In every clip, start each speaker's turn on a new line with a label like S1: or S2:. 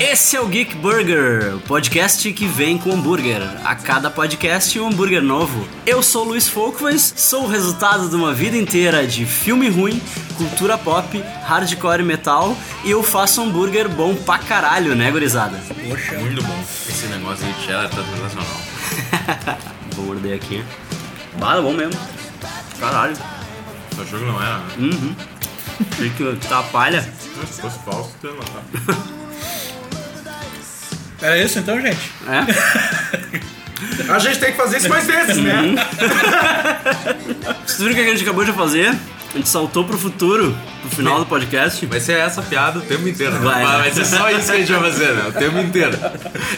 S1: Esse é o Geek Burger, o podcast que vem com hambúrguer. A cada podcast, um hambúrguer novo. Eu sou o Luiz Folkmans, sou o resultado de uma vida inteira de filme ruim, cultura pop, hardcore metal e eu faço hambúrguer bom pra caralho, né, gurizada?
S2: Poxa.
S3: Muito bom. Esse negócio de cheddar tá sensacional.
S1: Vou morder aqui. Bah, é bom mesmo. Caralho.
S3: Tu achou que não era? né?
S1: Uhum. Achei que tá palha.
S3: Se fosse falso, tu ia matar.
S2: Era isso então, gente?
S1: É?
S3: A gente tem que fazer isso mais vezes, né?
S1: Vocês viram o que a gente acabou de fazer? A gente saltou pro futuro, pro final do podcast.
S3: Vai ser essa piada o tempo inteiro.
S1: Vai.
S3: Vai, vai ser só isso que a gente vai fazer, né? O tempo inteiro.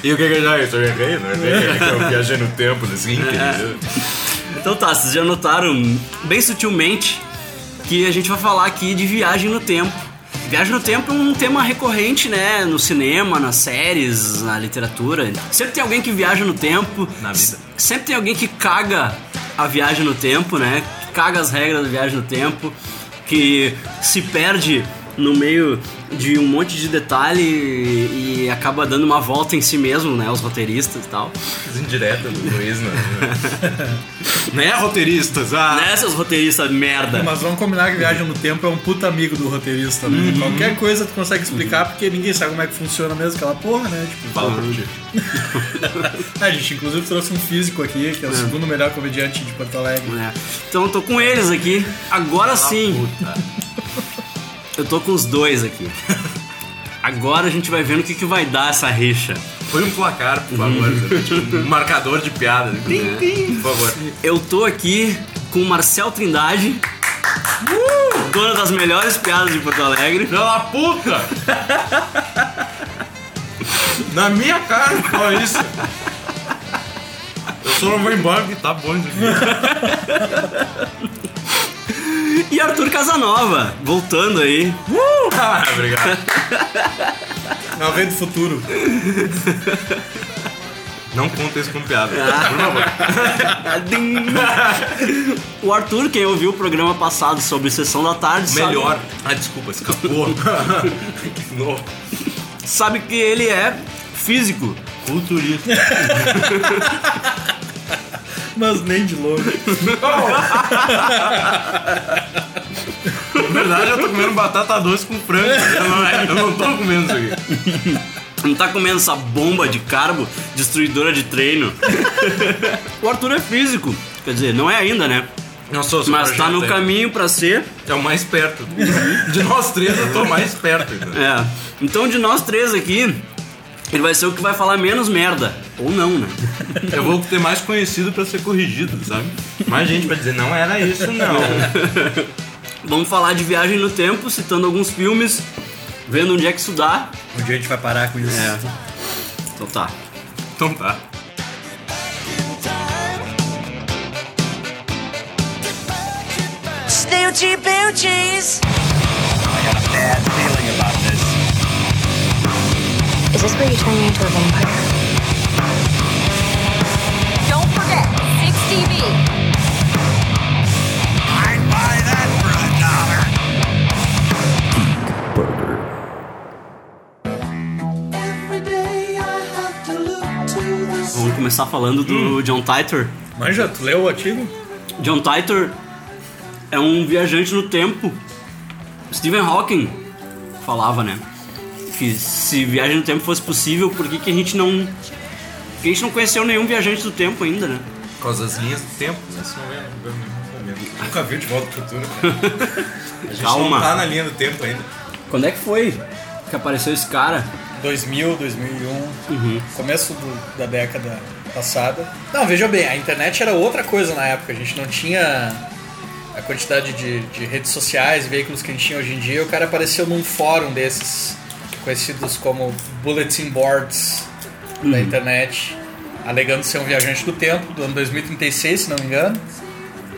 S3: E o que que eu já Eu errei, não errei. né? Que Eu viajei no tempo, assim, querido.
S1: Então tá, vocês já notaram bem sutilmente que a gente vai falar aqui de viagem no tempo. Viagem no tempo é um tema recorrente, né? No cinema, nas séries, na literatura. Sempre tem alguém que viaja no tempo.
S3: Na vida.
S1: S- Sempre tem alguém que caga a viagem no tempo, né? Que caga as regras da viagem no tempo. Que se perde no meio de um monte de detalhe e, e acaba dando uma volta em si mesmo, né? Os roteiristas e tal.
S3: Indireta do Luiz, né? né, roteiristas? Ah,
S1: Né, seus roteiristas merda?
S2: Mas vamos combinar que Viagem no Tempo é um puta amigo do roteirista, né? Qualquer coisa tu consegue explicar, porque ninguém sabe como é que funciona mesmo aquela porra, né? Tipo,
S3: fala por ti.
S2: a gente inclusive trouxe um físico aqui, que é o segundo melhor comediante de Porto Alegre.
S1: É. Então eu tô com eles aqui. Agora sim,
S3: Puta.
S1: eu tô com os dois aqui. Agora a gente vai vendo o que, que vai dar essa rixa.
S3: Põe um placar, por favor. sabe? Tipo, um marcador de piada. né? Por favor.
S1: Eu tô aqui com o Marcel Trindade, dono das melhores piadas de Porto Alegre.
S3: Pela puta! Na minha cara, fala isso! Eu só não vou embora porque tá bom de ver.
S1: E Arthur Casanova, voltando aí.
S3: Ah, obrigado. É
S2: Ela veio do futuro.
S3: Não conta isso com piada, por favor.
S1: Ding. o Arthur, quem ouviu o programa passado sobre Sessão da Tarde, sabe-
S3: Melhor. Ah, desculpa, escapou. Que novo.
S1: sabe que ele é físico.
S3: Culturista.
S2: Mas nem de longe.
S3: Na verdade, eu tô comendo batata doce com frango. Eu não, eu não tô comendo isso aqui.
S1: Não tá comendo essa bomba de carbo destruidora de treino. o Arthur é físico. Quer dizer, não é ainda, né?
S3: Não sou sou
S1: Mas tá
S3: projeto
S1: no
S3: aí.
S1: caminho pra ser.
S3: É o mais perto. De nós três, eu tô mais perto. Então.
S1: É. Então de nós três aqui, ele vai ser o que vai falar menos merda. Ou não, né?
S3: Eu vou ter mais conhecido pra ser corrigido, sabe? Mais gente pra dizer, não era isso, não.
S1: Vamos falar de viagem no tempo, citando alguns filmes, vendo onde é que isso dá. É.
S2: Onde a gente vai parar com isso?
S1: Então tá.
S3: Então tá.
S4: Snoochie Boochies.
S5: Is this where you turn me into a vampire?
S6: Don't forget, 6TV.
S1: Vamos começar falando do John Titor.
S2: Manja, tu leu o artigo?
S1: John Titor é um viajante no tempo. Stephen Hawking falava, né? Que se viagem no tempo fosse possível, por que, que a gente não. Que a gente não conheceu nenhum viajante do tempo ainda, né?
S3: Por causa das linhas do tempo, né? Isso não é. não é-
S7: Nunca viu de volta pro futuro, cara. A gente
S1: Calma.
S7: não tá na linha do tempo ainda.
S1: Quando é que foi que apareceu esse cara?
S2: 2000, 2001, começo do- da década passada. Não, veja bem, a internet era outra coisa na época. A gente não tinha a quantidade de, de redes sociais, veículos que a gente tinha hoje em dia. O cara apareceu num fórum desses, conhecidos como bulletin boards da internet, alegando ser um viajante do tempo, do ano 2036, se não me engano.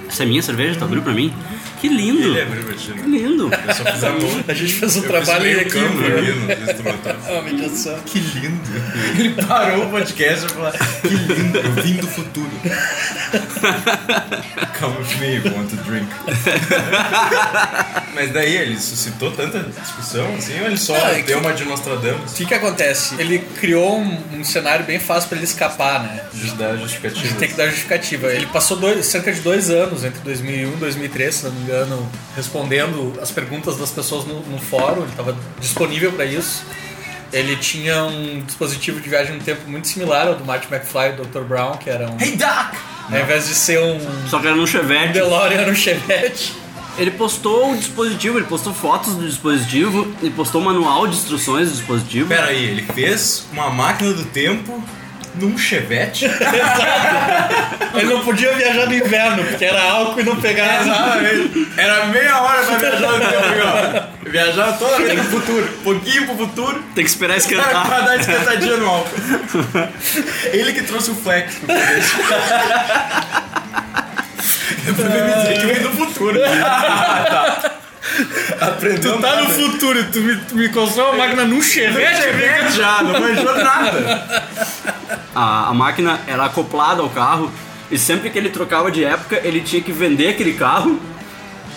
S1: Essa é minha cerveja? Tá duro pra mim? Que lindo.
S3: Ele é
S1: Que
S3: Brilbertino.
S1: lindo.
S3: Eu só fiz a ponta.
S2: A gente fez um
S3: Eu fiz
S2: trabalho em
S3: meio campo né?
S2: equipe.
S3: ali no instrumental.
S2: É uma mediação.
S3: Que lindo. Ele parou o podcast e falou, que lindo, eu vim do futuro. Come with me, you want to drink. Mas daí ele suscitou tanta discussão, assim, ou ele só
S2: Ah, é que-
S3: deu uma de Nostradamus?
S2: O que que acontece? Ele criou um, um cenário bem fácil pra ele escapar, né?
S3: Da
S2: A gente
S3: justificativa.
S2: tem que dar justificativa. Ele passou dois- cerca de dois anos, entre 2001 e 2003, se não me engano, respondendo as perguntas das pessoas no, no fórum. Ele estava disponível para isso. Ele tinha um dispositivo de viagem no tempo muito similar ao do Marty McFly e do Dr. Brown, que era um...
S3: Hey, Doc!
S2: Ao invés de ser um
S1: Só que era num chevette.
S2: DeLorean, era um Chevette.
S1: Ele postou o dispositivo, ele postou fotos do dispositivo, ele postou o manual de instruções do dispositivo.
S3: Pera aí, ele fez uma máquina do tempo num chevette?
S2: Ele não podia viajar no inverno, porque era álcool e não
S3: É,
S2: pegava.
S3: Exatamente. Era meia hora pra viajar no tempo, legal. Viajava toda vez pro futuro, pouquinho pro futuro,
S1: Tem que esperar
S3: pra pra
S1: esquentar.
S3: dar esquentadinha no álcool. Ele que trouxe o flex pro podcast. Eu também É me dizer que vem do futuro. Ah, tá. Aprendeu
S2: Tu tá
S3: nada.
S2: no futuro, tu me, tu me construiu uma máquina num Chevette?
S3: Chevette já, não manjou nada.
S1: A, a máquina era acoplada ao carro e sempre que ele trocava de época, ele tinha que vender aquele carro.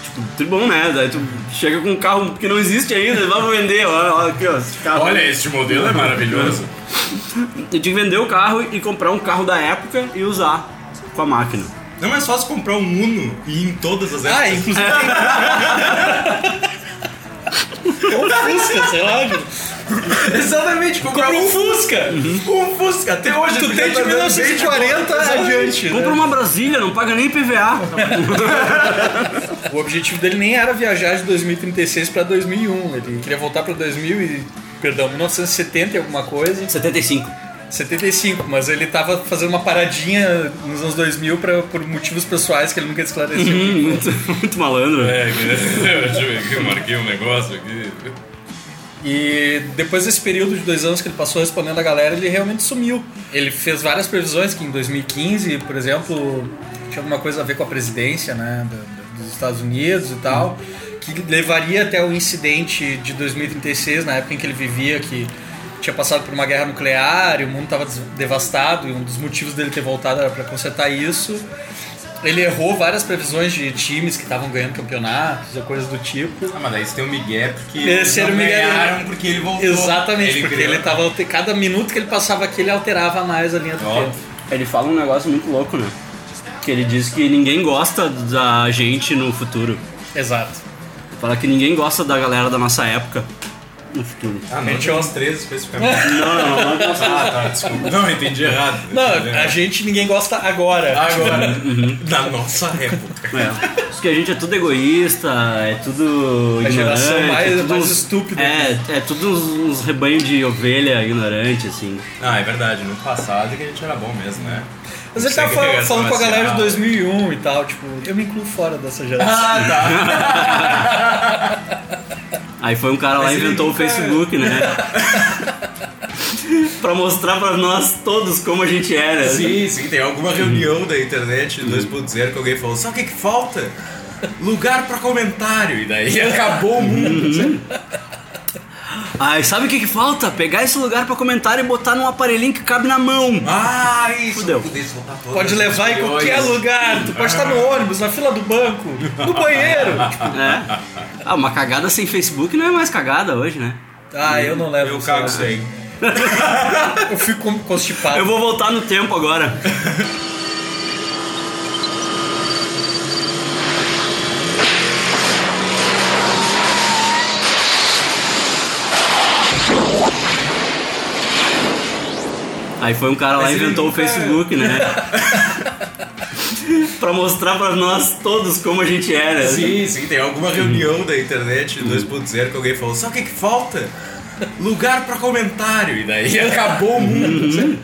S1: Tipo, tudo bom, né? Daí tu chega com um carro que não existe ainda, vai vender, olha, olha aqui, ó, esse carro.
S3: este modelo é maravilhoso.
S1: Ele tinha que vender o carro e comprar um carro da época e usar com a máquina.
S3: Não é fácil comprar um Uno e ir em todas as épocas.
S2: Ah, inclusive.
S3: É
S2: Ou
S3: um
S2: Fusca, sei lá. gente.
S3: Exatamente, comprar
S2: Comprou um
S3: um
S2: Fusca.
S3: Um Fusca, até hoje
S2: Tu
S3: ele já
S2: tem de
S3: tá dando bem de
S2: 1940
S3: volta.
S2: adiante.
S1: Compra
S2: né?
S1: uma Brasília, não paga nem PVA.
S2: O objetivo dele nem era viajar de 2036 pra 2001. Ele queria voltar pra 2000 e. Perdão, 1970 e alguma coisa.
S1: 75.
S2: 75, mas ele tava fazendo uma paradinha nos anos 2000 pra, por motivos pessoais que ele nunca esclareceu.
S1: muito, muito malandro.
S3: É, deixa eu ver aqui, eu marquei um negócio aqui.
S2: E depois desse período de dois anos que ele passou respondendo a galera, ele realmente sumiu. Ele fez várias previsões que em 2015, por exemplo, tinha alguma coisa a ver com a presidência né, do- do- dos Estados Unidos e tal, que levaria até o incidente de 2036, na época em que ele vivia, que tinha passado por uma guerra nuclear e o mundo estava devastado, e um dos motivos dele ter voltado era para consertar isso. Ele errou várias previsões de times que estavam ganhando campeonatos ou coisas do tipo.
S3: Ah, mas daí você tem o Miguel porque
S2: Esse era o Miguel.
S3: ganharam porque ele voltou.
S2: Exatamente, porque
S3: criou.
S2: ele tava. alter- Cada minuto que ele passava aqui, ele alterava mais a linha do
S3: Ó.
S2: tempo.
S1: Ele fala um negócio muito louco, né? Que ele diz que ninguém gosta da gente no futuro.
S2: Exato.
S1: Fala que ninguém gosta da galera da nossa época no futuro.
S3: Ah, não, tinha umas três especificamente.
S1: Não, não, não.
S3: ah, tá, desculpa. Não, entendi errado.
S2: Não, a gente ninguém gosta agora.
S3: né?
S2: Tipo,
S3: Agora, na nossa época.
S1: É. Diz que a gente é tudo egoísta, é tudo
S2: A
S1: ignorante.
S2: geração mais-
S1: é tudo
S2: mais
S1: uns-
S2: estúpida.
S1: É, é tudo uns, uns rebanho de ovelha ignorante, assim.
S3: Ah, é verdade, no passado que a gente era bom mesmo, né?
S2: Mas ele tava
S3: Segue
S2: falando,
S3: regaçando
S2: falando com a
S3: assim,
S2: galera de
S3: ah.
S2: 2001 e tal, tipo, eu me incluo fora dessa geração.
S3: Ah, tá.
S1: Aí foi um cara lá e
S3: Mas ele
S1: inventou o
S3: nunca-
S1: Facebook, né? pra mostrar pra nós todos como a gente é, né?
S3: Sim, sim, tem alguma reunião da internet 2.0 que alguém falou, sabe o que, que falta? Lugar pra comentário. E daí acabou o mundo.
S1: Ai, sabe o que, que falta? Pegar esse lugar pra comentário e botar num aparelhinho que cabe na mão.
S3: Ah, isso.
S1: Fudeu.
S3: pudesse voltar todas
S2: Pode
S3: as
S2: levar em
S3: reuniões.
S2: qualquer lugar, tu pode estar no
S3: Ah.
S2: ônibus, na fila do banco, no banheiro. Tipo,
S1: É. Ah, uma cagada sem Facebook não é mais cagada hoje, né?
S2: ah, eu não levo.
S3: Eu
S2: celular.
S3: cago isso aí.
S2: Eu fico constipado.
S1: Eu vou voltar no tempo agora. Aí foi um cara lá e
S3: Mas ele
S1: inventou o
S3: nunca-
S1: Facebook, né? pra mostrar pra nós todos como a gente é, né?
S3: Sim, sim, tem alguma reunião da internet 2.0 que alguém falou, sabe o que, que falta? Lugar pra comentário. E daí acabou o mundo.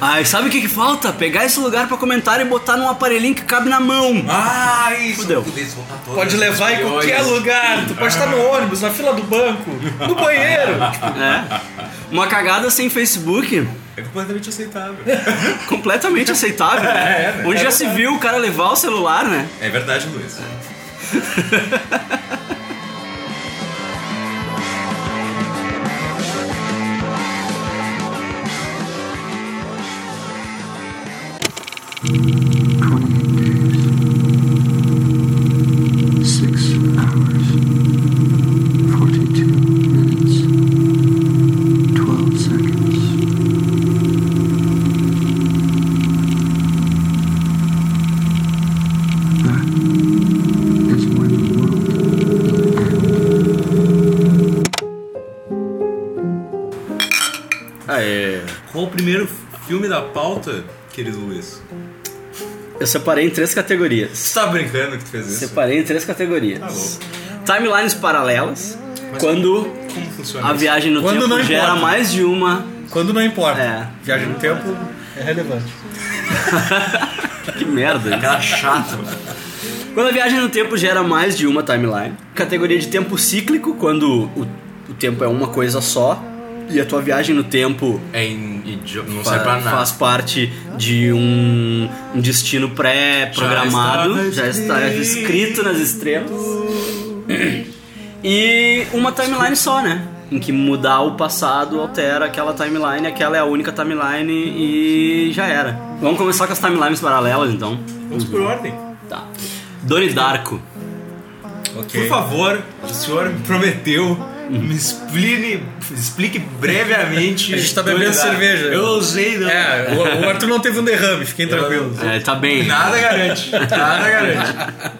S1: Ai, sabe o que, que falta? Pegar esse lugar pra comentário e botar num aparelhinho que cabe na mão.
S3: Ah, isso.
S1: Fudeu.
S3: pudesse voltar todas
S2: Pode
S3: as
S2: levar em
S3: reuniões.
S2: qualquer lugar, tu pode estar
S3: Ah.
S2: no ônibus, na fila do banco, no banheiro. Tipo,
S1: É. Uma cagada sem Facebook
S3: É completamente aceitável.
S1: Completamente aceitável. né?
S3: É, né?
S1: Onde já se viu o cara levar o celular, né?
S3: É verdade, Luiz.
S8: Six hours, 42 minutes, 12 seconds. That is when the world will end.
S3: É.
S9: Aê.
S3: Qual o primeiro filme da pauta, querido Luiz?
S1: Eu separei em três categorias.
S3: Você tá brincando que tu fez isso?
S1: Separei em três categorias. Timelines paralelas, quando
S3: Tá Como funciona
S1: a viagem no
S2: Quando
S1: tempo
S2: não
S1: gera
S2: importa.
S1: mais de uma.
S2: Tipo, Quando não importa.
S1: É.
S2: Viagem no tempo é relevante.
S1: Que merda, cara chato. Quando a viagem no tempo gera mais de uma timeline. Categoria de tempo cíclico, quando o, o tempo é uma coisa só e a tua viagem no tempo
S9: É em, idioma. Não
S3: é
S1: fa-
S9: sai pra nada.
S1: faz parte de um, um destino pré-programado, já
S9: Já
S1: está
S9: estava
S1: escrito nas estrelas. E uma timeline só, né? Em que mudar o passado altera aquela timeline, aquela é a única timeline e já era. Vamos começar com as timelines paralelas então.
S3: Vamos por ordem.
S1: Tá. Doni Darko.
S3: Por favor, o senhor me prometeu, me explique, explique brevemente.
S2: A gente tá bebendo
S3: Doni Darko.
S2: cerveja.
S3: Eu usei, não.
S2: É, o, o Arthur não teve um derrame, fiquem tranquilos.
S1: É, tá bem.
S3: Nada garante, nada garante.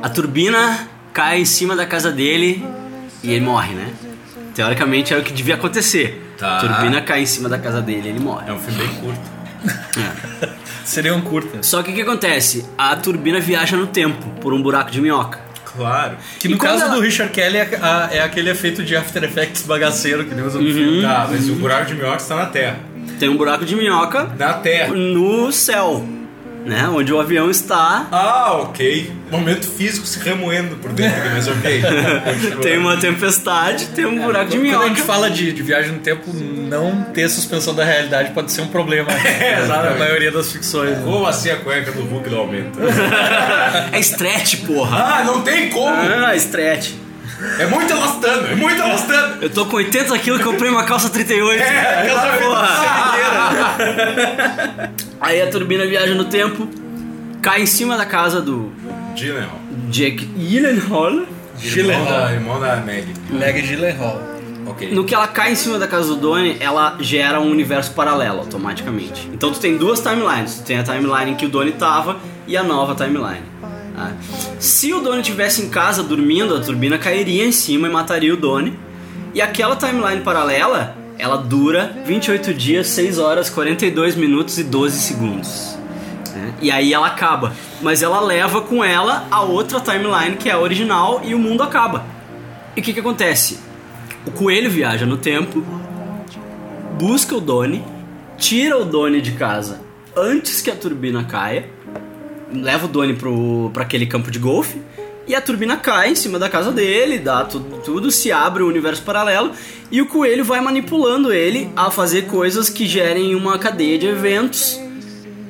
S1: A turbina cai em cima da casa dele e ele morre, né? Teoricamente era o que devia acontecer.
S3: Tá.
S1: A turbina cai em cima da casa dele e ele morre. É.
S3: É um filme bem curto.
S2: Seria um curta.
S1: Só que o que acontece? A turbina viaja no tempo por um buraco de minhoca.
S3: Claro.
S2: Que no
S1: E quando
S2: caso
S1: ela-
S2: do Richard Kelly é, a- é aquele efeito de After Effects bagaceiro que ele usa no filme.
S3: Tá, mas o buraco de minhoca está na Terra.
S1: Tem um buraco de minhoca
S3: Na Terra.
S1: no céu, né? Onde o avião está.
S3: Ah, ok. Momento físico se remoendo por dentro, aqui, mas ok. Continua.
S1: Tem uma tempestade, tem um buraco de
S2: Quando a gente
S1: minhoca.
S2: fala de, de viagem no tempo, não ter suspensão da realidade pode ser um problema.
S3: É,
S2: na
S3: exatamente.
S2: maioria das ficções. né?
S3: Como assim a cueca do Hulk não aumenta?
S1: É stretch, porra.
S3: ah, não tem como!
S1: Ah, stretch.
S3: É muito elastano, é muito elastano!
S1: Eu tô com 80 quilos, comprei uma calça 38.
S3: É, aquela
S1: Aí a turbina viaja no tempo, cai em cima da casa do
S3: Gyllenhaal.
S1: Jake Gyllenhaal.
S3: Irmão da, irmão da Maggie.
S2: Meg Gyllenhaal.
S3: Ok.
S1: No que ela cai em cima da casa do Donnie, ela gera um universo paralelo automaticamente. Então tu tem duas timelines. Tu tem a timeline em que o Donnie tava e a nova timeline. tá? Se o Donnie tivesse em casa dormindo, a turbina cairia em cima e mataria o Donnie. E aquela timeline paralela, ela dura 28 dias, 6 horas, 42 minutos e 12 segundos. né? E aí ela acaba. Mas ela leva com ela a outra timeline que é a original e o mundo acaba. E o que que acontece? O coelho viaja no tempo, busca o Doni, tira o Doni de casa antes que a turbina caia, leva o Doni pro, pra aquele campo de golfe, e a turbina cai em cima da casa dele, dá tu- tudo, se abre o universo paralelo, e o coelho vai manipulando ele a fazer coisas que gerem uma cadeia de eventos,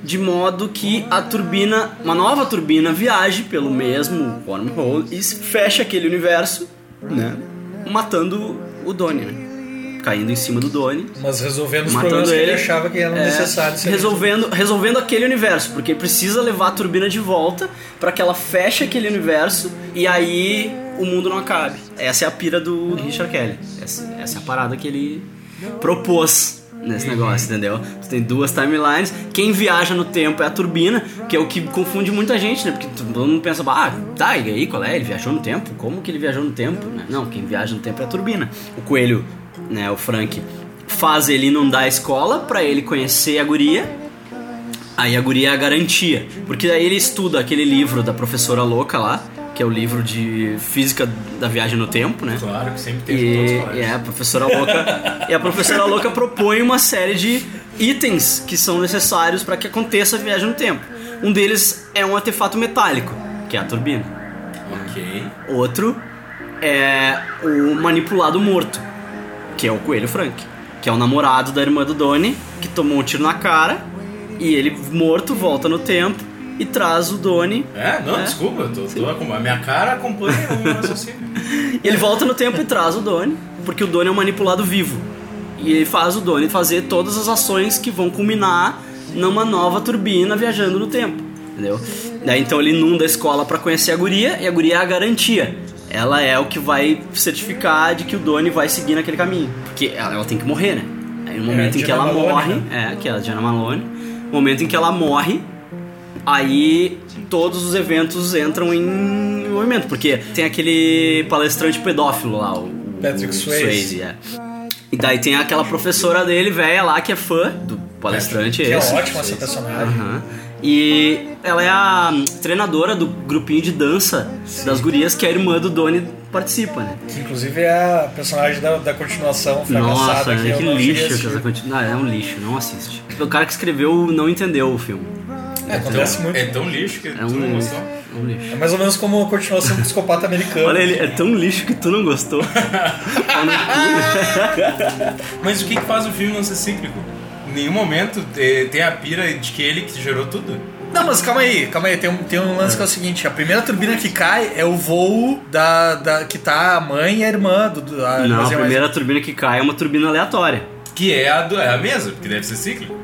S1: de modo que a turbina, uma nova turbina viaje pelo mesmo wormhole e se- fecha aquele universo, né? Matando o Donnie, né? Caindo em cima do Donnie.
S2: Mas resolvendo os problemas
S1: Matando
S2: que
S1: ele,
S2: ele achava que eram
S1: é,
S2: necessários.
S1: resolvendo, resolvendo aquele universo, porque precisa levar a turbina de volta pra que ela feche aquele universo e aí o mundo não acabe. Essa é a pira do Richard Kelly. Essa, essa é a parada que ele propôs nesse negócio, entendeu? Tu tem duas timelines. Quem viaja no tempo é a turbina, que é o que confunde muita gente, né? Porque todo mundo pensa, ah, tá, e aí qual é? Ele viajou no tempo? Como que ele viajou no tempo? né? Não, quem viaja no tempo é a turbina. O coelho, né, o Frank, faz ele inundar a escola pra ele conhecer a guria. Aí a guria é a garantia, porque daí ele estuda aquele livro da professora louca lá, que é o livro de física da viagem no tempo, né?
S3: Claro que sempre tem
S1: E,
S3: todos os
S1: e
S3: colégios.
S1: é, a professora louca. e a professora louca propõe uma série de itens que são necessários pra que aconteça a viagem no tempo. Um deles é um artefato metálico, que é a turbina.
S3: Ok.
S1: Outro é o manipulado morto, que é o coelho Frank. que é o namorado da irmã do Donnie, que tomou um tiro na cara e ele morto volta no tempo e traz o Donnie.
S3: É, não,
S1: É.
S3: desculpa, eu tô, tô acom- a minha cara acompanha o meu raciocínio.
S1: E ele volta no tempo e traz o Donnie, porque o Donnie é um manipulado vivo. E ele faz o Donnie fazer todas as ações que vão culminar numa nova turbina viajando no tempo, entendeu? Daí então ele inunda a escola pra conhecer a guria, e a guria é a garantia. Ela é o que vai certificar de que o Donnie vai seguir naquele caminho. Porque ela, ela tem que morrer, né? Aí no momento em que
S2: Diana
S1: ela
S2: Malone,
S1: morre, é, que é a Diana Malone, no momento em que ela morre, aí todos os eventos entram em movimento, porque tem aquele palestrante pedófilo lá, o o
S2: Patrick Swayze.
S1: é. E daí tem aquela professora dele, velha lá, que é fã do palestrante
S2: Que é
S1: esse.
S2: ótima essa personagem.
S1: Aham. E ela é a hum, treinadora do grupinho de dança das gurias que a irmã do Doni participa, né?
S2: Que inclusive é a personagem da, da continuação
S1: Nossa,
S2: fracassada. é
S1: né?
S2: eu
S1: que
S2: não
S1: lixo que
S2: cheguei
S1: essa
S2: a assistir.
S1: continuidade. É um lixo, não assiste. O cara que escreveu não entendeu o filme.
S2: É, acontece muito.
S3: É tão lixo que
S1: É
S3: tu não
S1: um lixo.
S3: gostou.
S1: É um lixo.
S2: É mais ou menos como a continuação do Psicopata Americano.
S1: Olha, ele é tão lixo que tu não gostou.
S3: Mas o que, que faz o filme não ser cíclico? Em nenhum momento eh, tem a pira de que ele que gerou tudo.
S2: Não, mas calma aí, calma aí. Tem um, tem um lance que é o seguinte: a primeira turbina que cai é o voo da, da que tá a mãe e a irmã. Do, do- a
S1: Não, a
S2: irmãzinha é mais-
S1: primeira turbina que cai é uma turbina aleatória.
S3: Que é a, do, é a mesa, porque deve ser cíclico.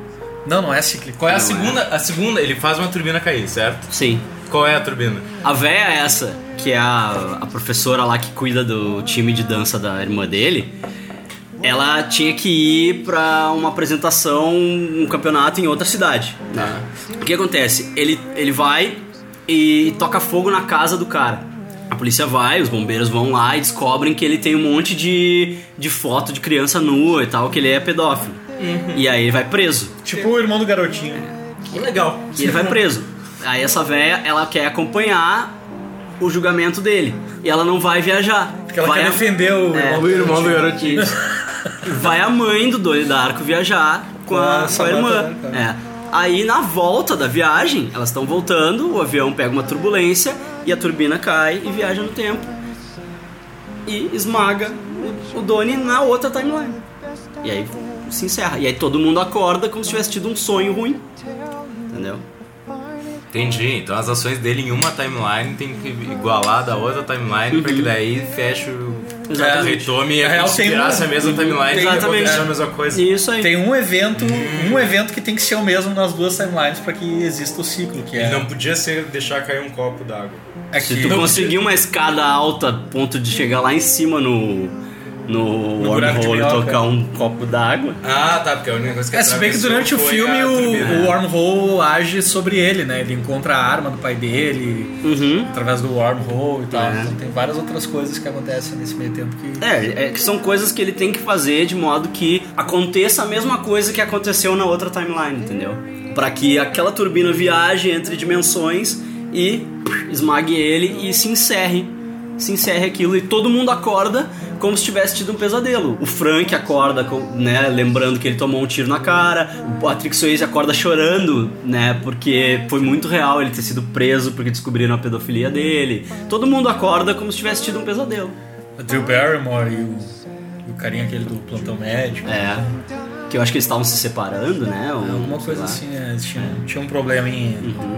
S2: Não, não é cíclico.
S3: Qual é a segunda? A segunda, ele faz uma turbina cair, certo?
S1: Sim.
S3: Qual é a turbina?
S1: A véia é essa, que é a, a professora lá que cuida do time de dança da irmã dele. Ela tinha que ir pra uma apresentação, um campeonato em outra cidade. né? O que acontece? Ele, ele vai e toca fogo na casa do cara. A polícia vai, os bombeiros vão lá e descobrem que ele tem um monte de, de foto de criança nua e tal, que ele é pedófilo. E aí ele vai preso.
S2: Tipo o irmão do garotinho.
S3: Legal.
S1: E ele vai preso. Aí essa véia, ela quer acompanhar o julgamento dele. E ela não vai viajar.
S2: Porque ela
S1: vai,
S2: quer defender o
S1: É.
S2: irmão
S9: O
S2: do
S9: irmão do garotinho.
S1: vai a mãe do Doni Darko viajar com a,
S2: Com a
S1: sua irmã.
S2: Samantha,
S1: É.
S2: né,
S1: Aí na volta da viagem, elas estão voltando, o avião pega uma turbulência e a turbina cai e viaja no tempo. E esmaga o, o Doni na outra timeline. E aí se encerra. E aí todo mundo acorda como se tivesse tido um sonho ruim. Entendeu?
S3: Entendi. Então as ações dele em uma timeline tem que igualar da outra timeline pra que daí feche o.
S1: Exatamente.
S3: Uhum. É, retome e
S2: Na real, tem um-
S3: considerasse a mesma timeline
S2: tem-
S3: e
S1: Exatamente.
S3: aconteceu a mesma coisa.
S1: Isso aí.
S2: Tem um evento, um evento que tem que ser o mesmo nas duas timelines pra que exista o ciclo, que é,
S3: Ele não podia ser deixar cair um copo d'água.
S2: é
S1: Se
S2: que-
S1: tu
S2: não-
S1: conseguir uma escada alta a ponto de chegar lá em cima no. No,
S2: buraco de
S1: wormhole e
S2: minhoca.
S1: tocar um copo d'água.
S3: Ah, tá, porque a única coisa que
S2: É, se bem que
S3: atravessou
S2: durante o
S3: foi
S2: filme
S3: a né? turbina.
S2: o, o wormhole age sobre ele, né? Ele encontra a arma do pai dele
S1: Uhum.
S2: através do wormhole e tal.
S1: É.
S2: Então tem várias outras coisas que acontecem nesse meio tempo que.
S1: É, é que são coisas que ele tem que fazer de modo que aconteça a mesma coisa que aconteceu na outra timeline, entendeu? Pra que aquela turbina viaje entre dimensões e esmague ele e se encerre. Se encerre aquilo e todo mundo acorda como se tivesse tido um pesadelo. O Frank acorda, com- né, lembrando que ele tomou um tiro na cara. O Patrick Swayze acorda chorando, né, porque foi muito real ele ter sido preso porque descobriram a pedofilia dele. Todo mundo acorda como se tivesse tido um pesadelo.
S2: O
S1: Ah.
S2: Drew Barrymore e o, e o carinha aquele do plantão médico.
S1: É. Que eu acho que eles estavam se separando, né? Ou,
S2: Alguma
S1: sei
S2: coisa
S1: lá.
S2: assim, né? Eles tinham, tinham um probleminha.
S1: Uhum.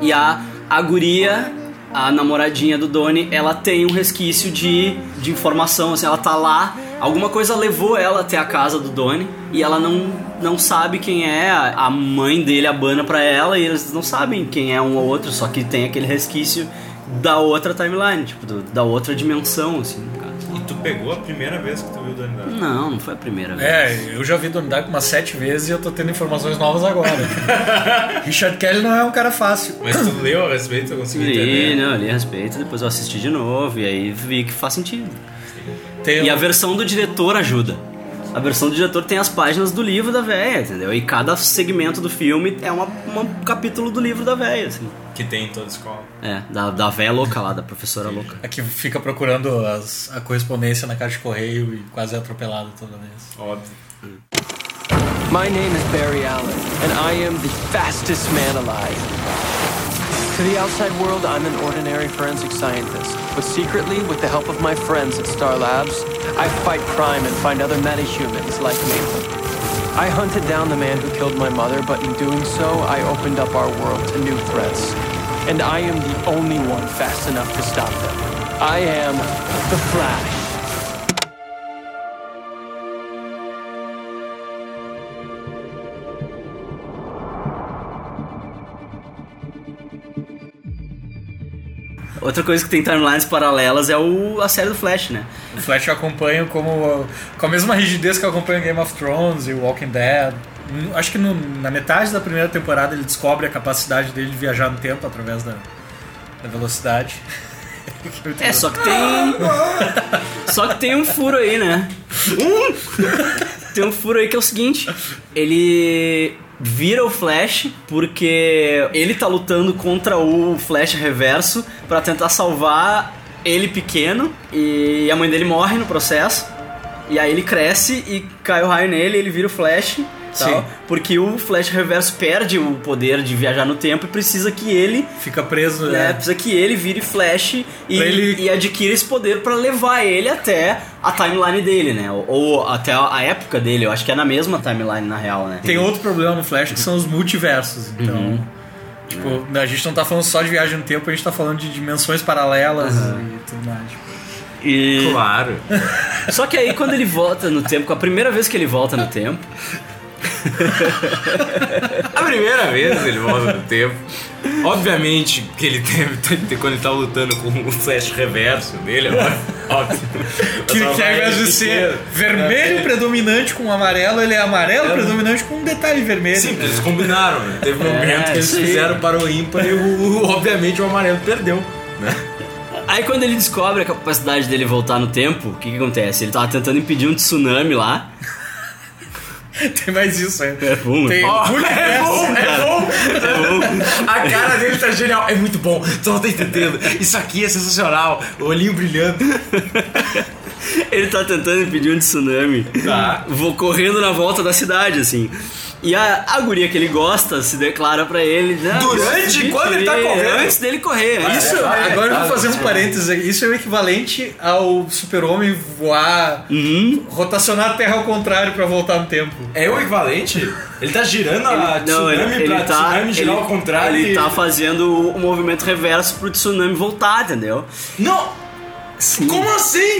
S1: E a, a guria, a namoradinha do Doni, ela tem um resquício de, de informação, assim, ela tá lá. Alguma coisa levou ela até a casa do Doni e ela não, não sabe quem é. A a mãe dele abana pra ela e eles não sabem quem é um ou outro, só que tem aquele resquício da outra timeline, tipo, do- da outra dimensão, assim, no caso.
S3: E tu pegou a primeira vez que tu viu o Donnie Darko.
S1: Não, não foi a primeira vez.
S2: É, eu já vi Donnie Darko umas sete vezes e eu tô tendo informações novas agora. Richard Kelly não é um cara fácil.
S3: Mas tu leu a respeito, eu consegui
S1: Li,
S3: entender.
S1: não, li a respeito, depois eu assisti de novo e aí vi que faz sentido.
S2: Tem
S1: E a
S2: um-
S1: versão do diretor ajuda. A versão do diretor tem as páginas do livro da véia, entendeu? E cada segmento do filme é uma, uma- um capítulo do livro da véia, assim.
S3: Que tem em toda a escola.
S1: É, da, da véia louca lá, da professora louca.
S2: A é que fica procurando as- a correspondência na caixa de correio e quase é atropelada toda vez.
S3: Óbvio.
S10: My name is Barry Allen, and I am the fastest man alive. To the outside world, I'm an ordinary forensic scientist. But secretly, with the help of my friends at Star Labs, I fight crime and find other metahumans like Maple. I hunted down the man who killed my mother, but in doing so, I opened up our world to new threats. And I am the only one fast enough to stop them. I am the Flash.
S1: Outra coisa que tem timelines paralelas é o, a série do Flash, né?
S2: O Flash eu acompanho como, com a mesma rigidez que eu acompanho Game of Thrones e Walking Dead. Hum, Acho que no- na metade da primeira temporada ele descobre a capacidade dele de viajar no tempo através da, da velocidade.
S1: É, só que tem. só que tem um furo aí, né? tem um furo aí que é o seguinte: ele vira o Flash porque ele tá lutando contra o Flash reverso pra tentar salvar ele pequeno e a mãe dele morre no processo. E aí ele cresce e cai o raio nele, ele vira o Flash. Tal,
S2: Sim.
S1: porque o Flash Reverso perde o poder de viajar no tempo e precisa que ele
S2: Fica preso,
S1: né?
S2: né?
S1: Precisa que ele vire Flash e,
S2: Pra ele-
S1: e adquira esse poder pra levar ele até a timeline dele, né? Ou, ou até a época dele. Eu acho que é na mesma timeline, na real, né?
S2: Tem outro problema no Flash que são os multiversos. Então, tipo, a gente não tá falando só de viagem no tempo, a gente tá falando de dimensões paralelas e tudo mais. Tipo,
S1: E-
S3: Claro.
S1: Só que aí quando ele volta no tempo, com a primeira vez que ele volta no tempo,
S3: A primeira vez ele volta no tempo. Obviamente que ele teve, quando ele tá lutando com o flash reverso dele, ó, óbvio.
S2: Que, Tipo, que ao invés de ser vermelho predominante com amarelo, ele é amarelo predominante com um detalhe vermelho.
S3: Sim, eles combinaram, né? Teve um momento que eles
S1: É, isso aí.
S3: fizeram para o ímpar e o, o- obviamente o amarelo perdeu. Né?
S1: Aí quando ele descobre a capacidade dele voltar no tempo, o que, que acontece? Ele tava tentando impedir um tsunami lá.
S2: Tem mais isso
S3: né?
S2: aí.
S1: É bom,
S2: Tem
S1: ó,
S2: multiverso.
S3: é A cara dele tá genial. É muito bom, tu não tá entendendo. Isso aqui é sensacional. O olhinho brilhando.
S1: Ele tá tentando impedir um tsunami.
S3: Tá.
S1: Vou correndo na volta da cidade, assim. E a, a guria que ele gosta se declara pra ele. né?
S3: Durante? Quando ele tá correndo?
S1: Antes dele correr. é antes-
S2: Isso, agora eu vou fazer um parênteses aí. Isso é o equivalente ao super-homem voar, rotacionar a Terra ao contrário pra voltar no tempo.
S3: É o equivalente? Ele tá girando a
S1: Ele- não,
S3: tsunami
S1: ele, ele
S3: pra
S1: tá,
S3: tsunami girar
S1: ele-
S3: ao contrário.
S1: Ele
S3: e-
S1: tá fazendo o movimento reverso pro tsunami voltar, entendeu?
S3: Não! Como assim?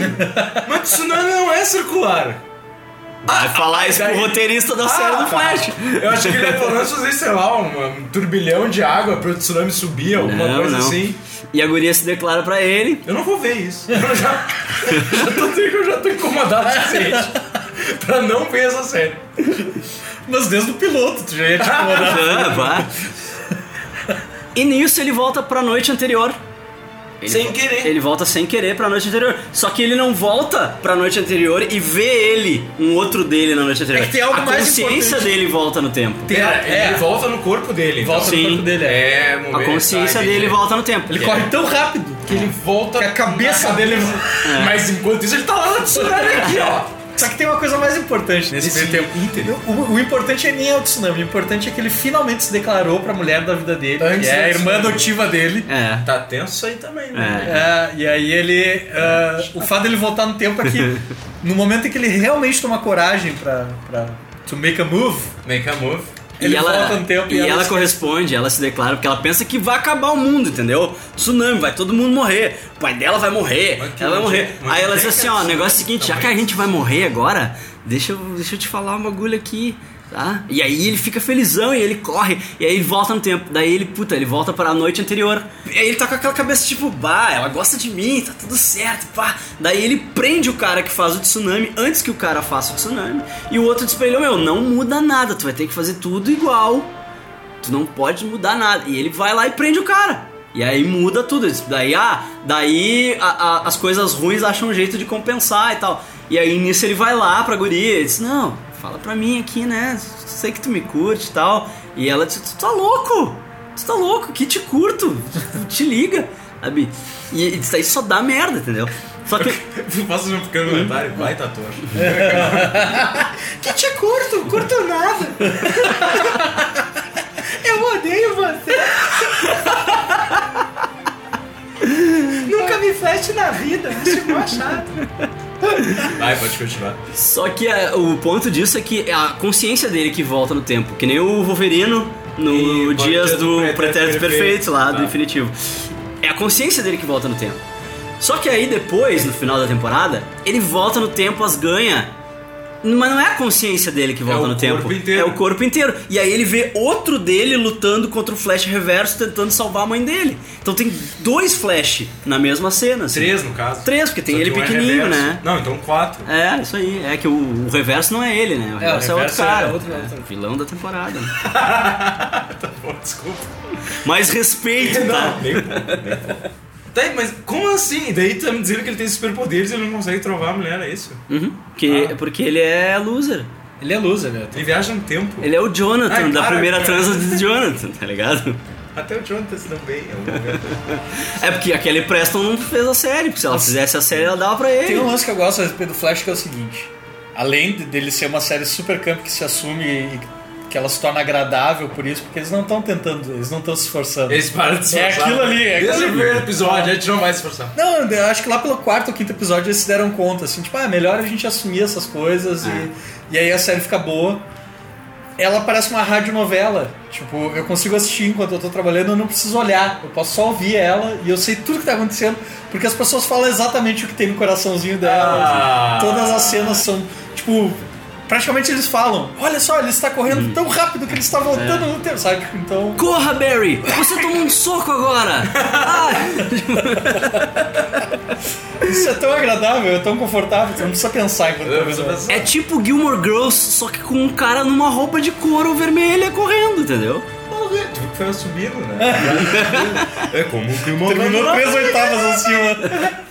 S3: Mas tsunami não é circular. Ah,
S1: Vai falar isso pro roteirista da série do
S3: tá.
S1: Flash.
S3: Eu achei que ele ia pelo menos fazer, sei lá, um, um turbilhão de água pro tsunami subir, alguma
S1: Não,
S3: coisa
S1: não.
S3: assim.
S1: E a guria se declara pra ele.
S3: Eu não vou ver isso. Eu já, já tô, eu já tô incomodado o suficiente pra não ver essa série.
S2: Mas desde o piloto, tu já ia tipo, te incomodar.
S1: Ah, vá. E nisso ele volta pra noite anterior. Ele
S3: Sem
S1: vo-
S3: querer.
S1: Ele volta sem querer pra noite anterior. Só que ele não volta pra noite anterior e vê ele, um outro dele na noite anterior.
S2: É que tem algo
S1: A
S2: mais
S1: consciência
S2: importante.
S1: dele volta no tempo.
S2: Tem-
S3: Pera,
S2: é,
S3: ele volta no corpo dele. então.
S2: volta
S1: Sim.
S2: no corpo dele. é.
S3: É, momento,
S1: A consciência
S3: tá,
S1: dele
S3: entendi.
S1: volta no tempo.
S2: Ele corre tão rápido que ele
S3: Volta Ah,
S2: Que a cabeça
S3: na-
S2: dele-
S1: É.
S3: Mas enquanto isso, ele tá lá no tsunami aqui, ó.
S2: Só que tem uma coisa mais importante nesse
S3: Esse
S2: meio tempo.
S3: íntegro.
S2: O, o importante é nem é o tsunami, o importante é que ele finalmente se declarou pra mulher da vida dele,
S3: Antes
S2: que é
S3: do
S2: a irmã
S3: tsunami.
S2: adotiva dele.
S1: É.
S3: Tá tenso isso aí também, né?
S2: É, e aí ele. ah, o fato dele voltar no tempo é que no momento em que ele realmente toma coragem pra. pra to make a move,
S3: Make a move.
S2: ele volta no tempo
S1: e, ela,
S2: se-
S1: corresponde, ela se declara, porque ela pensa que vai acabar o mundo, entendeu? Tsunami, vai todo mundo morrer. O pai dela vai morrer,
S3: Mas que
S1: ela vai
S3: onde-
S1: morrer.
S3: onde
S1: Aí ela
S3: é
S1: diz
S3: que
S1: assim,
S3: é
S1: ó,
S3: isso?
S1: negócio é o seguinte, já que a
S3: Também.
S1: gente vai morrer agora, deixa, eu- deixa eu te falar um bagulho aqui, tá? E aí ele fica felizão e ele corre, e aí ele volta no tempo. Daí ele, puta, ele volta pra noite anterior. E aí ele tá com aquela cabeça tipo, bah, ela gosta de mim, tá tudo certo, pá. Daí ele prende o cara que faz o tsunami antes que o cara faça o tsunami. E o outro espelhou, meu, não muda nada, tu vai ter que fazer tudo igual. Tu não pode mudar nada. E ele vai lá e prende o cara. E aí muda tudo. Daí, ah, daí a- a- as coisas ruins acham um jeito de compensar e tal. E aí nisso ele vai lá pra guria e diz, não, fala pra mim aqui, né? Sei que tu me curte e tal. E ela diz, tu tá louco? Tu tá louco? Que te curto? Te liga. Sabe? E isso aí só dá merda, entendeu? Só que.
S3: Faça um pequeno comentário, vai tatuagem.
S2: Hum? Que te curto, curto nada. Eu odeio você. merda, isso ficou achado.
S3: Vai, pode continuar.
S1: Só que é, o ponto disso é que é a consciência dele que volta no tempo, que nem o Wolverino no
S3: E
S1: Dias do Pretérito, Perfeito, lá, do
S3: tá.
S1: Infinitivo. É a consciência dele que volta no tempo. Só que aí depois, no final da temporada, ele volta no tempo, as ganha. Mas não é a consciência dele que volta
S3: o
S1: no tempo.
S3: corpo inteiro.
S1: É o corpo inteiro. E aí ele vê outro dele lutando contra o Flash Reverso, tentando salvar a mãe dele. Então tem dois Flash na mesma cena. assim.
S3: Três, no caso.
S1: Três, porque tem
S3: Só
S1: ele
S3: que um é
S1: pequenininho,
S3: reverso.
S1: né?
S3: Não, então quatro.
S1: É, isso aí. É que o, o reverso não é ele, né? O reverso é, outro
S2: reverso é
S1: cara.
S2: outro- outro.
S1: Vilão da temporada.
S3: Pô, desculpa.
S1: Mais respeito, tá?
S3: Nem, nem. Tá, mas como assim? Daí tá me dizendo que ele tem superpoderes e ele não consegue trovar a mulher, é isso?
S1: Uhum. Que,
S3: Ah.
S1: Porque ele é loser.
S2: Ele é loser, meu.
S3: Ele viaja no tempo.
S1: Ele é o Jonathan,
S3: Ai,
S1: da
S3: para,
S1: primeira
S3: cara.
S1: transa de Jonathan, tá ligado?
S3: Até o Jonathan se dá bem. É um momento.
S1: É porque a Kelly Preston não fez a série, porque se ela fizesse a série, ela dava pra
S2: Tem
S1: ele.
S2: um lance que eu gosto a respeito do Flash que é o seguinte: além de- dele ser uma série super camp que se assume e que ela se torna agradável por isso, porque eles não estão tentando, eles não estão se esforçando.
S3: Eles param de se
S2: É
S3: esforçar.
S2: aquilo ali, é
S3: Desde
S2: aquilo
S3: o
S2: ali.
S3: primeiro episódio, a gente não vai se esforçar.
S2: Não, eu acho que lá pelo quarto ou quinto episódio eles se deram conta, assim, tipo, ah, melhor a gente assumir essas coisas
S3: É.
S2: e, e aí a série fica boa. Ela parece uma radionovela. Tipo, eu consigo assistir enquanto eu tô trabalhando, eu não preciso olhar. Eu posso só ouvir ela e eu sei tudo que tá acontecendo, porque as pessoas falam exatamente o que tem no coraçãozinho dela.
S3: Ah.
S2: assim. Todas as cenas são, tipo, praticamente eles falam: olha só, ele está correndo
S3: Hum.
S2: tão rápido que ele está
S3: É.
S2: voltando no tempo, sabe? Tipo, Então.
S1: Corra, Barry! Você tomou um soco agora! Ah,
S2: Isso é tão agradável, é tão confortável, você não precisa pensar enquanto tá
S3: Eu
S2: vendo.
S3: preciso pensar.
S1: é tipo Gilmore Girls, só que com um cara numa roupa de couro vermelha correndo, entendeu?
S3: Tudo foi assumido, né? é como o clima
S2: Terminou três oitavas acima.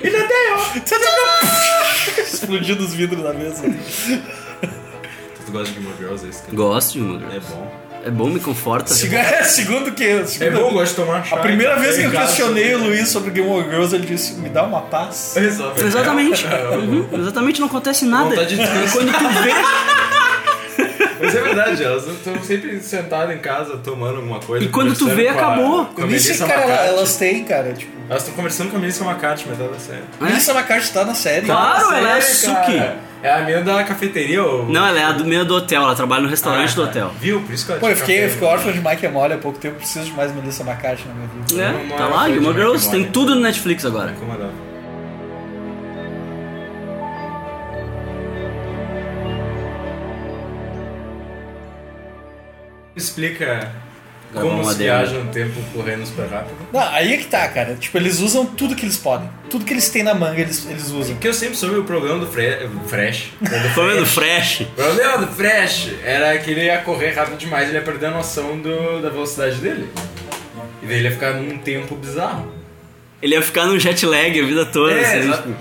S2: Ele até eu. Explodindo os vidros da mesa.
S3: Tu gosta de Gilmore Girls, é isso? cara?
S1: Gosto de Gilmore
S3: É
S1: Girls.
S3: bom.
S1: É bom, me conforta.
S2: Segu- É, segundo que.
S3: É
S2: segundo-
S3: bom, eu gosto de tomar chá.
S2: A primeira vez que eu
S3: Em casa.
S2: questionei o Luiz sobre Game of Girls, ele disse: me dá uma paz.
S3: Resolve.
S1: Exatamente. Uhum, Exatamente, não acontece nada.
S3: Vontade de descansar.
S1: Quando tu vê.
S3: Mas é verdade, elas estão sempre sentadas em casa tomando alguma coisa.
S1: E quando tu
S3: conversando
S1: vê,
S3: com a-
S1: acabou.
S3: com a
S2: Nisso,
S3: Melissa
S2: cara,
S3: McCarthy.
S2: elas têm, cara. Tipo,
S3: Elas estão conversando com a Melissa McCarthy, metade da série.
S1: É?
S2: Melissa McCarthy tá na série.
S1: Claro, ela é a
S3: Sério, cara?
S1: Suki.
S3: É a minha da cafeteria ou.
S1: Não, ela é a do meio do hotel, ela trabalha no restaurante
S3: Ah,
S1: do
S3: tá.
S1: hotel.
S3: Viu? Por isso que ela
S2: Pô, eu
S3: tinha
S2: fiquei, eu
S3: café.
S2: fiquei órfão de Mike and Molly há pouco tempo, preciso de mais Melissa McCarthy na minha vida.
S1: É,
S3: Não, não
S1: tá
S3: é
S1: lá,
S3: coisa
S1: Gilmore
S3: de
S1: Girls,
S3: Rick
S1: tem
S3: and
S1: tudo no Netflix agora.
S3: Incomodava. Explica
S1: Gravou
S3: como
S1: uma
S3: se
S1: demo.
S3: viaja no tempo correndo super rápido.
S2: Não, aí é que tá, cara. Tipo, eles usam tudo que eles podem. Tudo que eles têm na manga, eles, eles usam.
S3: Porque eu sempre soube o problema do Fre Fresh.
S1: Foi vendo Fresh?
S3: O problema do Fresh era que ele ia correr rápido demais, ele ia perder a noção do- da velocidade dele. E daí ele ia ficar num tempo bizarro.
S1: Ele ia ficar no jet lag a vida toda.
S3: É,
S1: assim,
S3: exato.
S1: tipo,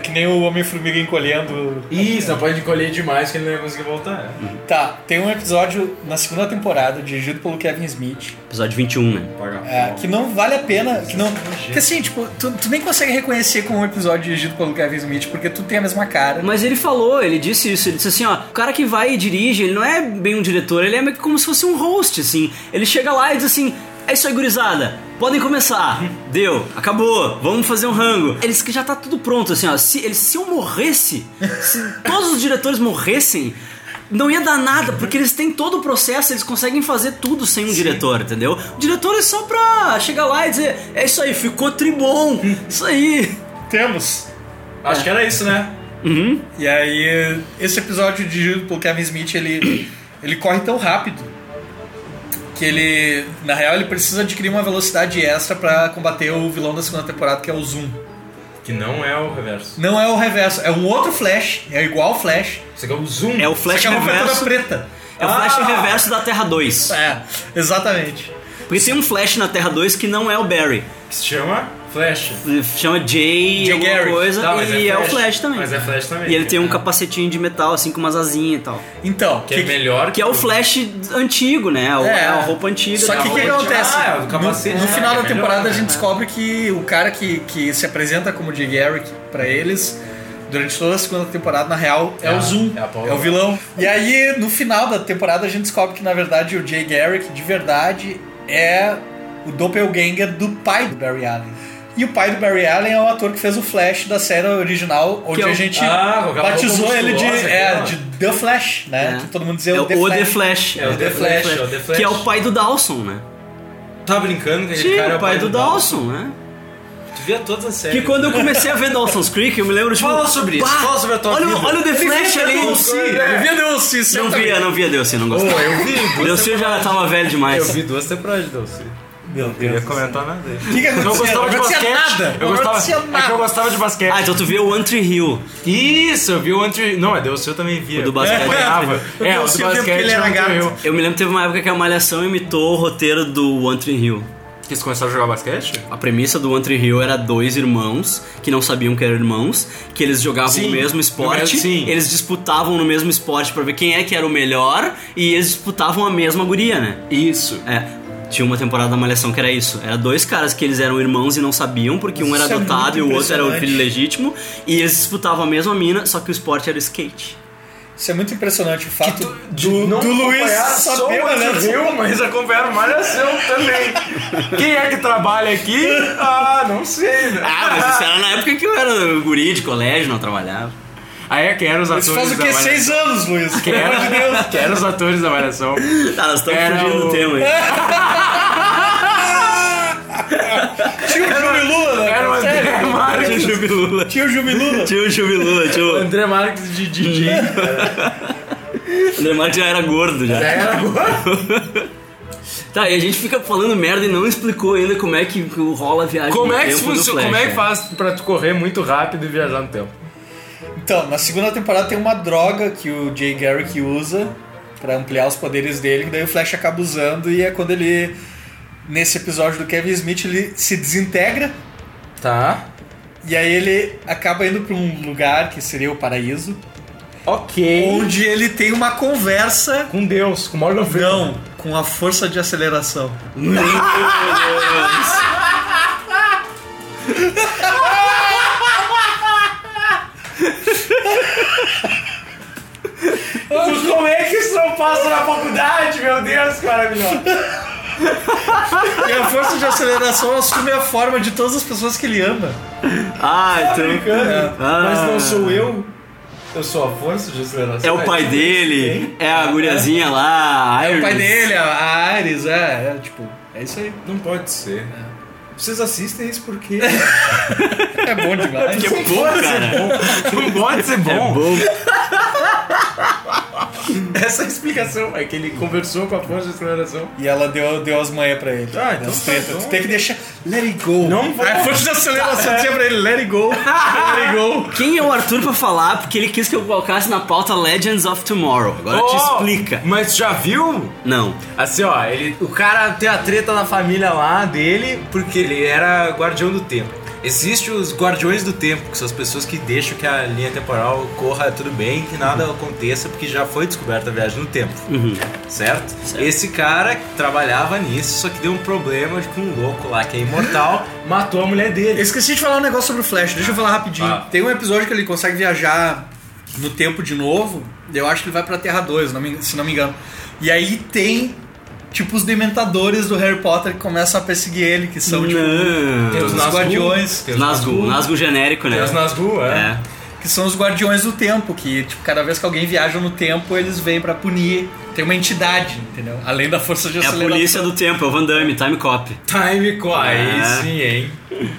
S2: Que nem o Homem-Formiga encolhendo
S3: Isso, não pode encolher demais que ele não ia conseguir voltar. é.
S1: Uhum.
S2: Tá, tem um episódio na segunda temporada, dirigido pelo Kevin Smith,
S1: Episódio 21, né?
S3: Pagar
S2: é,
S3: pau.
S2: que não vale a pena. Que, não,
S1: é um
S2: que assim, tipo, tu, tu nem consegue reconhecer como um episódio dirigido pelo Kevin Smith, porque tu tem a mesma cara.
S1: Mas ele falou, ele disse isso, ele disse assim, ó, o cara que vai e dirige, ele não é bem um diretor, ele é meio que como se fosse um host, assim. Ele chega lá e diz assim, é isso aí, gurizada, podem começar. Deu, acabou, vamos fazer um rango. Ele disse que já tá tudo pronto, assim, ó. Se, ele, se eu morresse, se todos os diretores morressem, não ia dar nada, porque eles têm todo o processo, eles conseguem fazer tudo sem um diretor, entendeu? O diretor é só pra chegar lá e dizer, é isso aí, ficou tribom,
S2: Hum.
S1: isso aí.
S2: Temos.
S3: Acho que era isso, né?
S2: E aí, esse episódio dirigido pelo Kevin Smith, ele, ele corre tão rápido que ele, na real, ele precisa adquirir uma velocidade extra pra combater o vilão da segunda temporada, que é o Zoom.
S3: Que não é o reverso.
S2: Não é o reverso, é um outro Flash, é igual ao Flash,
S3: Isso aqui é o zoom.
S1: É o
S2: só
S1: Flash
S2: que é uma toda
S1: Reverso.
S2: preta.
S1: É o Flash
S3: Ah!
S1: Reverso da Terra 2.
S2: É, exatamente.
S1: Porque tem um Flash na Terra 2 que não é o Barry. Né,
S3: que se chama Flash.
S1: Chama Jay,
S2: Jay
S1: alguma
S2: Garrick.
S1: coisa
S3: Tá, mas
S1: e é, o Flash também.
S3: Mas é Flash também.
S1: E ele tem um
S3: É.
S1: capacetinho de metal, assim, com umas asinhas e tal.
S2: Então,
S3: Que, é melhor
S1: Que é o Flash antigo, né? O-
S2: É.
S1: é a roupa antiga.
S2: Só
S1: da
S2: que o que, que
S1: roupa.
S2: acontece?
S3: Ah, é, do capacete,
S2: no, no
S3: né?
S2: final
S3: É
S2: da
S3: melhor,
S2: temporada a
S3: né?
S2: gente descobre que o cara que, que se apresenta como Jay Garrick pra eles durante toda a segunda temporada, na real, é,
S3: É a-
S2: o Zoom,
S3: é a Paula.
S2: é o vilão. E aí, no final da temporada, a gente descobre que, na verdade, o Jay Garrick, de verdade, é o doppelganger do pai do Barry Allen. E o pai do Barry Allen é o ator que fez o Flash da série original, onde
S1: é o-
S2: a gente
S3: Ah, com aquela
S2: batizou
S3: roupa
S2: ele de,
S3: monstruosa,
S2: é,
S3: aquela.
S2: de The Flash, né? Que todo mundo dizia
S1: É
S2: o The
S1: o
S2: Flash.
S1: The Flash.
S3: É o The Flash, é o The Flash.
S1: Que é o pai do Dawson, né?
S3: Tá brincando que aquele
S1: Sim,
S3: cara é
S1: o pai do Dawson, né?
S3: Tu via todas as séries.
S1: Que quando eu comecei a ver Dawson's Creek, eu me lembro, tipo...
S3: Fala sobre isso,
S1: "Pá,
S3: fala sobre a tua
S1: olha, o-
S3: vida."
S1: Olha o The Flash ali. É.
S3: Eu via Deus,
S1: Não via, não via Deus, não
S3: Pô,
S1: gostava.
S3: eu vi. duas
S1: Deus eu já tava velho demais.
S3: Eu vi duas temporadas de Dulce. Não
S2: Meu
S3: queria
S2: Deus.
S3: comentar nada. aí.
S2: que aconteceu?
S3: Eu gostava de
S2: Não acontecia
S3: basquete.
S2: nada.
S3: Eu
S2: Não
S3: gostava,
S2: acontecia
S3: é que eu gostava de basquete.
S1: Ah, então tu viu o One Tree Hill.
S3: Isso, eu vi o anti... Não, é Deus, eu também via.
S1: O do basquete.
S3: Eu apanhava.
S2: Eu
S3: É, o do
S2: consigo ver porque ele
S3: basquete
S2: era
S3: era
S2: gato.
S3: gato.
S1: Eu me lembro que teve uma época que a Malhação imitou o roteiro do One Tree Hill.
S3: Que eles começaram a jogar basquete?
S1: A premissa do One Tree Hill era dois irmãos que não sabiam que eram irmãos, que eles jogavam
S3: Sim,
S1: o mesmo esporte,
S3: no mesmo- sim.
S1: eles disputavam no mesmo esporte pra ver quem é que era o melhor e eles disputavam a mesma guria, né?
S3: Isso.
S1: É. Tinha uma temporada da Malhação que era isso. Era dois caras que eles eram irmãos e não sabiam, porque um era
S2: Isso é
S1: adotado
S2: muito
S1: e o outro era o filho
S2: impressionante.
S1: legítimo. E eles disputavam a mesma mina, só que o esporte era skate.
S2: Isso é muito impressionante o fato
S3: de
S2: do,
S3: não
S2: do Luiz
S3: acompanhar só
S2: saber,
S3: o
S2: né?
S3: Andy Hill, mas acompanharam Malhação também. Quem é que trabalha aqui? Ah, não sei. né?
S1: Ah, mas isso era na época que eu era guri de colégio, não trabalhava.
S3: Aí é quem eram os atores
S2: Isso faz o
S3: da
S2: quê?
S3: Malhação.
S2: Seis anos, Luiz?
S3: Quem
S2: Pelo amor de Deus.
S3: eram, quem eram os atores da Malhação?
S1: Tá, nós
S3: Era
S1: estamos fugindo do
S3: o- É,
S1: tema aí.
S2: Tinha o Jubilula, né?
S3: Era o André Marques.
S1: Tio Jubilula.
S2: Tinha o Jubilula.
S1: Tio Jubilula, tio.
S3: André Marques de DJ.
S1: André Marques já era gordo já.
S3: Era agora.
S1: Tá, e a gente fica falando merda e não explicou ainda como é que rola a viagem
S3: Como
S1: no
S3: é que
S1: tempo do
S3: funciona?
S1: Flash,
S3: Como é que
S1: né?
S3: faz pra tu correr muito rápido e viajar no tempo?
S2: Então, na segunda temporada tem uma droga que o Jay Garrick usa pra ampliar os poderes dele, que daí o Flash acaba usando e é quando ele, nesse episódio do Kevin Smith, ele se desintegra
S3: Tá.
S2: e aí ele acaba indo pra um lugar que seria o paraíso,
S3: Ok.
S2: onde ele tem uma conversa
S3: Com Deus, com Morgan Freeman.
S2: não, com a força de aceleração.
S3: Como é que isso não passa na faculdade? Meu Deus, que maravilhoso.
S2: E a força de aceleração assume a forma de todas as pessoas que ele ama.
S1: Ah, então.
S3: É. Mas não sou eu. Eu sou a força de aceleração.
S1: É o pai dele, é a guriazinha lá, a
S2: É o pai
S1: Iris.
S2: dele, a Ares, é, é tipo, é isso aí.
S3: Não pode ser. Vocês assistem isso porque.
S2: É bom demais.
S1: Que bom, cara.
S3: Não pode ser É bom.
S1: Bom,
S3: Essa é a explicação. É que ele conversou com a força de aceleração.
S2: E ela deu, deu as manhas pra ele.
S3: Ah, então
S2: As
S3: tá
S2: tretas.
S3: bom.
S2: Tu tem que deixar. Let it go.
S3: Não vou.
S2: A força de aceleração tinha pra ele, let it go. Let it go.
S1: Quem é o Arthur pra falar? Porque ele quis que eu colocasse na pauta Legends of Tomorrow. Agora te
S3: Oh,
S1: explica.
S3: Mas tu já viu?
S1: Não.
S3: Assim, ó, ele, o cara tem a treta na família lá dele porque ele era guardião do tempo. Existem os guardiões do tempo, que são as pessoas que deixam que a linha temporal corra tudo bem, que nada aconteça, porque já foi descoberta a viagem no tempo. Certo? Esse cara trabalhava nisso, só que deu um problema de que um louco lá que é imortal matou a mulher
S2: Eu
S3: dele.
S2: esqueci de falar um negócio sobre o Flash, deixa eu falar rapidinho.
S3: Ah.
S2: Tem um episódio que ele consegue viajar no tempo de novo. Eu acho que ele vai pra Terra 2, não me- se não me engano. E aí tem, tipo, os dementadores do Harry Potter que começam a perseguir ele, que
S3: Então,
S2: são, tipo,
S1: Não.
S2: os guardiões.
S1: Nasgu, Nasgu genérico, né?
S3: Nasgu,
S1: É.
S2: que são os guardiões do tempo, que tipo, cada vez que alguém viaja no tempo, eles vêm pra punir. Tem uma entidade, entendeu? Além da força de
S1: É a
S2: aceleração.
S1: polícia do tempo, é o Van Damme, Time Cop.
S3: Time Co. Aí
S1: É.
S3: sim, hein?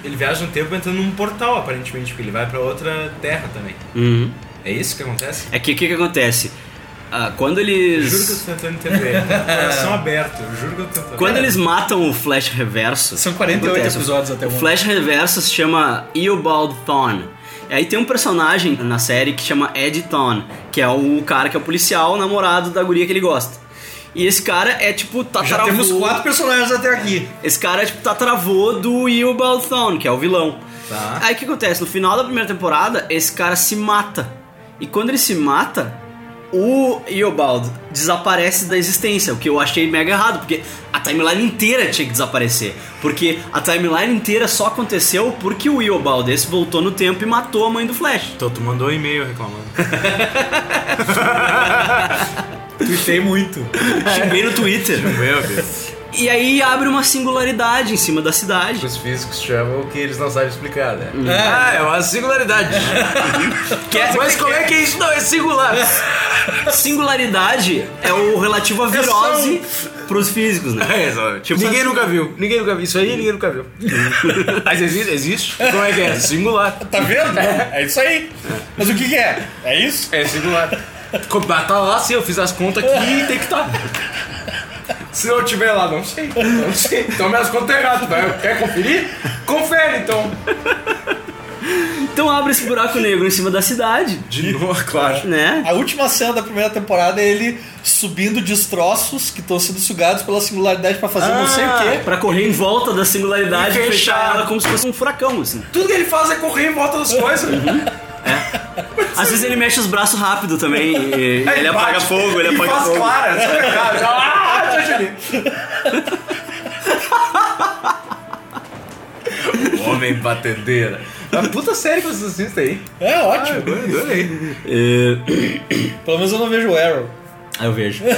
S3: Ele viaja no tempo entrando num portal, aparentemente, porque ele vai pra outra terra também.
S1: Uhum.
S3: É isso que acontece?
S1: É que o que, que acontece? Ah, quando
S3: Eu juro que eu
S1: eles.
S3: tô tentando entender. Com o Coração aberto, eu juro que eu tô tentando.
S1: Quando eles matam o Flash Reverso.
S2: São 48
S1: acontece,
S2: episódios até o
S1: O
S2: momento.
S1: Flash Reverso se chama Eobald Thawne. Aí tem um personagem na série que chama Ed Thawne, que é o cara que é o policial, o namorado da guria que ele gosta. E esse cara é tipo
S2: Já
S1: tataravô.
S2: temos quatro personagens até aqui.
S1: Esse cara é tipo tataravô do Eobald Thawne, que é o vilão.
S3: Tá.
S1: Aí o que acontece? No final da primeira temporada, esse cara se mata. E quando ele se mata, o Eobald desaparece da existência, o que eu achei mega errado, porque a timeline inteira tinha que desaparecer. Porque a timeline inteira só aconteceu porque o Eobald esse voltou no tempo e matou a mãe do Flash.
S3: Então tu mandou um e-mail reclamando.
S2: Tuitei muito.
S1: Xinguei no Twitter.
S3: Meu Deus.
S1: E aí abre uma singularidade em cima da cidade.
S3: Os físicos chamam o que eles não sabem explicar, né? Ah, é uma singularidade. Mas como é que isso não é singular?
S1: Singularidade é o relativo à virose pros físicos, né?
S3: É, exatamente. ninguém nunca viu. Ninguém nunca viu. Isso aí ninguém nunca viu. Mas existe? Existe? Como é que é? Singular.
S2: Tá vendo? É isso aí. Mas o que, que é? É isso?
S3: É singular. Co- bah, Tá lá, sim, eu fiz as contas aqui e tem que estar. Se eu tiver lá, não sei. Não sei. Então minhas contas estão erradas. Vai- Quer conferir? Confere então.
S1: Então abre esse buraco negro em cima da cidade,
S3: De novo, é claro.
S1: né?
S2: A última cena da primeira temporada é ele subindo destroços que estão sendo sugados pela singularidade pra fazer não sei o quê.
S1: Pra correr em volta da singularidade
S3: E
S1: e fechar.
S3: fechar.
S1: ela como se fosse um furacão, assim.
S3: Tudo que ele faz é correr em volta das coisas.
S1: Às vezes ele mexe os braços rápido também. e- e ele apaga
S3: bate.
S1: fogo, ele
S3: É E
S1: apaga
S3: faz
S1: fogo.
S3: claras. né? sabe, cara? Ah, tchau, Julinho. Homem batedeira. Uma puta série que vocês assistem aí.
S2: É ótimo.
S3: Adorei.
S1: Ah, É,
S2: Pelo menos eu não vejo o Arrow.
S1: Aí eu vejo.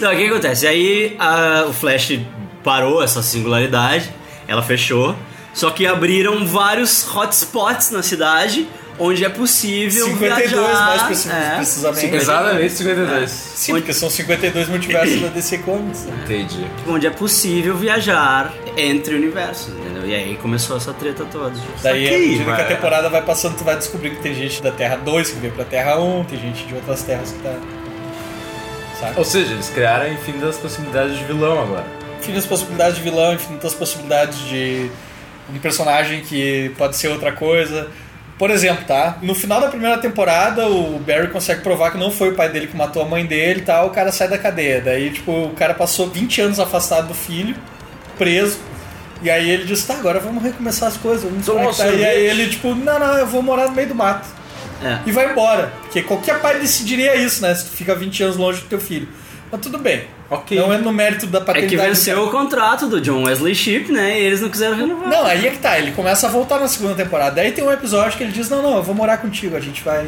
S1: Não, o que acontece? Aí a- o Flash parou essa singularidade, ela fechou, só que abriram vários hotspots na cidade onde é possível
S2: 52
S1: viajar. É.
S2: mais preci- precisamente.
S3: Exatamente 52.
S2: Sim, porque são 52 multiversos da DC Comics. né?
S3: Entendi.
S1: onde é possível viajar entre universos, entendeu? E aí começou essa treta toda. É
S2: Daí, à
S3: Saquei,
S2: medida que a
S3: mas-
S2: temporada vai passando, tu vai descobrir que tem gente da Terra 2 que veio pra Terra 1, tem gente de outras terras que tá. Sabe?
S3: Ou seja, eles criaram infinitas possibilidades de vilão agora.
S2: Infinitas possibilidades de vilão, infinitas possibilidades de um personagem que pode ser outra coisa. Por exemplo, tá? No final da primeira temporada, o Barry consegue provar que não foi o pai dele que matou a mãe dele e tal, o cara sai da cadeia. Daí, tipo, o cara passou 20 anos afastado do filho, preso. E aí ele diz, tá, agora vamos recomeçar as coisas, vamos
S3: Toma
S2: como é que tá?"
S3: um
S2: E aí
S3: sorvete.
S2: ele, tipo, não, não, eu vou morar no meio do mato.
S1: É.
S2: E vai embora. Porque qualquer pai decidiria isso, né? Se tu fica 20 anos longe do teu filho. Mas tudo bem.
S3: Ok.
S2: Não é no mérito da
S1: É
S2: paternidade.
S1: que venceu
S2: do
S1: o contrato do John Wesley Shipp, né? E eles não quiseram renovar.
S2: cara. Não, aí é que tá. Ele começa a voltar na segunda temporada. Aí tem um episódio que ele diz, não, não, eu vou morar contigo. A gente vai,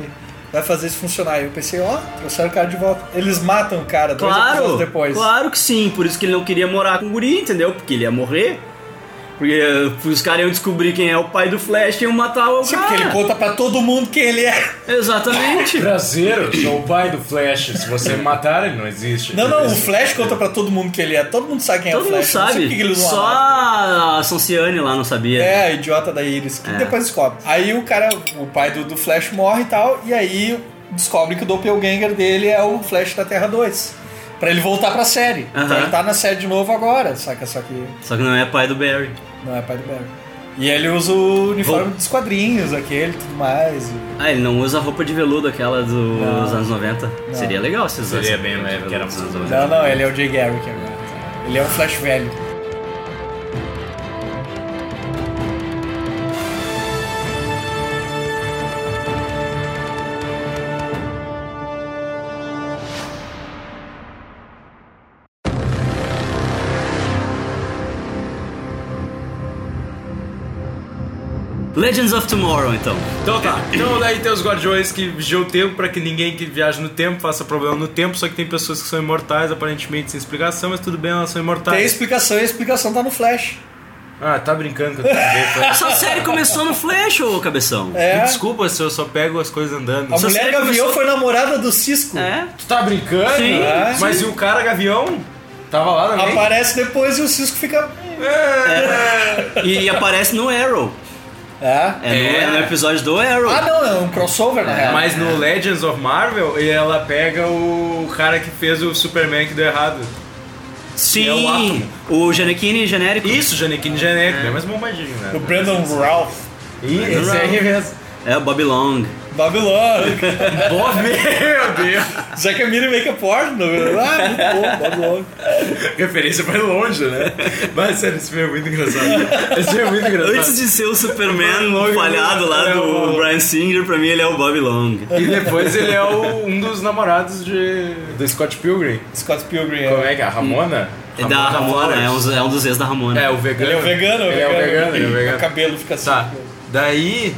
S2: vai fazer isso funcionar. E eu pensei, ó, trouxeram o cara de volta. Eles matam o cara dois
S1: Claro,
S2: episódios depois.
S1: claro que sim. Por isso que ele não queria morar com o guri, entendeu? Porque ele ia morrer. Porque eh, os caras iam descobrir quem é o pai do Flash e iam matar o
S2: Sim,
S1: cara.
S2: porque ele conta pra todo mundo quem ele é.
S1: Exatamente.
S3: Traseiro, sou o pai do Flash. Se você me matar, ele não existe.
S2: Não, não, o Flash conta pra todo mundo quem ele é. Todo mundo sabe quem é
S1: Todo
S2: o
S1: mundo
S2: Flash. Não sei por que que
S1: sabe.
S2: eles não
S1: Só
S2: amaram.
S1: a Sonciane lá não sabia.
S2: É, a idiota da Iris,
S1: É.
S2: que depois descobre. Aí o cara, o pai do, do Flash morre e tal, e aí descobre que o doppelganger dele é o Flash da Terra 2. Pra ele voltar pra série. Então
S1: Aham.
S2: ele tá na série de novo agora, saca? Só que
S1: Só que não é pai do Barry.
S2: não é pai do Barry. E ele usa o uniforme
S1: Vol-
S2: dos quadrinhos, aquele e tudo mais. E-
S1: Ah, ele não usa a roupa de veludo, aquela dos anos 90. Seria legal se usasse.
S11: Seria bem leve, que era
S1: dos
S11: muito
S1: anos 90.
S2: Não, não, ele é o Jay Garrick agora. Ele é um Flash velho.
S1: Legends of Tomorrow, então.
S3: Então tá. Então daí tem os guardiões que vigiam o tempo pra que ninguém que viaja no tempo faça problema no tempo. Só que tem pessoas que são imortais, aparentemente sem explicação, mas tudo bem, elas são
S2: Tem
S3: imortais.
S2: explicação e a explicação tá no Flash.
S3: Ah, tá brincando que eu também.
S1: Essa série começou no Flash, ô cabeção.
S2: É.
S3: Desculpa se eu só pego as coisas andando.
S2: A
S1: Essa
S2: mulher
S1: série
S2: Gavião
S1: começou-
S2: foi namorada do Cisco.
S1: É.
S3: Tu tá brincando?
S1: Sim,
S3: Ah, Mas e o cara gavião? Tava lá também?
S2: Aparece depois e o Cisco fica.
S1: E, aparece no Arrow.
S2: É.
S1: É, no-
S3: É.
S1: é No, episódio do Arrow.
S2: Ah, não, é um crossover, na real.
S3: Mas no Legends of Marvel, ela pega o cara que fez o Superman que deu errado.
S1: Sim,
S3: É o Átomo.
S1: o Janekine genérico.
S3: Isso, Janequine Janeco, é. mais bombadinho, né?
S2: O Brandon Ralph.
S3: Ih, esse aí mesmo.
S1: É o Bob Long.
S2: Babylon.
S3: Bob, meu Deus.
S2: Zakamiri Make a Porno. Ah, muito bom, Babylon.
S3: Referência vai longe, né? Mas sério, esse filme é muito engraçado. Esse filme é muito engraçado.
S1: Antes de ser o Superman
S3: Long,
S1: falhado lá
S3: é
S1: do
S3: o-
S1: Brian Singer, pra mim ele é o Bob Long.
S3: E depois ele é o- um dos namorados de, do Scott Pilgrim.
S2: Scott Pilgrim.
S3: Como é que é? A Ramona?
S1: É da Ramona, é um, é um dos ex da Ramona.
S3: É, o vegano.
S2: Ele é o vegano, Tá.
S3: Ele é o vegano, ele é o vegano.
S2: O cabelo fica assim.
S3: Tá. Daí,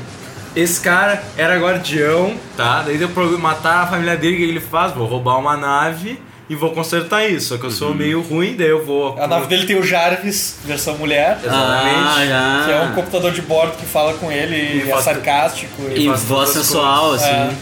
S3: Esse cara era guardião, tá? Daí deu problema matar a família dele, o que ele faz? Vou roubar uma nave e vou consertar isso. Só que eu sou meio ruim, daí eu vou.
S2: A nave dele tem o Jarvis, versão mulher,
S3: Exatamente.
S1: Ah,
S2: que é um computador de bordo que fala com ele e, é
S3: faz-
S2: sarcástico.
S1: Em
S2: E...
S3: faz
S1: voz
S3: todas as
S1: sensual,
S2: coisas.
S1: assim.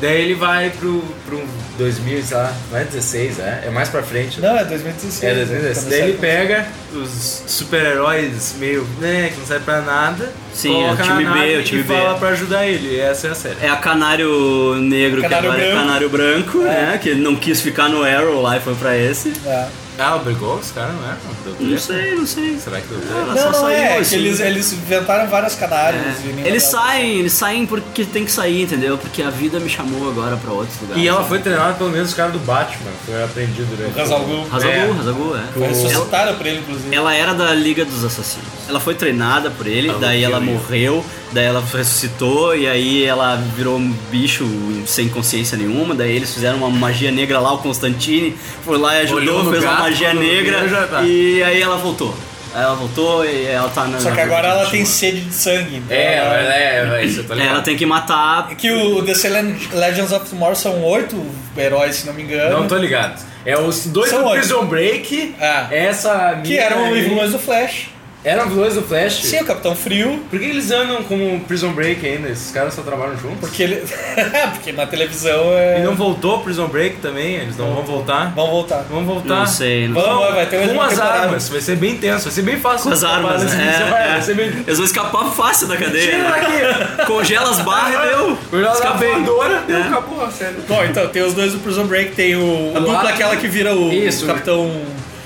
S3: Daí ele vai pro, pro 2000, sei lá, não é 16, é? É mais pra frente. né?
S2: Não, é 2016.
S3: É,
S2: Quando
S3: 2016. Daí
S2: sai
S3: ele
S2: com-
S3: pega os super-heróis meio, né, que não serve pra nada.
S1: Sim,
S3: coloca
S1: é o time
S3: na
S1: B,
S3: nave
S1: é o time
S3: e
S1: B.
S3: fala pra ajudar ele. Essa é a série.
S1: É a Canário Negro,
S2: Canário
S1: que agora é
S2: Branco.
S1: Canário Branco, né? Que ele não quis ficar no Arrow lá e foi pra esse.
S2: É.
S3: Ah, obrigou os caras, não é? Deu
S1: Não
S3: treta?
S1: sei, não sei.
S3: Será que deu
S1: Ah,
S3: treta?
S1: ela só
S2: Não, não
S1: saiu,
S2: é, é que
S1: assim.
S2: eles, eles inventaram vários canários. e
S1: É.
S2: ninguém
S1: Eles
S2: sabe.
S1: saem, eles saem porque tem que sair, entendeu? Porque a vida me chamou agora pra outros lugares.
S3: E ela foi treinada pelo menos os caras do Batman, foi aprendido durante.
S2: Razal Gul.
S1: Razagul, Razagul, é.
S2: Foi
S1: Ela-
S2: ressuscitaram pra ele,
S3: É.
S2: inclusive.
S1: Ela era da Liga dos Assassinos. Ela foi treinada por ele, daí ela morreu, daí ela ressuscitou, e aí ela virou um bicho sem consciência nenhuma. Daí eles fizeram uma magia negra lá, o Constantine foi lá e
S3: Olhou
S1: ajudou,
S3: no
S1: fez uma
S3: gato,
S1: magia
S3: quando viu,
S1: negra,
S3: já tá.
S1: e aí ela voltou. Aí Ela voltou e ela tá na.
S2: Só que agora ela tem sede de sangue. então é
S3: É, é, é, isso eu tô
S1: É,
S3: ligado.
S1: Ela tem que matar.
S2: Que o The Cele- Legends of Tomorrow são oito heróis, se não me engano.
S3: Não tô ligado. É os dois
S2: São
S3: do
S2: oito.
S3: Prison Break,
S2: Ah.
S3: essa
S2: Que eram
S3: É.
S2: os vilões do Flash.
S3: Eram vilões do Flash?
S2: Sim, o Capitão Frio,
S3: Por que eles andam como Prison Break ainda? Esses caras só trabalham juntos?
S2: porque ele. porque na televisão é.
S3: E não voltou Prison Break também? Eles não vão voltar?
S2: Vão voltar.
S3: Vão voltar.
S1: Não sei, não sei.
S2: Vamos, vai ter mais
S3: com
S2: uma
S3: as
S2: temporada.
S3: armas, um vai ser bem tenso, vai ser bem fácil.
S1: Com as
S3: escapar
S1: armas,
S3: dessa
S1: né?
S3: missão,
S1: É,
S3: é, Vai ser bem...
S1: Eles vão escapar fácil da
S3: Tira
S1: cadeia. né?
S3: daqui!
S1: Congela as barras e deu.
S3: Cuidado da
S1: Escapei. É.
S3: voadora, deu, acabou, sério.
S2: Bom, então tem os dois do Prison Break, tem o. A
S3: Lá-
S2: dupla aquela que vira o
S3: Isso.
S2: Capitão.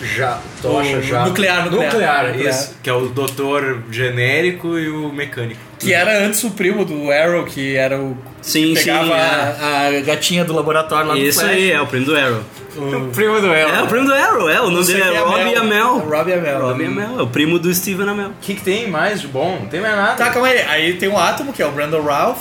S3: Já,
S2: tocha, já.
S3: Nuclear, nuclear.
S2: Nuclear,
S3: isso. Que é o doutor genérico e o mecânico.
S2: Que era antes o primo do Arrow, que era o.
S1: Sim,
S2: que
S1: sim.
S2: pegava
S1: é.
S2: a, a gatinha do laboratório lá do
S1: Isso
S2: Flash.
S1: aí, é o primo do Arrow.
S3: O primo do
S1: É,
S3: Ela.
S1: o primo do Arrow, é. O nome
S2: Isso
S1: dele
S2: aqui
S1: é
S2: a
S1: Rob
S2: É
S1: Amel.
S2: Rob e a Mel.
S1: Rob Amel, é o primo do Steven Amel.
S3: O que, que tem mais de bom? Não tem mais nada.
S2: Tá, calma aí. Aí tem o Átomo, que é o Brandon Ralph.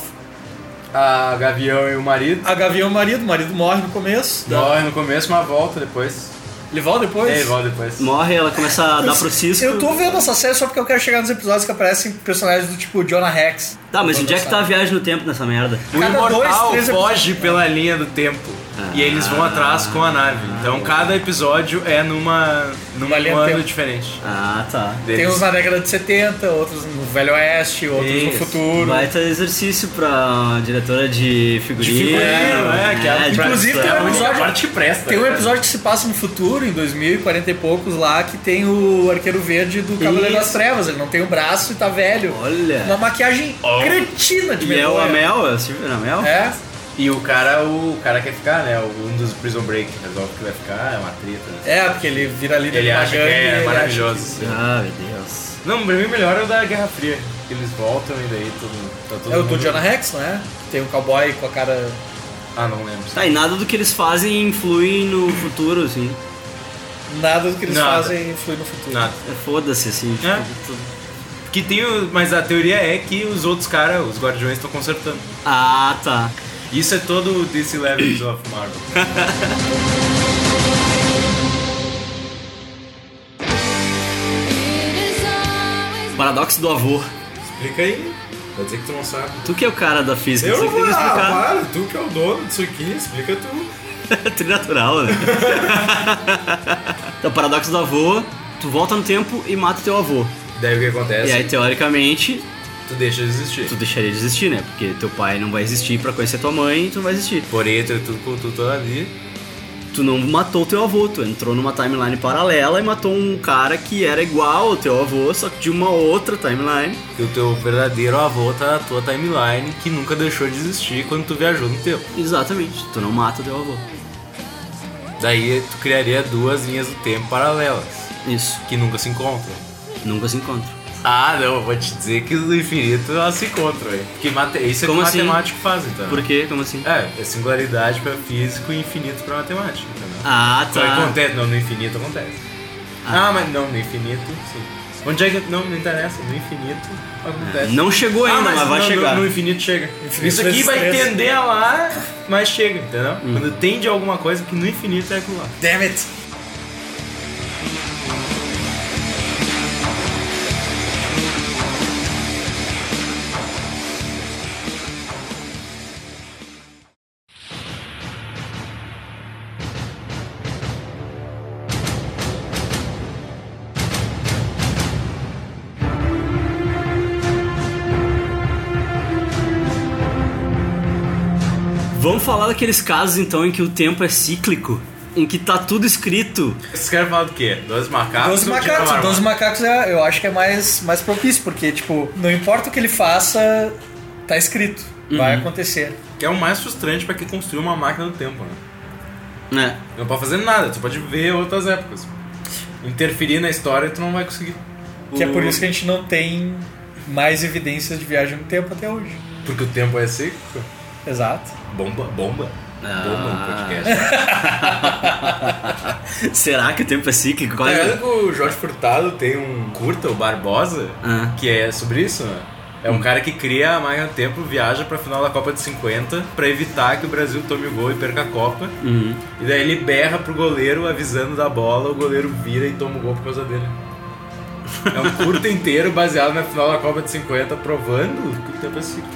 S3: A Gavião e o marido.
S1: Tá.
S2: A Gavião é o marido, o marido morre no começo.
S3: Morre no começo, mas volta depois.
S2: Ele volta depois?
S3: É, volta depois.
S1: Morre, ela começa a dar pro Cisco.
S2: Eu tô vendo essa série só porque eu quero chegar nos episódios que aparecem personagens do tipo Jonah Rex.
S1: Tá, mas onde é que tá a viagem no tempo nessa merda?
S3: O
S2: Cada
S3: imortal
S2: dois, três
S3: foge pela linha do tempo. e eles
S2: Ah.
S3: vão atrás com a nave. Então cada episódio é numa, numa
S2: Uma linha
S3: linha
S2: do
S3: ano
S2: tempo.
S3: diferente.
S1: Ah, tá.
S2: Tem
S3: Deles.
S2: uns na década de 70, outros no Velho Oeste, outros
S3: Isso.
S2: no futuro.
S1: Baita exercício pra diretora de figurino.
S3: De figurino, é, que é a-
S1: de
S2: Inclusive, tem
S1: produção.
S2: um
S3: A
S2: episódio-
S3: parte presta.
S2: Tem um
S3: cara.
S2: episódio que se passa no futuro, em 2040 e poucos lá, que tem o arqueiro verde do Cavaleiro das Trevas. Ele não tem o braço e tá velho. Uma
S1: Olha.
S2: maquiagem cretina de
S1: E é o
S2: memória.
S1: Amel, é o Steven Amel?
S2: É.
S3: E o cara, o cara quer ficar, né? Um dos Prison Break resolve que vai ficar, é uma treta. Né?
S2: É, porque ele vira líder
S3: Ele
S2: de uma
S3: acha que
S2: gangue, ele
S3: é
S2: acha
S3: maravilhoso. assim.
S1: Ah, meu Deus.
S3: Não, pra mim melhor é o da Guerra Fria. que Eles voltam e daí tudo. Tá todo
S2: É o
S3: mundo...
S2: do Jonah Rex, não é? Tem o cowboy com a cara.
S3: Ah, não lembro.
S1: Tá, e nada do que eles fazem influi no futuro, assim.
S2: Nada do que eles
S3: Nada.
S2: fazem influi no futuro.
S3: Nada.
S1: É Foda-se, assim. tipo,
S3: É.
S1: tudo.
S3: Que tem o... Mas a teoria é que os outros caras, os guardiões, estão consertando.
S1: Ah, tá.
S3: Isso é todo o DC Legends of Marvel.
S1: Paradoxo do avô.
S3: Explica aí. Vai dizer que tu não sabe.
S1: Tu que é o cara da física,
S3: Eu
S1: você
S3: não
S1: que tem
S3: vou
S1: que
S3: ah,
S1: explicar.
S3: para, tu que é o dono disso aqui, explica tu.
S1: Trinatural, né? então, paradoxo do avô, tu volta no tempo e mata teu avô.
S3: Daí o que
S1: E
S3: acontece?
S1: aí, teoricamente,
S3: Tu deixa de existir.
S1: tu deixaria de existir, né? Porque teu pai não vai existir pra conhecer tua mãe, tu não vai existir.
S3: Porém, tu tudo com tu toda ali.
S1: Tu não matou teu avô, tu entrou numa timeline paralela e matou um cara que era igual ao teu avô, só que de uma outra timeline.
S3: E o teu verdadeiro avô tá na tua timeline que nunca deixou de existir quando tu viajou no tempo.
S1: Exatamente, tu não mata teu avô.
S3: Daí tu criaria duas linhas do tempo paralelas,
S1: Isso,
S3: que nunca se encontram.
S1: nunca se encontra.
S3: Ah, não, eu vou te dizer que do infinito elas se encontram, hein? Que mate... Isso é
S1: Como
S3: que
S1: assim?
S3: matemático faz, então.
S1: Por quê? Como assim?
S3: É, é singularidade pra físico e infinito pra matemática, entendeu?
S1: Ah,
S3: Só
S1: tá.
S3: acontece, não, no infinito acontece. Ah, mas não, no infinito, sim. Onde é que. Não, não interessa, no infinito acontece. Ah,
S1: Não chegou ainda, mas, vai
S3: no,
S1: chegar.
S3: No, no infinito chega.
S2: Infinito
S3: Isso aqui
S2: vezes
S3: vai
S2: três.
S3: tender a lá, mas chega, entendeu?
S1: Hum.
S3: Quando tende a alguma coisa que no infinito é aquilo lá.
S2: Damn it!
S1: falar daqueles casos então em que o tempo é cíclico, em que tá tudo escrito.
S3: Vocês querem falar do quê? Dois macacos?
S2: Doze macacos. Doze macacos é- eu acho que é mais, mais propício, porque, tipo, não importa o que ele faça, tá escrito. Vai
S3: Uhum.
S2: acontecer.
S3: Que é o mais frustrante pra quem construiu uma máquina do tempo, né?
S1: né?
S3: Não pode fazer nada, tu pode ver outras épocas. Interferir na história tu não vai conseguir.
S2: Que é por isso que a gente não tem mais evidências de viagem no tempo até hoje.
S3: Porque o tempo é cíclico.
S2: Exato.
S3: Bomba, bomba. Bomba no
S1: Ah.
S3: podcast.
S1: Será que o tempo é cíclico? Qual
S3: Tá
S1: é?
S3: ligado que o Jorge Furtado tem um curta, o Barbosa,
S1: Ah.
S3: que é sobre isso, né? É um cara que cria a máquina do tempo, viaja pra final da Copa de 50 pra evitar que o Brasil tome o gol e perca a Copa.
S1: Uhum.
S3: E daí ele berra pro goleiro avisando da bola, o goleiro vira e toma o gol por causa dele. É um curto inteiro baseado na final da Copa de 50, provando que o tempo é cíclico.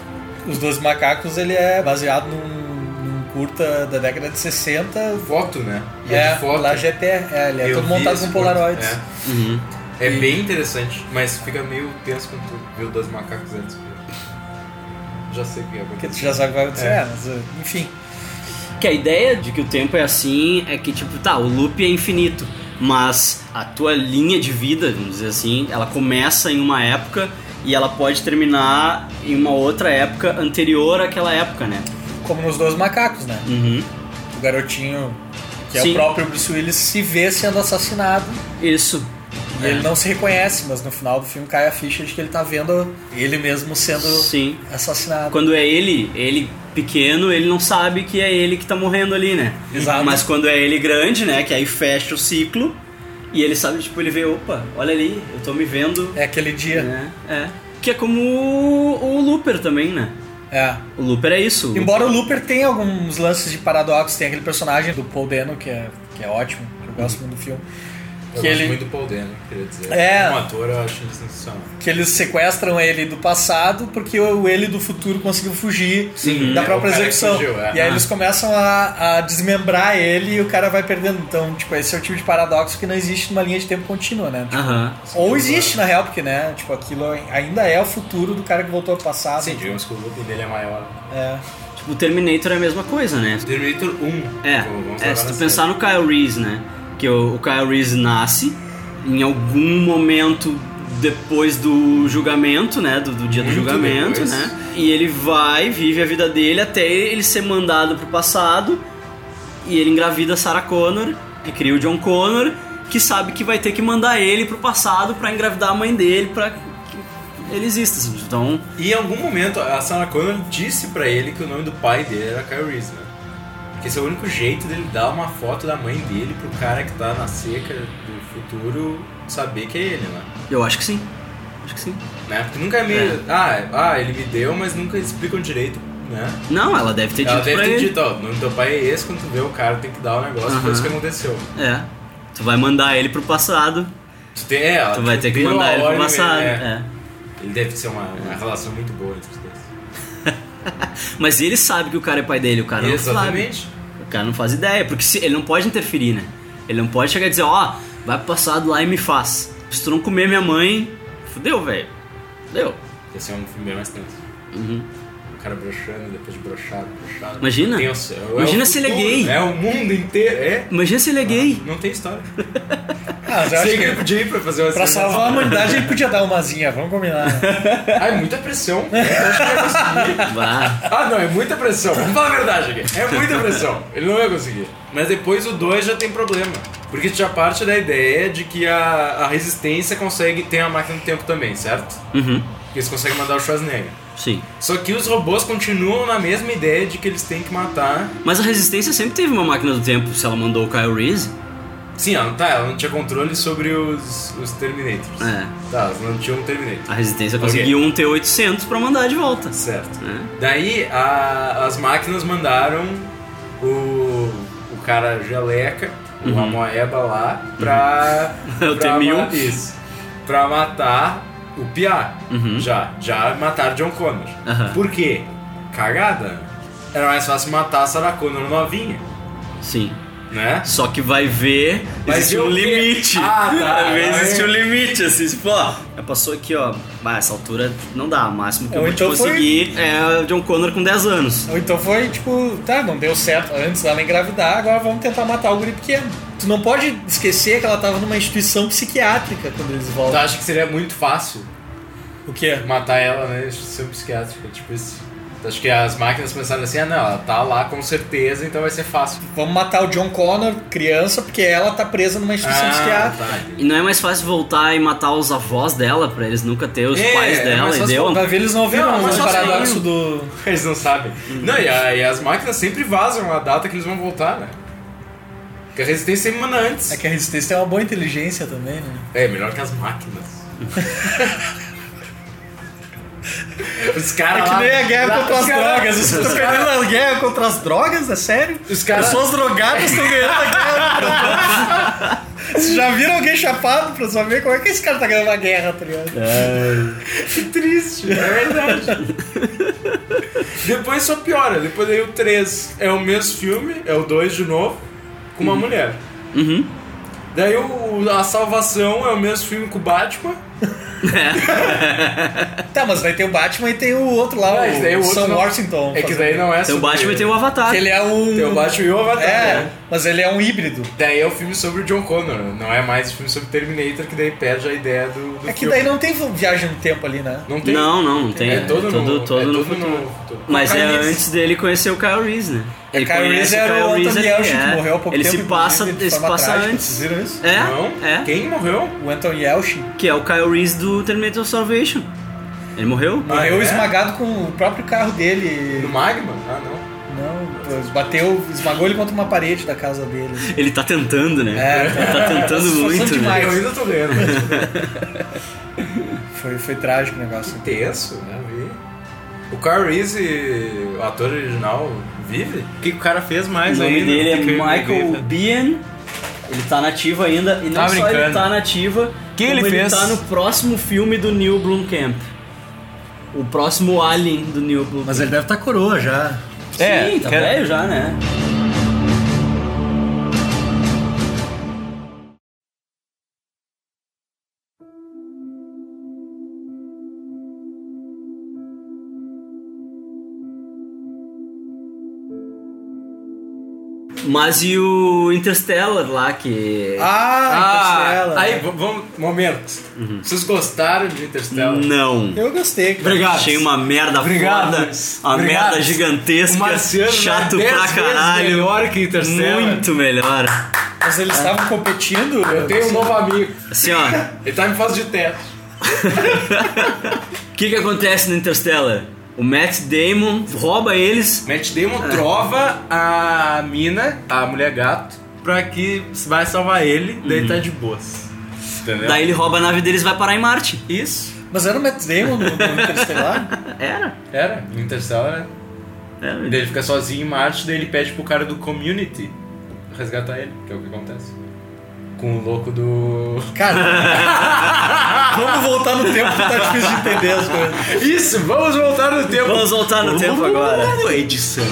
S2: Os Dois Macacos, ele é baseado num, num curta da década de 60.
S3: Foto, né? E
S2: É,
S3: de foto.
S2: lá GPR. É, ele é
S3: Eu
S2: todo
S3: vi
S2: montado
S3: esse
S2: com
S3: curta,
S2: Polaroids.
S3: É,
S1: Uhum.
S3: É bem interessante, mas fica meio tenso quando tu vê o dos macacos antes. Já sei o que é.
S2: Porque tu já sabe o que vai acontecer. É, mas, uh, enfim.
S1: Que a ideia de que o tempo é assim é que, tipo, tá, o loop é infinito, mas a tua linha de vida, vamos dizer assim, ela começa em uma época e ela pode terminar em uma outra época anterior àquela época, né?
S2: Como nos Dois Macacos, né?
S1: Uhum.
S2: O garotinho, que é
S1: Sim.
S2: o próprio Bruce Willis, se vê sendo assassinado.
S1: Isso.
S3: É.
S2: E ele não se reconhece, mas no final do filme cai a ficha de que ele tá vendo ele mesmo sendo
S1: Sim.
S2: assassinado.
S1: Quando é ele, ele pequeno, ele não sabe que é ele que tá morrendo ali, né?
S2: Exato.
S1: Mas quando é ele grande, né, que aí fecha o ciclo e ele sabe, tipo, ele vê, opa, olha ali, eu tô me vendo,
S2: É aquele dia.
S1: né? É. Que é como o, o Looper também, né?
S2: É.
S1: O Looper é isso. o
S2: Embora o Looper tenha alguns lances de paradoxo, tem aquele personagem do Paul Dano, que é, que é ótimo, que eu gosto muito do filme.
S3: Uhum. Eu
S2: Que,
S3: gosto
S2: ele,
S3: muito do Paul Dano, queria dizer.
S2: É.
S3: Como ator eu acho ele sensacional.
S2: que eles sequestram ele do passado porque o ele do futuro conseguiu fugir da
S3: é,
S2: própria
S3: o cara que
S2: execução.
S3: fugiu, é.
S2: E
S3: Ah.
S2: aí eles começam a, a desmembrar ele e o cara vai perdendo. Então, tipo, esse é o tipo de paradoxo que não existe numa linha de tempo contínua, né? Tipo,
S1: Aham.
S3: Ah,
S2: Ou existe, na real, porque, né? Tipo, aquilo ainda é o futuro do cara que voltou ao passado.
S3: Sim, digamos que o loop dele é maior.
S2: É.
S1: Tipo, o Terminator é a mesma coisa, né?
S3: Terminator 1.
S1: É,
S3: Então, vamos
S1: é
S3: agora
S1: se tu
S3: na
S1: pensar no Kyle Reese, né? Que o, o Kyle Reese nasce em algum momento depois do julgamento, né? Do, do dia do
S3: Muito
S1: julgamento,
S3: depois.
S1: né? E ele vai, vive a vida dele até ele ser mandado pro passado. E ele engravida a Sarah Connor e cria o John Connor, que sabe que vai ter que mandar ele pro passado pra engravidar a mãe dele, pra que ele exista. assim. Então,
S3: E em algum momento a Sarah Connor disse pra ele que o nome do pai dele era Kyle Reese, né? Porque esse é o único jeito dele dar uma foto da mãe dele pro cara que tá na seca do futuro saber que é ele, né?
S1: eu acho que sim. Acho que sim.
S3: Né? Porque nunca é meio. Ah, ah, ele me deu, mas nunca explicam direito, né?
S1: Não, ela deve ter
S3: Ela
S1: dito
S3: deve
S1: pra
S3: ter
S1: ele.
S3: dito, ó, o nome do teu pai é esse, quando tu vê o cara tem que dar o negócio, foi
S1: Aham.
S3: isso que aconteceu.
S1: É. Tu vai mandar ele pro passado.
S3: Tu, tem, é, ela
S1: tu vai ter que
S3: deu a
S1: mandar ele pro
S3: ordem,
S1: passado.
S3: né?
S1: É.
S3: Ele deve ser uma, uma relação muito boa entre os dois.
S1: Mas ele sabe que o cara é pai dele, o cara não
S3: Exatamente.
S1: sabe. O cara não faz ideia, porque se- ele não pode interferir, né? Ele não pode chegar e dizer, ó, vai pro passado lá e me faz. Se tu não comer minha mãe, fudeu, velho. Fudeu.
S3: Esse é um filme bem mais tenso.
S1: Uhum.
S3: O cara broxando, depois de broxado, broxado.
S1: Imagina.
S3: Tenso. É o
S1: Imagina se ele é
S3: futuro,
S1: gay.
S3: É o mundo inteiro. É.
S1: Imagina se ele é gay.
S3: Não tem história.
S2: Ah, mas eu acho
S3: Sei que ele
S2: que
S3: podia ir pra fazer uma
S2: pra
S3: cena.
S2: salvar a humanidade ele podia dar umazinha, vamos combinar. né?
S3: Ah, é muita pressão. Eu acho que vai conseguir.
S1: Bah.
S3: Ah, não, é muita pressão. Vamos falar a verdade aqui. É muita pressão. Ele não vai conseguir. Mas depois o 2 já tem problema. Porque já parte da ideia de que a, a resistência consegue ter a máquina do tempo também, certo?
S1: Uhum.
S3: Porque eles conseguem mandar o Schwarzenegger.
S1: Sim.
S3: Só que os robôs continuam na mesma ideia de que eles têm que matar
S1: Mas a Resistência sempre teve uma máquina do tempo, se ela mandou o Kyle Reese.
S3: Sim, ela não, tá, ela não tinha controle sobre os, os Terminators.
S1: É.
S3: Tá, elas não tinham um Terminator.
S1: A Resistência
S3: Ok.
S1: conseguiu um T-800 pra mandar de volta.
S3: Certo.
S1: É.
S3: Daí a- as máquinas mandaram o, o cara Geleca, o
S1: Uhum.
S3: Amoeba lá, pra.
S1: Eu
S3: pra
S1: temi
S3: ma-
S1: um.
S3: Isso. Pra matar o Piá.
S1: Uhum.
S3: Já. Já mataram John Connor.
S1: Aham.
S3: Por quê? Cagada. Era mais fácil matar a Sarah Connor novinha.
S1: Sim.
S3: Né?
S1: Só que vai ver,
S3: Vai
S1: existe
S3: ver
S1: um
S3: o quê?
S1: limite.
S3: Ah, tá.
S1: Vai ver,
S3: Vai.
S1: existe um limite, assim, tipo, ó, já passou aqui, ó. Bah, essa altura não dá. O máximo que eu
S2: Ou
S1: vou te
S2: então foi-
S1: conseguir é o John Connor com 10 anos.
S2: Ou então foi tipo, tá, não deu certo antes dela engravidar, agora vamos tentar matar o guri pequeno. Tu não pode esquecer que ela tava numa instituição psiquiátrica quando eles
S3: Tu
S2: voltam.
S3: acha que seria muito fácil
S2: O quê?
S3: matar ela né? é na instituição psiquiátrica? Tipo isso. Tu acha que as máquinas pensaram assim, ah não, ela tá lá com certeza, então vai ser fácil.
S2: Vamos matar o John Connor, criança, porque ela tá presa numa
S3: Ah,
S2: instituição psiquiátrica.
S1: E não é mais fácil voltar e matar os avós dela, pra eles nunca ter os
S3: É,
S1: pais
S3: é
S1: dela,
S3: mais fácil
S1: entendeu? Então,
S2: Vai ver, eles não viram
S3: Não,
S2: o
S3: mas assim, só
S2: paradoxo
S3: saiu.
S2: do.
S3: Eles não sabem. Não, e, a- e as máquinas sempre vazam a data que eles vão voltar, né? Porque a resistência sempre manda antes.
S2: É que a resistência tem uma boa inteligência também, né?
S3: É, melhor que as máquinas. Os
S2: É
S3: caras lá- lá- os cara-
S2: Vocês estão perdendo a tá guerra contra as drogas? É sério?
S3: Os caras-
S2: drogadas estão ganhando a guerra contra as drogas. Vocês já viram alguém chapado pra saber como é que esse cara tá ganhando a guerra, tá ligado?
S3: É. Que triste, é verdade. depois só piora. Depois aí o 3 é o mesmo filme, é o 2 de novo, com
S2: Uhum.
S3: uma mulher. Daí o, a Salvação é o mesmo filme com o Batman.
S2: Tá, mas vai ter o Batman e tem o outro lá,
S3: Mas daí é
S2: o,
S3: outro
S2: Sam
S3: não-
S2: Washington.
S3: É que daí não é
S1: um Tem o
S3: sobre
S1: Batman e
S3: ele.
S1: tem o Avatar.
S2: Que Ele é um.
S3: Ah, Tem o Batman e o Avatar.
S2: É,
S3: né?
S2: mas ele é um híbrido.
S3: Daí é o filme sobre o John Connor, não é mais o filme sobre o Terminator, que daí perde a ideia do, do
S2: É que
S3: filme.
S2: daí não tem viagem no tempo ali, né?
S3: Não tem.
S1: Não, não, não tem.
S3: É todo
S1: todo,
S3: no-
S1: todo
S3: é
S1: no
S3: todo
S1: futuro.
S3: no futuro.
S1: Mas
S3: O
S1: é
S3: Kyle Reese.
S1: antes dele conhecer o Kyle Reese, né? Ele
S2: É, Kyle
S1: conhece
S2: Reese
S1: o
S2: era o
S1: Kyle Reese
S2: Anthony
S1: ali,
S2: Elchin, que
S1: é.
S2: morreu há pouco
S1: Ele
S2: tempo,
S1: se passa,
S2: inclusive, de
S1: ele se
S2: forma
S1: passa
S2: trágica,
S1: antes.
S2: vocês viram isso?
S1: É,
S3: Não?
S1: é.
S3: Quem morreu?
S2: O Anthony Elchin
S1: Que é o Kyle Reese do Terminator Salvation. Ele morreu?
S2: morreu
S3: é?
S2: esmagado com o próprio carro dele.
S3: No Magma? Ah, não.
S2: Não, pois, bateu, esmagou ele contra uma parede da casa dele.
S1: Ele tá tentando, né?
S2: É.
S1: Ele tá tentando
S2: Nossa,
S1: muito, né?
S2: demais.
S3: Eu ainda tô lendo. mas
S2: Foi, foi trágico o negócio.
S3: Tenso, né? Vi. O Kyle Reese, o ator original, vive? O que que o cara fez
S1: O
S3: mais
S1: nome
S3: ainda?
S1: dele é
S3: Que que ele
S1: Michael
S3: fez?
S1: Biehn. Ele tá nativo ainda. E não
S3: Tá
S1: só ele
S3: brincando.
S1: tá nativo,
S3: Que
S1: como
S3: ele fez?
S1: tá no próximo filme do Neil Blomkamp. O próximo Alien do Neil Blomkamp.
S2: ele deve
S3: tá
S2: estar coroa já.
S9: É,
S1: Sim, tá
S9: quero-
S1: velho já, né? Mas e o Interstellar lá que.
S2: Ah,
S3: Ah,
S2: Interstellar.
S3: aí, v- vamos. Momento.
S1: Uhum.
S3: Vocês gostaram de Interstellar?
S1: Não.
S2: Eu gostei. cara.
S3: Obrigado.
S1: Achei uma merda
S3: Obrigado.
S1: foda, uma
S3: Obrigado.
S1: merda gigantesca,
S3: O Marciano é
S1: chato
S3: dez
S1: pra
S3: vezes
S1: caralho.
S3: melhor que Interstellar.
S1: Muito melhor.
S2: Mas eles estavam competindo.
S3: Eu tenho um novo amigo.
S1: Assim, ó.
S3: Ele tá em fase de teste.
S1: O que que acontece no Interstellar? O Matt Damon rouba eles.
S3: Matt Damon trova a mina, a mulher gato, pra que vai salvar ele, daí
S1: Uhum.
S3: tá de boas. Entendeu?
S1: Daí ele rouba a nave deles e vai parar em Marte.
S3: Isso.
S2: Mas era o Matt Damon no, no Interstellar?
S1: Era?
S3: Era, no Interstellar, né?
S1: Era.
S3: Daí ele fica sozinho em Marte, daí ele pede pro cara do Community resgatar ele, que é o que acontece. Com o louco do...
S2: Cara, vamos voltar no tempo que tá difícil de entender as coisas.
S3: Isso, vamos voltar no tempo.
S1: Vamos voltar no tempo agora.
S3: Edição.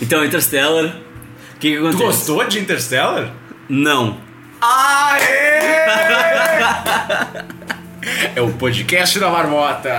S1: Então, Interstellar. O que que
S3: Tu
S1: acontece?
S3: gostou de Interstellar?
S1: Não.
S3: É o podcast da marmota.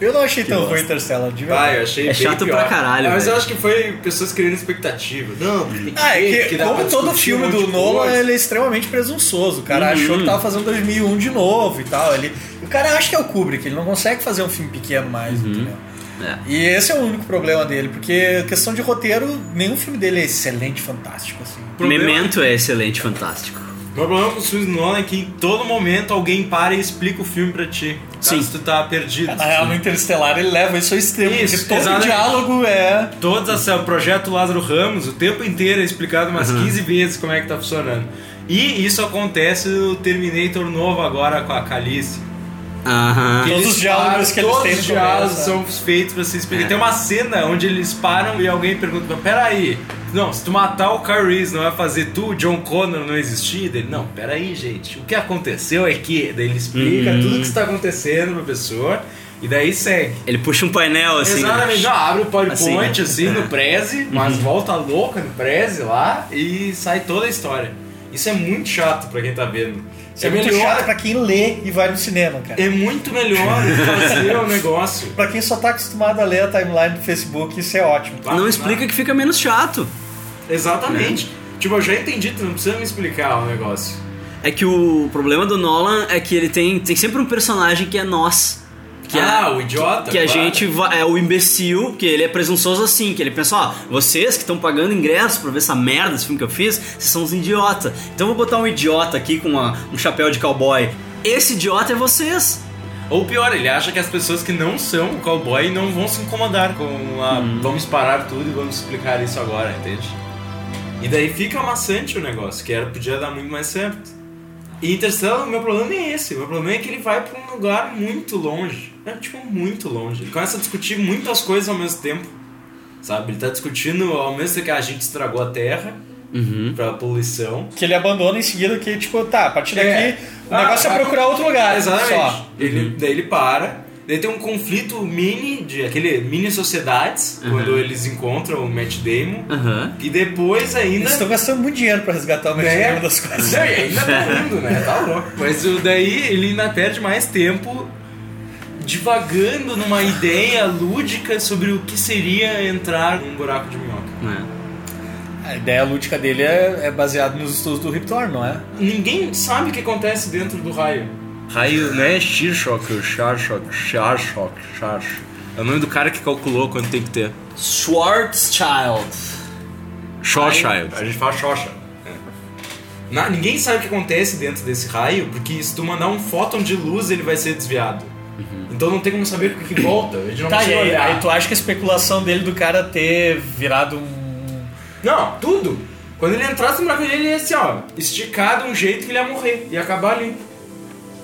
S2: Eu não achei tão ruim Interstellar, de
S3: Vai, eu
S2: verdade.
S3: achei
S1: É
S3: bem
S1: chato
S3: pior.
S1: pra caralho,
S3: Mas eu
S1: velho.
S3: acho que foi pessoas criando expectativa. Não, tem
S2: Ah, é
S3: ver,
S2: que,
S3: dá pra
S2: como todo
S3: discutir
S2: filme
S3: um
S2: do
S3: monte de
S2: Nolan,
S3: coisa. Uhum.
S2: ele é extremamente presunçoso. O cara achou que tava fazendo 2001 de novo e tal. Ele, o cara acha que é o Kubrick, ele não consegue fazer um filme pequeno mais,
S3: Uhum.
S2: entendeu?
S1: É.
S2: E esse é o único problema dele, porque questão de roteiro, nenhum filme dele é excelente, fantástico, assim.
S3: problema-
S1: Memento é excelente, fantástico.
S3: O meu problema com os filmes do Nolan é que em todo momento alguém para e explica o filme pra ti. Sim. Caso tu tá perdido.
S2: Na real, no Interstellar ele leva isso ao extremo,
S3: Isso,
S2: porque todo
S3: exatamente.
S2: diálogo é...
S3: Todos as- o projeto Lázaro Ramos, o tempo inteiro é explicado umas
S1: Uhum.
S3: 15 vezes como é que tá funcionando. E isso acontece no Terminator novo agora com a Calice.
S1: Aham.
S2: Todos os diálogos que eles
S3: todos
S2: têm
S3: os
S2: no
S3: diálogos
S2: começo, né? É.
S3: são feitos pra se explicar. Tem uma cena onde eles param e alguém pergunta: "Mas peraí, Não, se tu matar o Kyle Reese, não vai fazer tu, o John Connor, não existir? Dele, não, peraí, gente. O que aconteceu é que. Daí ele explica
S2: Uhum.
S3: tudo o que está acontecendo pra pessoa. E daí segue.
S1: Ele puxa um painel assim.
S3: Exatamente,
S1: né?
S3: ó, abre o PowerPoint
S1: Assim.
S3: assim,
S2: É.
S3: no
S2: Uhum.
S3: Prezi, mas volta louca no Prezi lá e sai toda a história. Isso é muito chato pra quem tá vendo.
S2: É, muito chato pra quem lê e vai no cinema, cara.
S3: É muito melhor fazer o negócio.
S2: Pra quem só tá acostumado a ler a timeline do Facebook, isso é ótimo.
S1: Não explica que fica menos chato.
S3: Exatamente. Tipo, eu já entendi, tu não precisa me explicar o negócio.
S1: É que o problema do Nolan é que ele tem, tem sempre um personagem que é nós. Que
S3: ah,
S1: é,
S3: o idiota.
S1: que a
S3: claro.
S1: gente va- é o imbecil, que ele é presunçoso assim, que ele pensa, ó, vocês que estão pagando ingressos pra ver essa merda, esse filme que eu fiz, vocês são uns idiota. Então eu vou botar um idiota aqui com uma- um chapéu de cowboy. Esse idiota é vocês.
S3: Ou pior, ele acha que as pessoas que não são o cowboy não vão se incomodar com a. Vamos parar tudo e vamos explicar isso agora, entende? E daí fica amassante o negócio, que era, podia dar muito mais certo. E Interstellar, meu problema nem é esse. Meu problema é que ele vai pra um lugar muito longe. É, tipo, muito longe. Ele começa a discutir muitas coisas ao mesmo tempo. Sabe? Ele tá discutindo ao mesmo tempo que a gente estragou a terra pra poluição.
S2: Que ele abandona em seguida que, tipo, tá, a partir daqui,
S3: É.
S2: o negócio
S3: Ah,
S2: é procurar outro lugar.
S3: Exatamente.
S2: Só.
S3: Ele, Daí ele para. Daí tem um conflito mini de aquele mini sociedades quando eles encontram o Matt Damon.
S1: Aham.
S3: E depois ainda.
S2: Eles estão gastando muito dinheiro pra resgatar o meu
S3: né?
S2: das coisas.
S3: Não, e ainda tá rindo, né? Tá louco. Mas o- daí ele ainda perde mais tempo divagando numa ideia lúdica sobre o que seria entrar num buraco de minhoca.
S1: É.
S2: A ideia lúdica dele é, é baseada nos estudos do Rip Torn, não é?
S3: Ninguém sabe o que acontece dentro do raio. Raio não é Shirshok, o Sharshok, Sharshok, Sharsh. É o nome do cara que calculou quanto tem que ter.
S1: Schwarzschild.
S3: Shawshild. A gente fala Shawsha. É. ninguém sabe o que acontece dentro desse raio, porque se tu mandar um fóton de luz, ele vai ser desviado. Então não tem como saber o que, que volta. A gente não
S2: Tá, e
S3: consegue
S2: aí,
S3: olhar.
S2: aí tu acha que a especulação dele do cara ter virado um.
S3: Não, tudo. Quando ele entrasse no buraco dele, ele ia assim, ó, esticado de um jeito que ele ia morrer, ia acabar ali.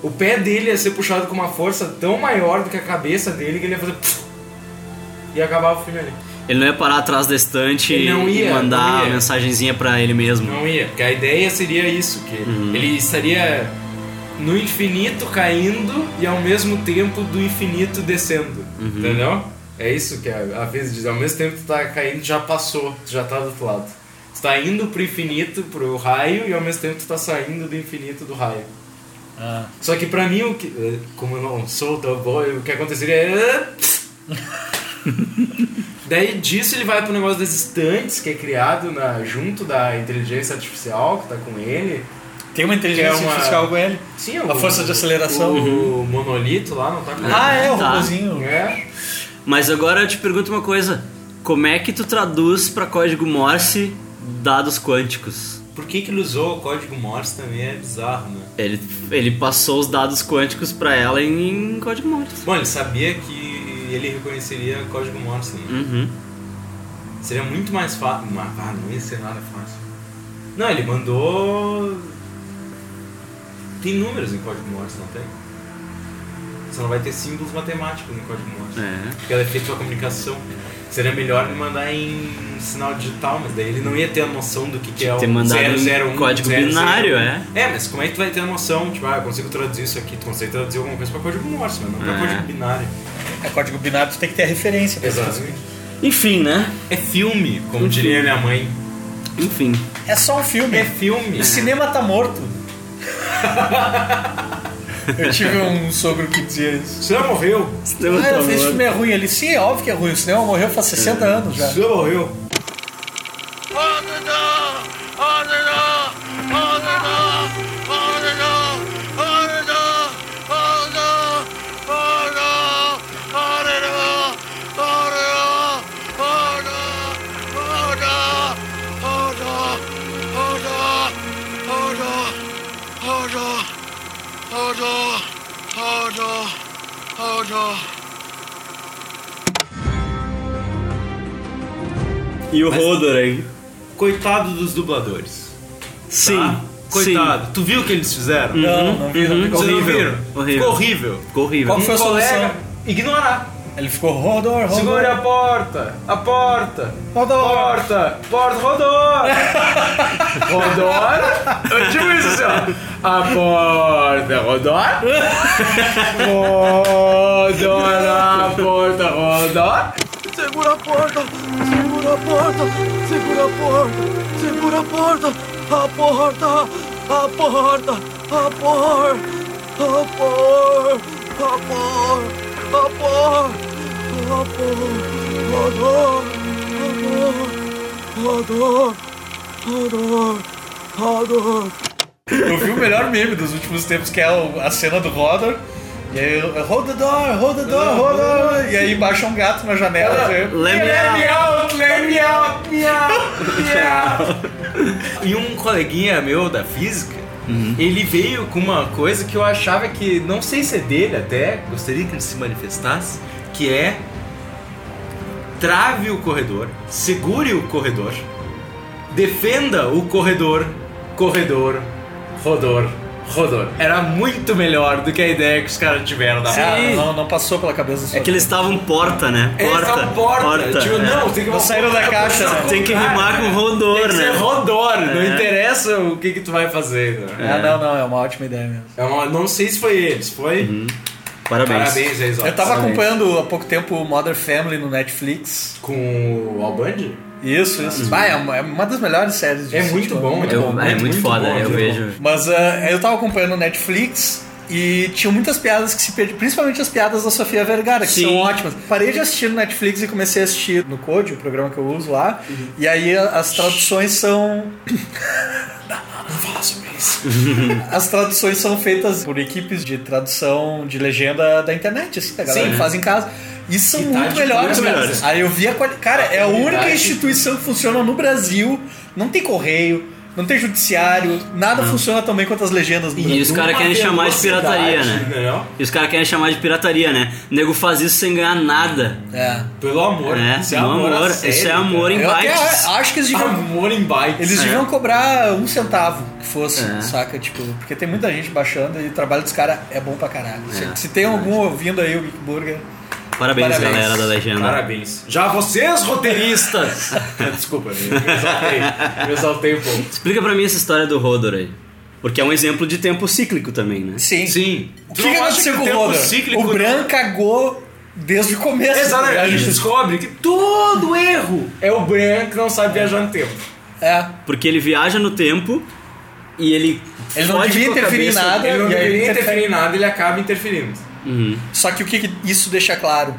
S3: O pé dele ia ser puxado com uma força tão maior do que a cabeça dele que ele ia fazer. pff, e ia acabar o filme ali.
S1: Ele não ia parar atrás da estante
S3: Ele não
S1: e
S3: ia,
S1: mandar
S3: não ia.
S1: mensagenzinha pra ele mesmo.
S3: Não ia, porque a ideia seria isso, que ele estaria no infinito caindo e ao mesmo tempo do infinito descendo. Entendeu? É isso que a, a vez diz, ao mesmo tempo que tu tá caindo, já passou, tu já tá do outro lado. Tu tá indo pro infinito, pro raio, e ao mesmo tempo tu tá saindo do infinito do raio.
S2: Ah.
S3: Só que pra mim, o que, eh, como eu não sou tão bom, o que aconteceria é. Daí disso ele vai pro negócio das estantes que é criado na, junto da inteligência artificial que tá com ele.
S2: Tem uma inteligência
S3: Que é uma-
S2: artificial com ele.
S3: Sim,
S2: é um- A força de aceleração.
S3: O monolito lá não tá com
S2: Ah, é, o
S1: Tá.
S2: robôzinho.
S3: É.
S1: Mas agora eu te pergunto uma coisa: como é que tu traduz pra código Morse dados quânticos?
S3: Por que, que ele usou o código Morse também é bizarro, né?
S1: Ele, ele passou os dados quânticos pra ela em, código Morse.
S3: Bom, ele sabia que ele reconheceria código Morse, né?
S1: Uhum.
S3: Seria muito mais fácil. Mas ah, não ia ser nada fácil. Não, ele mandou. Tem números em código Morse, não tem? Você não vai ter símbolos matemáticos em código Morse.
S1: É.
S3: Porque ela é feita pela comunicação. Seria melhor ele mandar em sinal digital, mas daí ele não ia ter a noção do que, que é o
S1: ter mandado em
S3: 001.
S1: código binário, é.
S3: É, mas como é que tu vai ter a noção? Tipo, ah, eu consigo traduzir isso aqui, tu consegue traduzir alguma coisa pra código Morse, mas não pra
S1: É.
S3: código binário.
S2: É código binário, tu tem que ter a referência. pra fazer.
S1: Enfim, né?
S3: É filme,
S1: um
S3: como diria minha mãe.
S1: Enfim.
S2: É só um filme.
S3: É filme.
S2: O cinema tá morto. Eu tive um sogro que dizia isso.
S3: O cinema morreu.
S2: Ah, eu fiz filme é ruim. Ele, sim, é óbvio que é ruim. O cinema morreu faz 60 anos já.
S3: cinema morreu.
S1: E o Rodor aí?
S3: tá. Coitado dos dubladores.
S1: Sim.
S3: Tá? Coitado. Tu viu o que eles fizeram?
S2: Não, não vi. não vi.
S3: Vocês não
S1: Uhum. Horrível.
S3: viram?
S1: Horrível.
S3: Ficou horrível.
S1: Ficou horrível.
S2: Qual foi a
S3: colega
S2: solução?
S3: ignorar.
S2: Ele ficou Rodor, Rodor.
S3: Segure é a porta! A porta!
S2: Rodor.
S3: Porta! Porta, Rodor! Rodor? Eu digo isso assim, ó. A porta, Rodor? Rodor, a porta, Rodor?
S10: Segura a porta! Segura a porta! Segura a porta! Segura a porta! A porta! A porta! A porta! A porta! A porta! A porta! A porta! A porta! A porta!
S2: Eu vi o melhor meme dos últimos tempos, que é o- a cena do Rodor. E aí, hold the door, hold the door, hold the door. E aí baixa um gato na janela. assim,
S1: Let me
S2: "Let me out, let me out."
S3: E um coleguinha meu da física, ele veio com uma coisa que eu achava que, não sei se é dele até, gostaria que ele se manifestasse, que é trave o corredor, segure o corredor, defenda o corredor, corredor, rodor, rodor. Era muito melhor do que a ideia que os caras tiveram da
S2: Ah,
S1: Sim.
S2: não, não passou pela cabeça do
S1: É que eles estavam porta, né? Porta.
S3: Eles estavam porta, tipo,
S1: é.
S3: não, tem que
S2: Não saíram da caixa, né?
S1: Tem que rimar com rodor,
S3: Tem que ser
S1: né?
S3: rodor, não
S1: É.
S3: interessa o que, que tu vai fazer. né?
S2: Ah, não, não, é uma ótima ideia mesmo.
S3: É uma- não sei se foi eles, foi.
S1: Parabéns.
S3: Uhum, Parabéns, Reis
S2: Eu tava
S1: Exatamente.
S2: acompanhando há pouco tempo o Mother Family no Netflix.
S3: com o Albandi?
S2: Isso, isso. Bah, é, uma, é uma das melhores séries de
S3: É muito
S2: sitcom.
S3: bom,
S1: Eu-
S3: bom,
S1: é muito, foda,
S3: bom,
S1: eu
S3: muito
S1: vejo.
S2: Mas ah, eu tava acompanhando o Netflix e tinham muitas piadas que se perdiam, principalmente as piadas da Sofia Vergara, que
S1: Sim.
S2: são ótimas. Parei de assistir no Netflix e comecei a assistir no Code, o programa que eu uso lá. E aí a- as traduções são. Não fala sobre isso. As traduções são feitas por equipes de tradução de legenda da internet, assim, da galera que faz em casa. E são muito
S3: tipo,
S2: melhores,
S3: muito
S2: cara.
S3: melhores.
S2: Aí eu vi a quali... Cara, é a única
S3: qualidade.
S2: instituição que funciona no Brasil. Não tem correio, não tem judiciário, nada funciona tão bem quanto as legendas do
S1: E
S2: Brasil.
S1: os caras
S3: Uma
S1: querem chamar de pirataria,
S3: velocidade,
S1: né?
S3: não?
S1: E os caras querem chamar de pirataria, né? O nego faz isso sem ganhar nada.
S2: É.
S3: Pelo amor,
S1: né?
S3: isso é
S1: Não,
S3: amor, a
S1: amor,
S3: sério,
S1: isso é
S3: cara.
S1: amor em
S2: Eu até
S1: bytes.
S2: acho que eles deviam,
S3: Amor em bytes.
S2: eles
S1: É.
S2: deviam cobrar um centavo que fosse,
S1: É.
S2: saca? Tipo, porque tem muita gente baixando e o trabalho dos caras é bom pra caralho. Se- Se tem algum ouvindo aí o Big Burger,
S1: Parabéns,
S2: Parabéns.
S1: galera da legenda.
S3: Parabéns. Já vocês, roteiristas! É, Desculpa, me me exaltei. Me exaltei um pouco.
S1: Explica pra mim essa história do Rodor aí. Porque é um exemplo de tempo cíclico também, né?
S2: sim.
S3: Sim.
S2: O que, que aconteceu com o Roller? O Bran cagou desde o começo. tá
S3: Exatamente. A gente descobre que todo erro é o Bran que não sabe viajar no tempo.
S2: É.
S1: Porque ele viaja no tempo e ele.
S2: Ele não
S1: fode
S2: devia
S1: com a
S2: interferir em
S1: cabeça-
S2: nada.
S3: Ele não
S2: e aí
S3: deveria
S2: interfere-
S3: interferir em nada, ele acaba interferindo.
S1: Uhum,
S2: Só que o que, que isso deixa claro?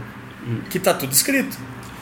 S2: Que tá tudo escrito.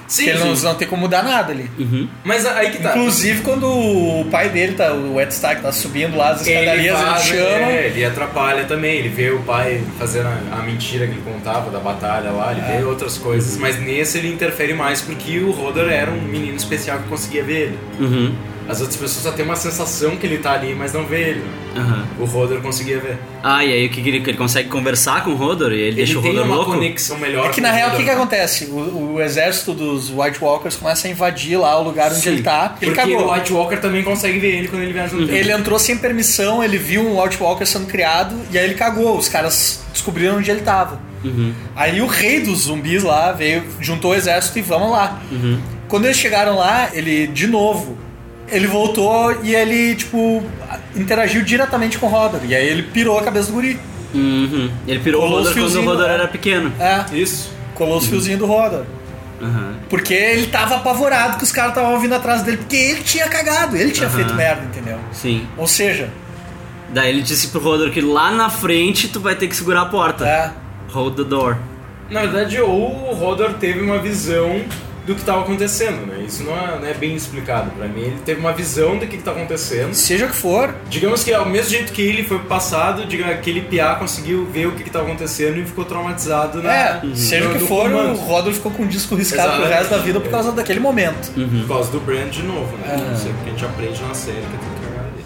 S3: Sim,
S2: que ele não, não tem como mudar nada ali.
S1: uhum,
S3: Mas aí que tá.
S2: Inclusive, quando o pai dele, tá, o Ed Stark, tá subindo lá as escadarias, ele,
S3: vaza,
S2: chama.
S3: é, ele atrapalha também, ele vê o pai fazendo a, a mentira que ele contava da batalha lá, ele
S2: É.
S3: vê outras
S2: Uhum.
S3: coisas, mas nesse ele interfere mais porque o Rodor era um menino especial que conseguia ver ele.
S1: Uhum.
S3: As outras pessoas só têm uma sensação que ele tá ali, mas não vê ele.
S1: Aham.
S3: O Rodor conseguia ver.
S1: Ah, e aí o que que ele, que ele consegue conversar com o Rodor e ele, deixa o
S3: ele tem
S1: Rodor
S3: uma
S1: louco?
S3: conexão melhor.
S2: É que
S3: com
S2: na real, o
S3: Hodor.
S2: que, que acontece? O, o exército dos White Walkers começa a invadir lá o lugar onde
S1: Sim.
S2: ele tá. Ele
S3: Porque
S2: cagou.
S3: o White Walker também consegue ver ele quando ele viaja no tempo.
S2: Ele entrou sem permissão, ele viu um White Walker sendo criado e aí ele cagou. Os caras descobriram onde ele tava. Aí o rei dos zumbis lá veio, juntou o exército e vamos lá. Quando eles chegaram lá, ele de novo, ele voltou e ele tipo interagiu diretamente com o Rodor. E aí ele pirou a cabeça do guri.
S1: Uhum. Ele pirou
S2: Colou
S1: o
S2: os
S1: Rodor quando o
S2: fiozinhos,
S1: Rodor
S2: né?
S1: era pequeno.
S2: É,
S3: Isso.
S2: colou os fiozinhos do Rodor.
S1: Aham.
S2: Porque ele tava apavorado que os caras estavam vindo atrás dele, porque ele tinha cagado, ele tinha
S1: Aham.
S2: feito merda, entendeu?
S1: Sim.
S2: Ou seja,
S1: Daí ele disse pro Rodor que lá na frente tu vai ter que segurar a porta.
S2: é,
S1: Hold the door.
S3: Na verdade, ou o Hodor teve uma visão do que estava acontecendo, né? Isso não é, não é bem explicado pra mim. Ele teve uma visão do que está acontecendo.
S2: seja o que for,
S3: Digamos que ao mesmo jeito que ele foi pro passado, diga- aquele piá conseguiu ver o que estava acontecendo e ficou traumatizado na,
S9: Ah,
S2: É, seja o
S3: Uhum. no-
S2: que
S3: no
S2: for, o
S3: comando.
S2: Rodor ficou com o disco riscado pro
S3: Exatamente.
S2: resto da vida por causa daquele momento.
S3: Por causa do Brand de novo, né? Isso é o que a gente aprende na série, que é tudo cagado ali.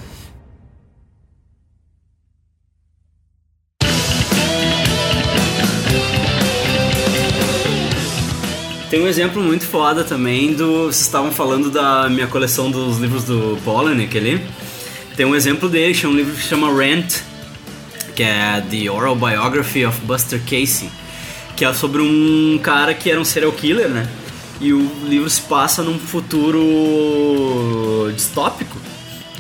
S1: Tem um exemplo muito foda também do. Vocês estavam falando da minha coleção dos livros do Polonic ali. Tem um exemplo dele, que é um livro que chama Rant, que é The Oral Biography of Buster Casey. que é sobre um cara que era um serial killer, né? E o livro se passa num futuro distópico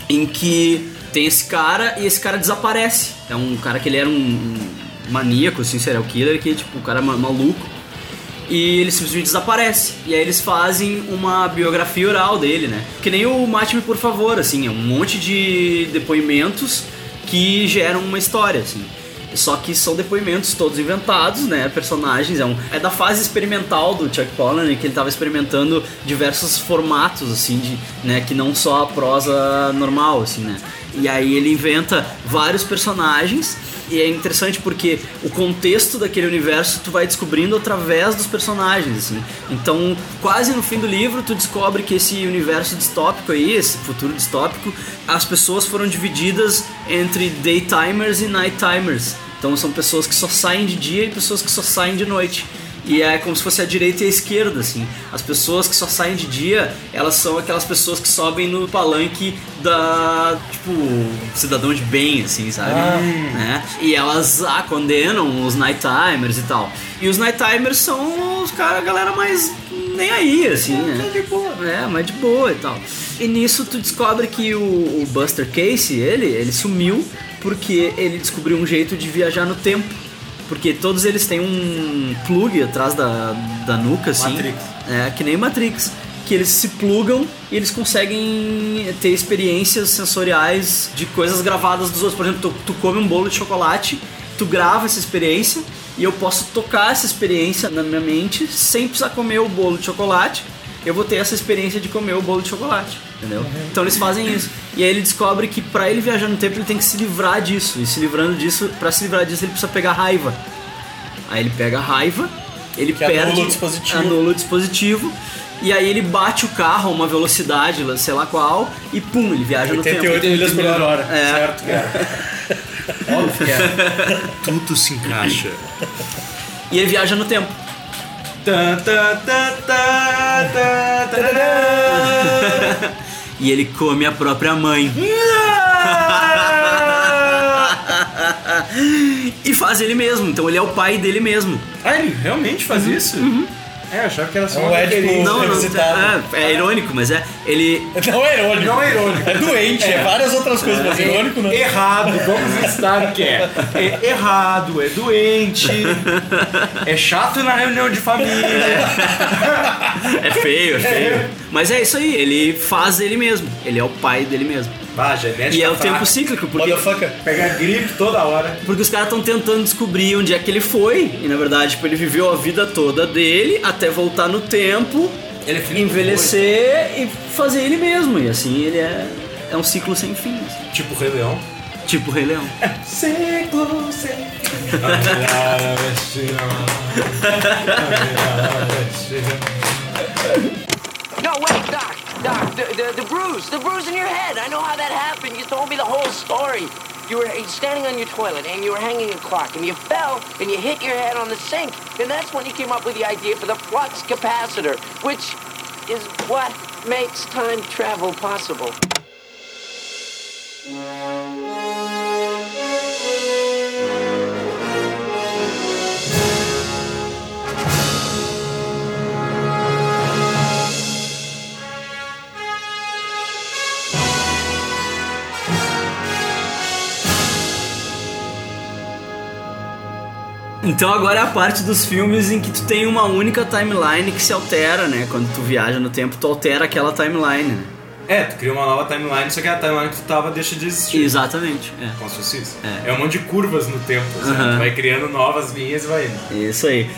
S1: em que tem esse cara e esse cara desaparece. É um cara que ele era um, um maníaco, assim, serial killer, que tipo, o cara é ma- maluco. E ele simplesmente desaparece. E aí eles fazem uma biografia oral dele, né? Que nem o Mate-me Por Favor, assim, é um monte de depoimentos que geram uma história, assim. Só que são depoimentos todos inventados, né? Personagens, é, um, é da fase experimental do Chuck Palahniuk né? que ele tava experimentando diversos formatos, assim, de, né? Que não só a prosa normal, assim, né? E aí ele inventa vários personagens e é interessante porque o contexto daquele universo tu vai descobrindo através dos personagens, assim. Então, quase no fim do livro, tu descobre que esse universo distópico aí, esse futuro distópico, as pessoas foram divididas entre daytimers e nighttimers. Então, são pessoas que só saem de dia e pessoas que só saem de noite. E é como se fosse a direita e a esquerda, assim. As pessoas que só saem de dia, elas são aquelas pessoas que sobem no palanque da, tipo, cidadão de bem, assim, sabe? Né? E elas ah, condenam os nighttimers e tal. E os nighttimers são os cara, a galera mais nem aí, assim, né? de boa. É, mas de boa e tal. E nisso tu descobre que o, o Buster Casey, ele, ele sumiu porque ele descobriu um jeito de viajar no tempo. Porque todos eles têm um plug atrás da, da nuca, assim.
S3: Matrix.
S1: É, que nem Matrix. Que eles se plugam e eles conseguem ter experiências sensoriais de coisas gravadas dos outros. Por exemplo, tu, tu come um bolo de chocolate, tu grava essa experiência e eu posso tocar essa experiência na minha mente sem precisar comer o bolo de chocolate. Eu vou ter essa experiência de comer o bolo de chocolate, entendeu?
S2: Uhum.
S1: Então eles fazem isso. E aí ele descobre que pra ele viajar no tempo ele tem que se livrar disso. E se livrando disso, pra se livrar disso ele precisa pegar raiva. Aí ele pega a raiva, ele
S2: Que anula
S1: perde.
S2: o dispositivo.
S1: anula o dispositivo, E aí ele bate o carro a uma velocidade, sei lá qual, e pum, ele viaja no tempo.
S2: 88 milhas por hora,
S1: É.
S2: certo? Óbvio que é.
S9: Tudo se encaixa.
S1: E ele viaja no tempo.
S3: Tá,
S1: E ele come a própria mãe. e faz ele mesmo, então ele é o pai dele mesmo.
S3: Ah, ele realmente faz isso? É, eu achava que era só
S2: Não
S3: uma
S2: é, tipo,
S3: referência.
S2: Não, revisitado.
S1: é, é irônico, mas é. Ele.
S2: Não é irônico.
S3: Não é irônico.
S2: É doente, é, várias outras coisas, mas irônico né? não.
S3: Errado, vamos visitar o que é. É errado, é doente, é chato na reunião de família.
S1: É feio, é feio. Mas é isso aí, ele faz ele mesmo. Ele é o pai dele mesmo.
S3: Bah, genética
S1: E é o
S3: fraca.
S1: tempo cíclico, porque
S2: Motherfucker.
S3: Pega gripe toda hora.
S1: Porque os caras estão tentando descobrir onde é que ele foi. E na verdade, tipo, ele viveu a vida toda dele até voltar no tempo,
S3: é
S1: envelhecer e fazer ele mesmo. E assim, ele é, é um ciclo sem fim. assim.
S3: Tipo o Rei Leão.
S1: Tipo o Rei Leão.
S3: Ciclo,
S12: No, wait, Doc. Doc, the, the, the bruise. The bruise in your head. I know how that happened. You told me the whole story. You were standing on your toilet and you were hanging a clock and you fell and you hit your head on the sink. And that's when you came up with the idea for the flux capacitor, which is what makes time travel possible.
S1: Então agora é a parte dos filmes em que tu tem uma única timeline que se altera, né? Quando tu viaja no tempo, tu altera aquela timeline, né?
S3: É, tu cria uma nova timeline, só que é a timeline que tu tava deixa de existir.
S1: Exatamente. É.
S3: Como se fosse isso.
S1: É.
S3: É. um monte de curvas no tempo. assim.
S1: Aham.
S3: Tu Vai criando novas linhas e vai indo.
S1: Isso aí.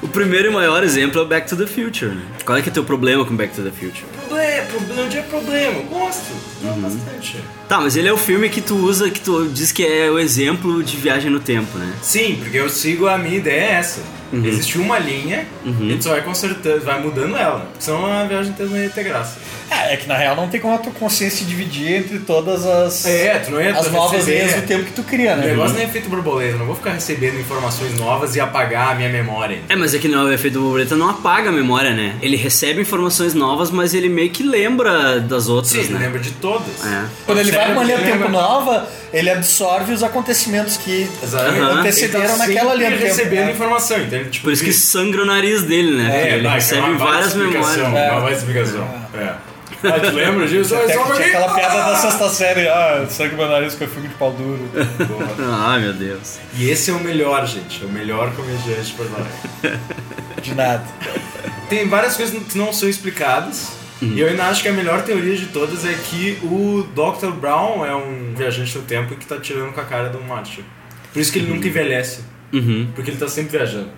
S1: O primeiro e maior exemplo é o Back to the Future, né? Qual é que é teu problema com Back to the Future?
S3: Problema, problema, onde é problema? Eu Gosto. Não, bastante.
S1: Tá, mas ele é o filme que tu usa, que tu diz que é o exemplo de viagem no tempo, né?
S3: Sim, porque eu sigo a minha ideia é essa.
S1: Uhum.
S3: Existe uma linha e tu só vai consertando, vai mudando ela. Porque senão a viagem no tempo não ia ter graça.
S2: Ah, é que na real não tem como a tua consciência se dividir entre todas as,
S3: É, tu não ia
S2: as novas
S3: receber-
S2: linhas do tempo que tu cria,
S3: O
S2: né?
S3: negócio
S1: Uhum.
S3: não é feito borboleta, eu não vou ficar recebendo informações novas e apagar a minha memória.
S1: É, mas é que não, o efeito borboleta não apaga a memória, né? Ele recebe informações novas, mas ele meio que lembra das outras,
S3: Sim,
S1: né?
S3: lembra de todas.
S1: É.
S2: Quando ele vai
S3: Sério? né?
S2: numa linha do
S3: Lembra?
S2: tempo nova, ele absorve os acontecimentos que
S3: Exatamente.
S1: Aham.
S2: antecederam
S3: Ele tá
S2: naquela linha do
S3: sempre
S2: tempo.
S3: recebendo
S2: né?
S3: informação, entende? Tipo,
S1: Uhum. Por isso que sangra o nariz dele, né? Porque
S3: É,
S1: ele
S3: não, isso é
S1: recebe
S3: uma baita
S1: várias
S3: explicação,
S1: memórias. né?
S2: É.
S3: Uma baita explicação. É. Ah, tu lembra disso?
S2: Até que tinha
S3: aquela
S2: aquela piada da sexta série, ah, sangue meu nariz que eu fico de pau duro.
S3: né?
S1: Ai, né? Ah, meu Deus.
S3: E esse é o melhor, gente. É o melhor comediante por lá.
S2: De nada.
S3: Tem várias coisas que não são explicadas.
S1: Uhum.
S3: E eu ainda acho que a melhor teoria de todas é que o Dr. Brown é um viajante do tempo que tá tirando com a cara do Marshall. Por isso que
S1: Uhum.
S3: ele nunca envelhece. Porque ele tá sempre viajando.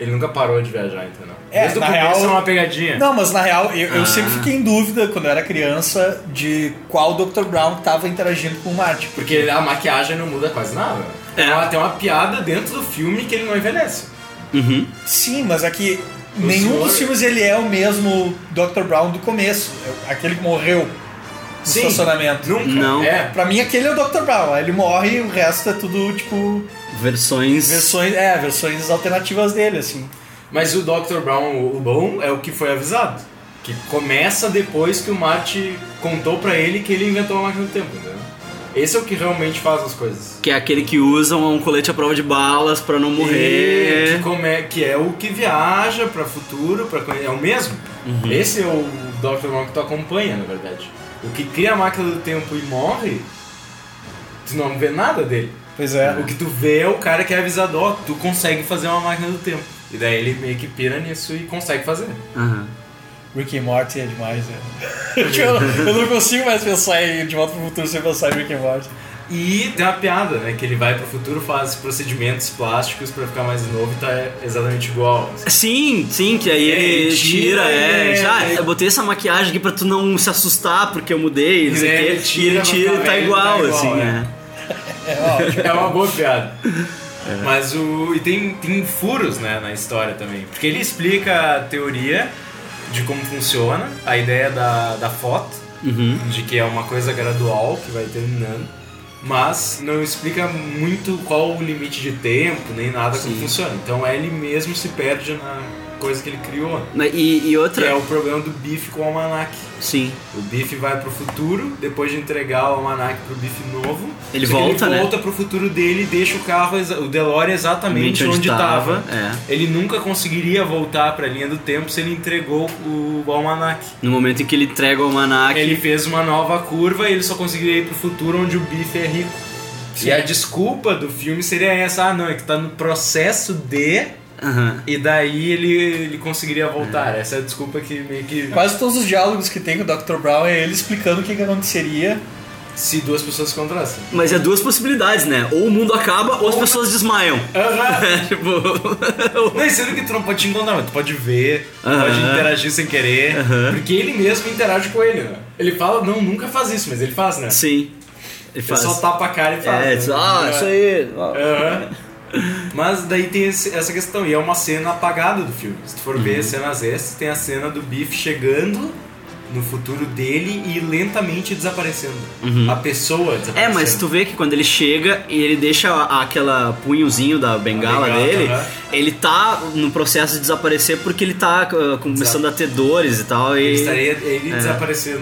S3: Ele nunca parou de viajar, entendeu?
S2: É,
S3: Desde o
S2: na
S3: começo
S2: real-
S3: é uma pegadinha.
S2: Não, mas na real, eu, eu
S1: Ah.
S2: sempre fiquei em dúvida quando eu era criança de qual Dr. Brown tava interagindo com o Marty.
S3: Porque a maquiagem não muda quase nada.
S1: É.
S3: Ela tem uma piada dentro do filme que ele não envelhece.
S1: Uhum.
S2: Sim, mas aqui
S3: O
S2: nenhum
S3: senhor-
S2: dos filmes ele é o mesmo Dr. Brown do começo, é aquele que morreu no
S3: Sim.
S2: estacionamento.
S3: Nunca.
S1: Não.
S3: É.
S2: Pra mim aquele é o Dr. Brown, aí ele morre e o resto é tudo tipo
S1: Versões.
S2: versões, é, versões alternativas dele assim.
S3: Mas o Dr. Brown, o bom, é o que foi avisado. Que começa depois que o Marty contou pra ele que ele inventou a máquina do tempo, entendeu? Esse é o que realmente faz as coisas.
S1: Que é aquele que usa um colete à prova de balas pra não
S3: E que,
S1: morrer.
S3: come- que é o que viaja pra futuro, pra conhe- é o mesmo. Esse é o Dr. Brown que tu acompanha, na verdade. O que cria a máquina do tempo e morre, tu não vê nada dele.
S2: Pois é.
S1: Uhum.
S3: O que tu vê é o cara que é avisado, ó, tu consegue fazer uma máquina do tempo. E daí ele meio que pira nisso e consegue fazer.
S1: Aham.
S2: Rick and Morty é demais, né? eu, eu não consigo mais pensar em De Volta pro Futuro sem pensar em Rick and Morty.
S3: E tem uma piada, né? Que ele vai pro futuro, faz procedimentos plásticos pra ficar mais novo e tá exatamente igual.
S1: Sim, sim, que aí
S3: É,
S1: ele
S3: ele
S1: tira,
S3: tira,
S1: é.
S3: é,
S1: já,
S3: é.
S1: eu botei essa maquiagem aqui pra tu não se assustar porque eu mudei, não sei o
S3: É,
S1: quê.
S3: ele
S1: E ele
S3: tira,
S1: tira e
S3: mas
S1: tá
S3: tá
S1: igual,
S3: igual,
S1: assim,
S3: é.
S1: né?
S3: É uma boa piada. Mas o. E tem, tem furos, né, na história também. Porque ele explica a teoria de como funciona, a ideia da, da foto,
S1: Uhum.
S3: de que é uma coisa gradual que vai terminando. Mas não explica muito qual o limite de tempo, nem nada como funciona. Então ele mesmo se perde na coisa que ele criou. né?
S1: Mas E, e
S3: Que
S1: outra.
S3: é o problema do bife com o almanac.
S1: Sim.
S3: O Biff vai pro futuro, depois de entregar o almanac pro Biff novo.
S1: Ele
S3: só que
S1: volta,
S3: ele
S1: né?
S3: volta pro futuro dele e deixa o carro, exa- o DeLorean exatamente onde, tava.
S1: É.
S3: Ele nunca conseguiria voltar pra linha do tempo se ele entregou o almanac.
S1: No momento em que ele entrega o almanac.
S3: Ele fez uma nova curva e ele só conseguiria ir pro futuro onde o Biff é rico. E a desculpa do filme seria essa, ah não, é que tá no processo de...
S1: Aham.
S3: E daí ele, ele conseguiria voltar. Essa é a desculpa que meio que...
S2: Quase todos os diálogos que tem com o Dr. Brown é ele explicando o que, que aconteceria.
S3: Se duas pessoas se contrastem.
S1: Mas é duas possibilidades, né? Ou o mundo acaba ou as pessoas desmaiam. É, tipo.
S3: Não, e sendo que tu não pode te encontrar, mas tu pode ver, tu
S1: Aham.
S3: pode interagir sem querer. Porque ele mesmo interage com ele, né? Ele fala, não, nunca faz isso, mas ele faz, né?
S1: Sim. Ele
S3: Ele
S1: faz.
S3: só tapa a cara e faz.
S1: É,
S3: né?
S1: diz, ah,
S3: É.
S1: isso aí. ó.
S3: Aham. Mas daí tem esse- essa questão, e é uma cena apagada do filme. Se tu for
S1: Uhum.
S3: ver cenas extras, tem a cena do Biff chegando no futuro dele e lentamente desaparecendo. A pessoa
S1: Uhum. É,
S3: desaparecendo.
S1: mas tu vê que quando ele chega e ele deixa a- aquela punhozinho da bengala,
S3: A bengala,
S1: dele,
S3: aham.
S1: ele tá no processo de desaparecer porque ele tá uh, começando a ter dores e tal. E...
S3: Ele estaria ele desaparecendo.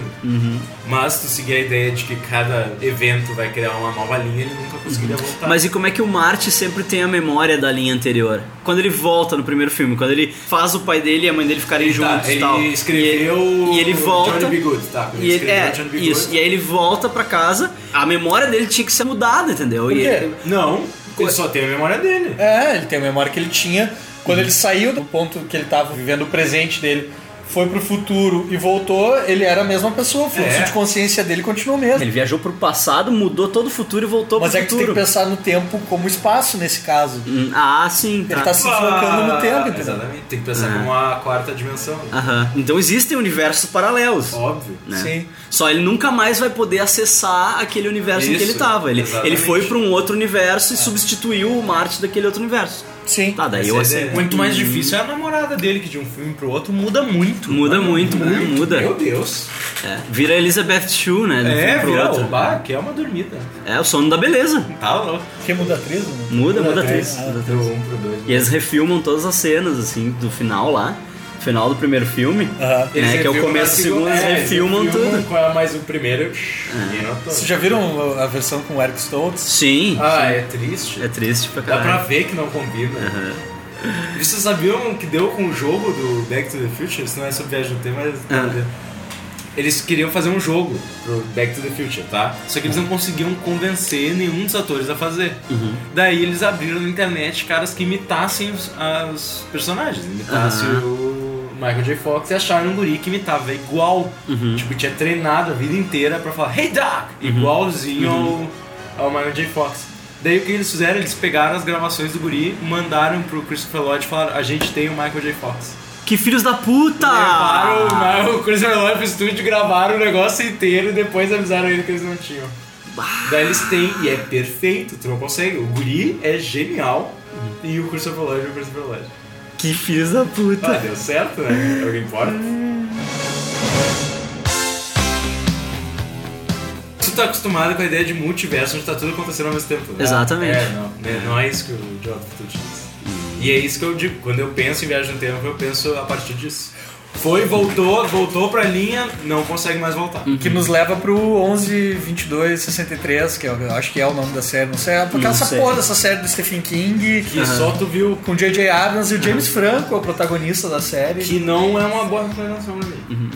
S3: Mas tu seguir a ideia de que cada evento vai criar uma nova linha, ele nunca conseguiria voltar.
S1: Mas e como é que o Marte sempre tem a memória da linha anterior? Quando ele volta no primeiro filme, quando ele faz o pai dele e a mãe dele ficarem
S3: tá,
S1: juntos e
S3: ele
S1: tal.
S3: escreveu
S1: e ele volta-
S3: Johnny B. Good, tá? Ele,
S1: E ele,
S3: escreveu
S1: é,
S3: Johnny B. Good.
S1: isso. E aí ele volta pra casa, a memória dele tinha que ser mudada, entendeu?
S2: Por
S1: E
S2: quê?
S1: ele-
S3: Não, ele só tem a memória dele.
S2: É, ele tem a memória que ele tinha. Quando ele saiu do ponto que ele tava vivendo o presente dele, foi pro futuro e voltou, ele era a mesma pessoa. O fluxo
S3: É.
S2: de consciência dele continua o mesmo.
S1: ele viajou pro passado, mudou todo o futuro e voltou
S2: Mas
S1: pro
S2: é que tu tem que
S1: futuro.
S2: pensar no tempo como espaço nesse caso.
S1: Hum, ah, sim.
S2: Ele tá se focando no tempo, entendeu?
S3: Exatamente, tem que pensar
S1: Ah.
S3: como a quarta dimensão.
S1: Aham. Então existem universos paralelos.
S3: Óbvio.
S1: né?
S2: Sim.
S1: Só ele nunca mais vai poder acessar aquele universo em que
S3: Isso,
S1: ele tava. Ele,
S3: exatamente.
S1: ele foi pra um outro universo e substituiu o Marte daquele outro universo.
S2: Sim.
S1: Tá, daí
S3: Essa
S1: eu
S3: é a
S1: aceito.
S3: ideia. Muito mais difícil é a namorada dele, que de um filme pro outro muda muito. muito.
S1: Muda muito, né? Muda.
S3: Meu Deus.
S1: É, Vira Elizabeth Shue, né? de um
S3: É,
S1: filme pro
S3: vira
S1: outro.
S3: o bar, que é uma dormida.
S1: É o sono da beleza.
S3: Tá louco.
S2: Que muda a atriz, né? mano?
S1: Muda, muda a
S3: É,
S1: atriz.
S2: Ah,
S1: muda a
S3: Do
S1: atriz.
S3: 1 Então, pro 2.
S1: E eles refilmam todas as cenas, assim, do final lá. Final do primeiro filme.
S3: Ah.
S2: Aham.
S1: Né, que é o
S3: refilmam
S1: começo
S3: na
S1: do segundo,
S3: segunda-
S1: eles
S3: é, eles
S1: refilmam tudo. Uhum.
S3: Qual é mais o primeiro? E não tô-
S2: Vocês já viram a versão com o Eric Stoltz?
S1: Sim.
S3: Ah, é triste.
S1: É triste Uhum. pra
S3: Dá pra
S1: caralho.
S3: ver que não combina. E Vocês sabiam que deu com o jogo do Back to the Future? Isso não é sobre viagem no tempo, mas...
S1: Ah.
S3: Eles queriam fazer um jogo pro Back to the Future, tá? Só que eles não conseguiam convencer nenhum dos atores a fazer. Daí eles abriram na internet caras que imitassem os, as personagens. Imitassem
S1: Aham.
S3: o Michael J. Fox e acharam um guri que imitava igual. Tipo, tinha treinado a vida inteira pra falar Hey Doc! Igualzinho ao, ao Michael J. Fox. Daí o que eles fizeram? Eles pegaram as gravações do guri, mandaram pro Christopher Lloyd e falaram A gente tem o Michael J. Fox.
S1: Que filhos da
S3: Levaram
S1: puta!
S3: né? o- o Chris Melon pro estúdio, gravaram o negócio inteiro e depois avisaram ele que eles não tinham. Daí eles têm, e é perfeito, tu não consegue. O Guri é genial e o Christopher Lloyd é o Christopher Lloyd.
S1: Que filhos da
S3: Ah,
S1: puta!
S3: deu certo, né? É o que importa. Tu tá acostumado com a ideia de multiverso onde tá tudo acontecendo ao mesmo tempo, né?
S1: Exatamente.
S3: É, não, né, não é isso que o Jonathan Tucci diz. E é isso que eu digo, quando eu penso em viagem no tempo, eu penso a partir disso. Foi, voltou, voltou pra linha, não consegue mais voltar.
S1: Uhum.
S2: Que nos leva pro 11, 22, 63, que eu acho que é o nome da série, não sei. é Porque
S1: Não
S2: essa
S1: sei.
S2: porra dessa série do Stephen King, que
S3: Aham.
S2: só tu viu com J.J. Abrams e o James Franco é o protagonista da série.
S3: Que não é uma boa representação pra mim.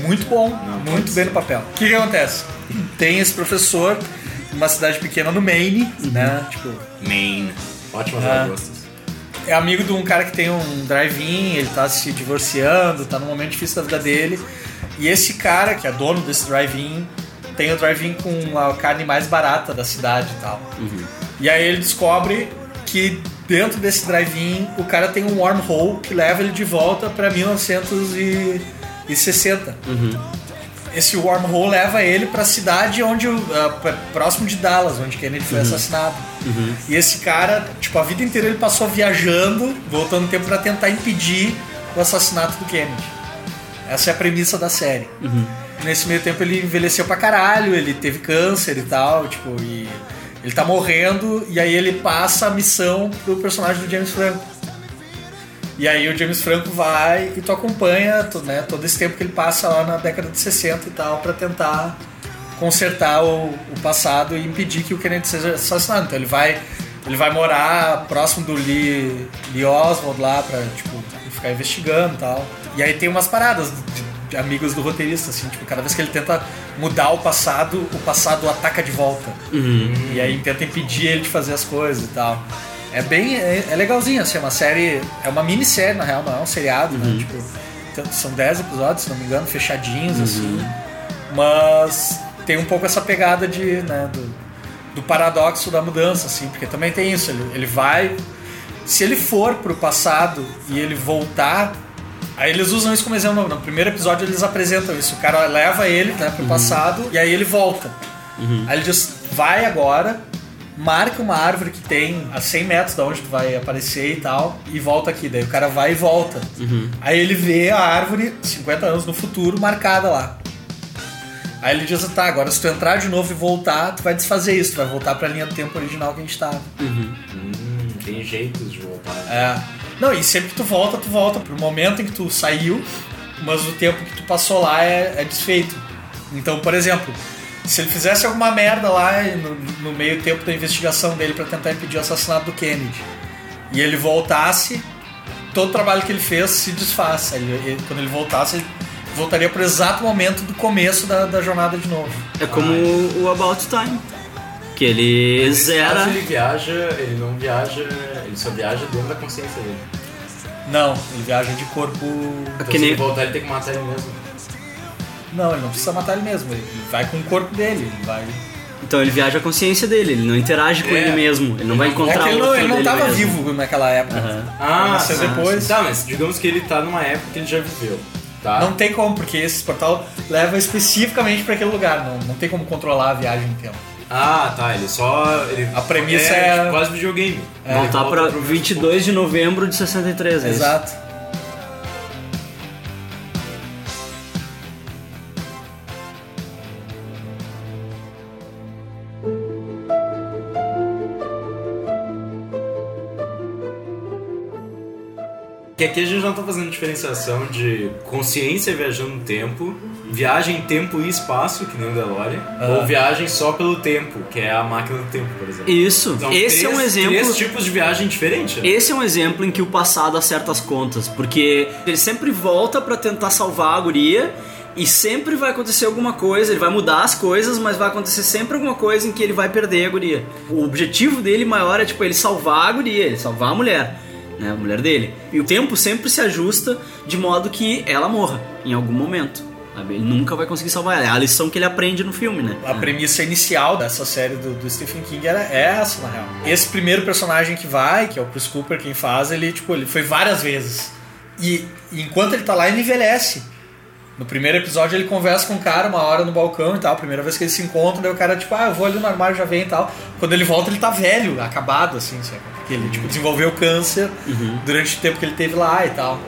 S2: Muito bom, muito bem no papel. O que, que acontece? Tem esse professor numa cidade pequena no Maine, né? Tipo,
S3: Main. Ótimas
S2: Ah.
S3: apostas.
S2: é amigo de um cara que tem um drive-in, ele tá se divorciando, tá num momento difícil da vida dele. E esse cara, que é dono desse drive-in, tem o drive-in com a carne mais barata da cidade e tal. E aí ele descobre que dentro desse drive-in o cara tem um wormhole que leva ele de volta pra 1960. Esse wormhole leva ele pra cidade onde o- ah, pra- próximo de Dallas, onde Kennedy foi assassinado. E esse cara, tipo, a vida inteira ele passou viajando, voltando no tempo pra tentar impedir o assassinato do Kennedy. Essa é a premissa da série. Nesse meio tempo ele envelheceu pra caralho, ele teve câncer e tal, tipo, e ele tá morrendo, e aí ele passa a missão pro personagem do James Franco. E aí o James Franco vai e tu acompanha tu, né, todo esse tempo que ele passa lá na década de 60 e tal pra tentar consertar o, o passado e impedir que o Kennedy seja assassinado. Então ele vai ele vai morar próximo do Lee, Lee Oswald lá pra tipo, ficar investigando e tal. E aí tem umas paradas de, de amigos do roteirista, assim, tipo, cada vez que ele tenta mudar o passado, o passado ataca de volta. E aí tenta impedir ele de fazer as coisas e tal. É bem. É, é legalzinho, assim, é uma série. É uma minissérie, na real, não é um seriado, né? Tipo, tanto- são 10 episódios, se não me engano, fechadinhos, assim. Mas tem um pouco essa pegada de. Né, do, do paradoxo da mudança, assim, porque também tem isso, ele, ele vai. Se ele for pro passado e ele voltar. Aí eles usam isso como exemplo. No primeiro episódio eles apresentam isso. O cara leva ele né, pro passado e aí ele volta. Aí ele diz: vai agora, marca uma árvore que tem a 100 metros da onde tu vai aparecer e tal, e volta aqui. Daí o cara vai e volta. Aí ele vê a árvore 50 anos no futuro marcada lá. Aí ele diz, tá, agora se tu entrar de novo e voltar, tu vai desfazer isso, tu vai voltar pra linha do tempo original que a gente tava.
S3: Hum,
S1: Uhum.
S3: tem jeitos de voltar.
S2: É. Não, e sempre que tu volta, tu volta pro momento em que tu saiu, mas o tempo que tu passou lá é, é desfeito. Então, por exemplo, se ele fizesse alguma merda lá no, no meio tempo da investigação dele pra tentar impedir o assassinato do Kennedy, e ele voltasse, todo o trabalho que ele fez se desfaça. Ele, ele- quando ele voltasse, ele voltaria pro exato momento do começo da, da jornada de novo.
S1: É como o- o About Time. Que ele zera.
S3: Mas ele viaja, ele não viaja, ele só viaja dentro da consciência dele.
S2: Não, ele viaja de corpo.
S3: Então,
S1: Que
S3: se
S1: nem-
S3: ele voltar, ele tem que matar ele mesmo.
S2: Não, ele não precisa matar ele mesmo, ele vai com o corpo dele, ele vai.
S1: Então ele viaja a consciência dele, ele não interage com
S3: É.
S1: ele mesmo. Ele não vai
S2: É
S1: encontrar
S2: que ele
S1: o
S2: não,
S1: outro
S2: ele não
S1: dele
S2: tava
S1: mesmo. É.
S2: vivo naquela época.
S1: Aham.
S2: Ah, nasceu
S3: sim.
S2: depois.
S3: Tá, mas digamos que ele tá numa época que ele já viveu, tá?
S2: Não tem como, porque esse portal leva especificamente pra aquele lugar, não, não tem como controlar a viagem no tempo.
S3: Ah, tá, ele só... Ele
S2: A premissa é-
S3: tipo, quase videogame. Ele
S1: Voltar
S3: volta
S1: pra
S3: pro mesmo
S1: É 22 de novembro de 63, é isso?
S2: Exato.
S3: Que aqui a gente não tá fazendo diferenciação de consciência viajando no tempo, viagem em tempo e espaço, que nem o DeLorean,
S2: É.
S3: ou viagem só pelo tempo, que é a máquina do tempo, por exemplo.
S1: Isso.
S2: Então,
S3: São
S1: Esse
S3: três,
S1: é um exemplo.
S2: tipo
S3: Três tipos de viagem diferentes. né?
S1: Esse é um exemplo em que o passado acerta as contas, porque ele sempre volta pra tentar salvar a guria e sempre vai acontecer alguma coisa, ele vai mudar as coisas, mas vai acontecer sempre alguma coisa em que ele vai perder a guria. O objetivo dele maior é tipo ele salvar a guria, ele salvar a mulher, né, a mulher dele. E o tempo sempre se ajusta de modo que ela morra em algum momento. Sabe? Ele nunca vai conseguir salvar ela. É a lição que ele aprende no filme, né?
S2: A premissa inicial dessa série do, do Stephen King era é essa, na real. Esse primeiro personagem que vai, que é o Chris Cooper quem faz, ele, tipo, ele foi várias vezes. E e enquanto ele tá lá, ele envelhece. No primeiro episódio ele conversa com um cara uma hora no balcão e tal, primeira vez que eles se encontram, daí o cara, tipo, ah, eu vou ali no armário, já vem e tal. Quando ele volta, ele tá velho, acabado, assim, sabe? Porque ele, tipo, desenvolveu câncer durante o tempo que ele teve lá e tal.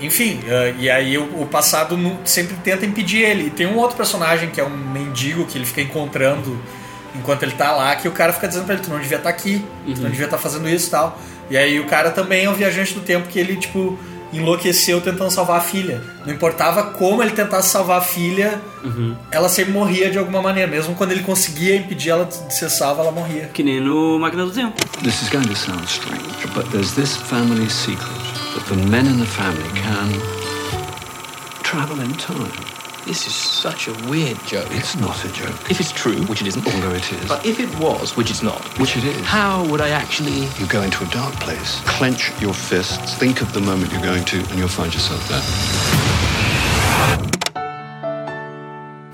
S2: Enfim, eh, e aí o, o passado nu- sempre tenta impedir ele. E tem um outro personagem que é um mendigo que ele fica encontrando enquanto ele tá lá, que o cara fica dizendo pra ele, tu não devia estar aqui, tu não devia estar fazendo isso e tal. E aí o cara também é um viajante do tempo que ele, tipo, enlouqueceu tentando salvar a filha. Não importava como ele tentasse salvar a filha, ela sempre morria de alguma maneira. Mesmo quando ele conseguia impedir ela de ser salva, ela morria.
S1: Que nem no Máquina do Tempo.
S8: This is going to sound strange, but there's this family secret that the men in the family can travel in time.
S10: This is such a weird joke.
S8: It's not a joke,
S10: If it's true, which it isn't,
S8: although it is.
S10: but if it was, which it's not,
S8: Which it is.
S10: how would I actually
S8: You go into a dark place, clench your fists, think of the moment you're going to, and you'll find yourself there.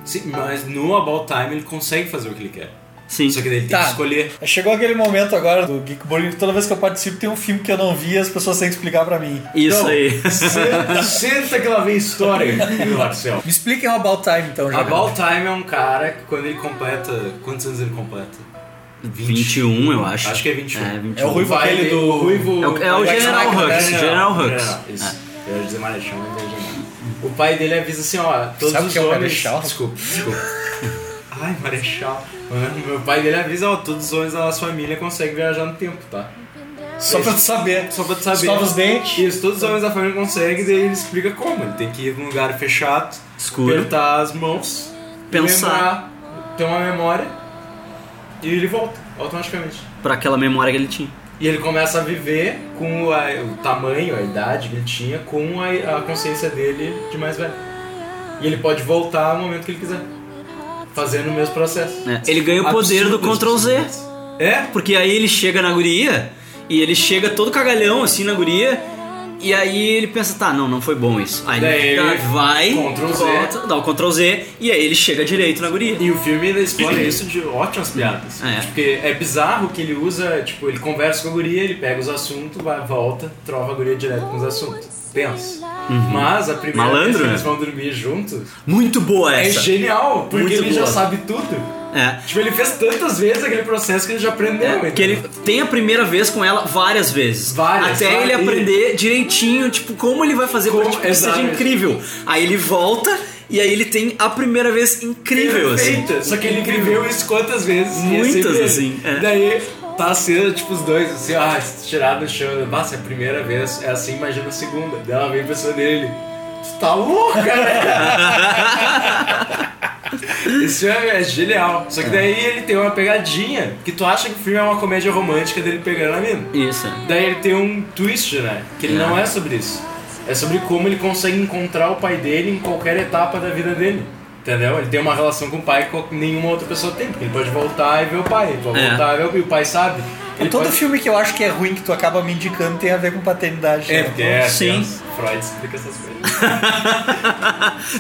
S3: Sim, mas no About Time ele consegue fazer o que ele quer.
S1: Sim.
S3: Só que ele tem
S2: Tá.
S3: que escolher.
S2: Chegou aquele momento agora do Geek Bowling que toda vez que eu participo tem um filme que eu não vi e as pessoas têm que explicar pra mim.
S1: Isso
S2: Então,
S1: aí.
S3: Senta, senta que lá vem história, meu Marcel.
S2: Me expliquem o About Time então, já.
S3: About Time é um cara que quando ele completa. Quantos anos ele completa?
S1: 21, eu acho.
S3: Acho que é 21.
S1: É,
S2: É o
S1: 21.
S2: ruivo
S3: Vai
S2: aquele
S3: ter-
S2: do-
S3: o Ruivo.
S1: É o- é o
S3: Jack
S1: General
S3: Snyder,
S1: Hux,
S3: né?
S1: General Hux. É.
S3: isso. Eu ia dizer Marechal, mas é General. O pai dele avisa assim: ó, todos
S2: Sabe o
S3: os
S2: que é o
S3: homens.
S2: Marechal?
S3: Desculpa, desculpa. Ai, Marechal. Mano, Meu pai dele avisa: ó, todos os homens da nossa família conseguem viajar no tempo, tá?
S2: Só pra tu saber.
S3: Só pra tu saber.
S2: Escova os dentes.
S3: Isso, todos os homens da família conseguem, daí ele explica como. Ele tem que ir num lugar fechado,
S1: Escuro.
S3: apertar as mãos,
S1: Pensar.
S3: lembrar, ter uma memória e ele volta automaticamente.
S1: Pra aquela memória que ele tinha.
S3: E ele começa a viver com a- o tamanho, a idade que ele tinha, com a, a consciência dele de mais velho. E ele pode voltar ao momento que ele quiser, fazendo o mesmo processo.
S1: É, ele ganha o poder do
S3: Absurdo esse
S1: Ctrl Z.
S3: processo. É?
S1: Porque aí ele chega na guria e ele chega todo cagalhão assim na guria. E aí ele pensa, tá, não, não foi bom isso. Aí
S3: Daí
S1: ele
S3: ele
S1: vai,
S3: Ctrl Z.
S1: volta, dá o Ctrl Z e aí ele chega direito na guria.
S3: E o filme ele explora isso de ótimas piadas.
S1: É.
S3: Porque é bizarro que ele usa, tipo, ele conversa com a guria, ele pega os assuntos, vai, volta, trova a guria direto com os assuntos. Pensa. Mas a primeira vez
S1: Uhum. Malandro,
S3: que
S1: né?
S3: eles vão dormir juntos
S1: Muito boa
S3: é
S1: essa.
S3: genial, porque
S1: Muito
S3: ele já
S1: boa.
S3: sabe tudo.
S1: É.
S3: Tipo, ele fez tantas vezes aquele processo que ele já aprendeu. entendeu?
S1: Que ele tem a primeira vez com ela várias vezes.
S3: Várias, ah,
S1: Até
S3: várias.
S1: ele aprender direitinho, tipo, como ele vai fazer
S3: Como-
S1: pra tipo, que seja
S3: exatamente.
S1: incrível. Aí ele volta e aí ele tem a primeira vez incrível, assim.
S3: Perfeita, Só que ele viveu isso quantas vezes? e é
S1: Muitas,
S3: sempre ele.
S1: assim, é.
S3: Daí tá sendo, tipo, os dois, assim, ah, tirado do chão. Nossa, é a primeira vez é assim, imagina a segunda. Daí ela vem pra cima dele. Tu tá louca, né? Isso é, é genial. Só que daí ele tem uma pegadinha que tu acha que o filme é uma comédia romântica dele pegando a mina.
S1: Isso.
S3: Daí ele tem um twist, né? Que ele não é sobre isso. É sobre como ele consegue encontrar o pai dele em qualquer etapa da vida dele. Entendeu? Ele tem uma relação com o pai que nenhuma outra pessoa tem. Porque ele pode voltar e ver o pai. Ele pode
S1: É.
S3: voltar e ver o pai. E o pai sabe. Ele
S2: Todo
S3: pode...
S2: filme que eu acho que é ruim, que tu acaba me indicando, tem a ver com paternidade.
S3: É,
S2: né?
S3: porque é,
S1: Sim.
S3: tem as- Freud explica essas coisas.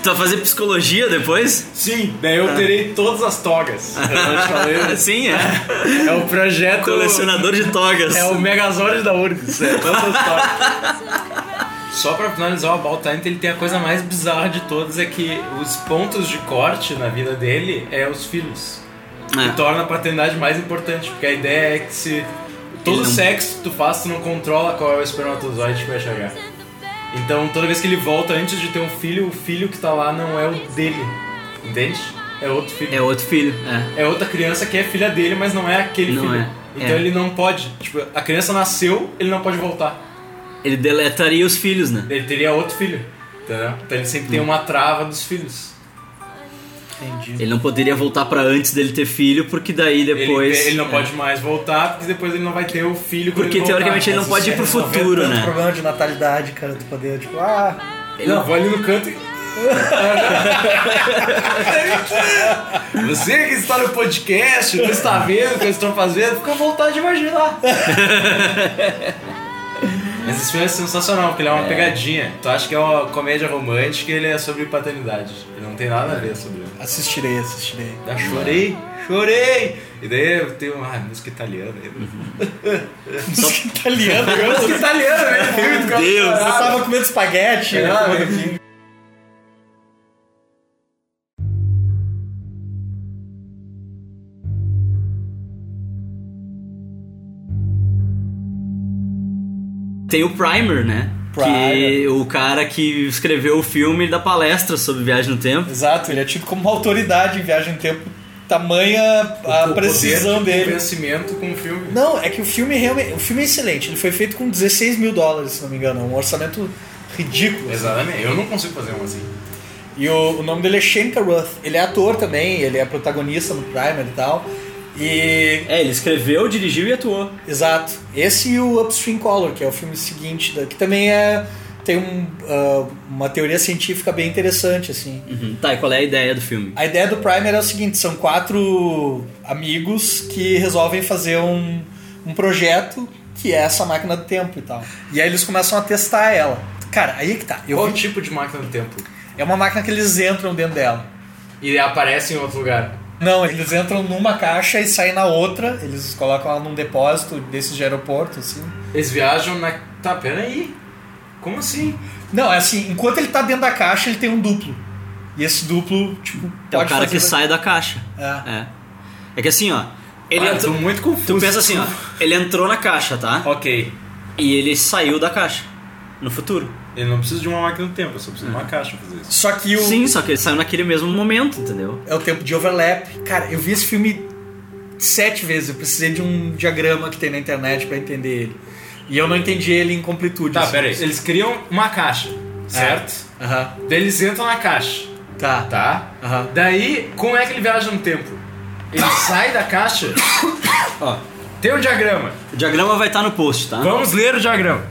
S1: Tu vai fazer psicologia depois?
S3: Sim, daí eu terei todas as togas. Eu não te falei.
S1: Sim, é.
S3: É o projeto.
S1: Colecionador de togas.
S3: É o Megazord da URGS, é todas as togas. Só pra finalizar o About Time, ele tem a coisa mais bizarra de todas, é que os pontos de corte na vida dele é os filhos.
S1: É.
S3: Que torna a paternidade mais importante, porque a ideia é que se todo
S1: Ele não-
S3: sexo que tu faz, tu não controla qual é o espermatozoide que vai chegar. Então toda vez que ele volta antes de ter um filho, o filho que tá lá não é o dele. Entende? É outro filho
S1: É outro filho, é.
S3: é outra criança que é filha dele, mas não é aquele
S1: Não
S3: filho.
S1: é,
S3: Então
S1: é.
S3: ele não pode. Tipo, a criança nasceu, ele não pode voltar.
S1: Ele deletaria os filhos, né?
S3: Ele teria outro filho. Entendeu? Então ele sempre tem
S1: Hum.
S3: uma trava dos filhos.
S1: Ele não poderia voltar pra antes dele ter filho, porque daí
S3: Ele,
S1: depois.
S3: ele não pode mais voltar, porque depois ele não vai ter o filho quando
S1: é. Porque
S3: ele né?
S1: teoricamente ele não pode ir pro futuro,
S2: Tanto
S1: né?
S2: problema de natalidade, cara, tu poder, tipo, ah,
S1: Ele não
S3: Não, vou ali no canto e. Você que está no podcast, não está vendo o que eu estou fazendo, fica à vontade de imaginar. Mas esse filme é sensacional, porque ele é uma pegadinha. Tu acha que é uma comédia romântica e ele é sobre paternidade. Ele não tem nada a ver sobre ele.
S2: assistirei, assistirei.
S3: Eu Ah, chorei, chorei! E daí tem uma ah, música italiana.
S2: Uhum. Italiano, É eu
S3: Música italiana, né? Filme do cara
S1: Deus.
S3: chorar.
S2: tava comendo espaguete. né?
S3: Ah,
S2: eu-
S3: velho.
S1: Tem o Primer, né? Que
S2: Primer.
S1: o cara que escreveu o filme dá palestra sobre viagem no tempo.
S2: Exato, ele é tido como uma autoridade em viagem no tempo, tamanha a
S3: O poder
S2: precisão
S3: de
S2: dele.
S3: convencimento com o filme.
S2: Não, é que o filme realmente. O filme é excelente. Ele foi feito com 16 mil dólares, se não me engano. É um orçamento ridículo. assim.
S3: Exatamente, eu não consigo fazer um assim.
S2: E o, o nome dele é Shenka Ruth. Ele é ator também, ele é protagonista no Primer e tal. E.
S1: É, ele escreveu, dirigiu e atuou.
S2: Exato. Esse e o Upstream Color, que é o filme seguinte, da- que também é. Tem um, ah, uma teoria científica bem interessante, assim.
S1: Uhum. Tá, e qual é a ideia do filme?
S2: A ideia do Primer é o seguinte: são quatro amigos que resolvem fazer um, um projeto que é essa máquina do tempo e tal. E aí eles começam a testar ela. Cara, aí que tá. Eu
S3: Qual
S2: vi-
S3: tipo de máquina do tempo?
S2: É uma máquina que eles entram dentro dela.
S3: E aparece em outro lugar.
S2: Não, eles entram numa caixa e saem na outra. Eles colocam ela num depósito desses de aeroporto, assim.
S3: Eles viajam na. Tá, peraí. Como assim?
S2: Não, é assim, enquanto ele tá dentro da caixa, ele tem um duplo. E esse duplo, tipo,
S1: É o
S2: pode
S1: cara
S2: fazer
S1: que sai da caixa.
S2: É.
S1: É. É que assim, ó. Ele
S3: Ah, eu
S1: entrou-
S3: tô muito confuso.
S1: Tu pensa assim, ó. Ele entrou na caixa, tá?
S3: Ok.
S1: E ele saiu da caixa. No futuro.
S3: Ele não precisa de uma máquina do tempo, eu só preciso
S2: Uhum.
S3: de uma caixa pra fazer isso.
S2: Só que o
S1: Sim, só que ele saiu naquele mesmo momento, entendeu?
S2: é o tempo de overlap. Cara, eu vi esse filme sete vezes. Eu precisei de um diagrama que tem na internet pra entender ele. E eu não entendi ele em completude.
S3: Tá,
S2: assim.
S3: peraí. Eles criam uma caixa, certo?
S2: Aham.
S3: Daí eles entram na caixa,
S2: Tá.
S3: tá?
S2: Aham.
S3: Daí, como é que ele viaja no tempo? Ele sai da caixa. Ó, tem um diagrama.
S1: O diagrama vai estar no post, tá?
S3: Vamos ler o diagrama.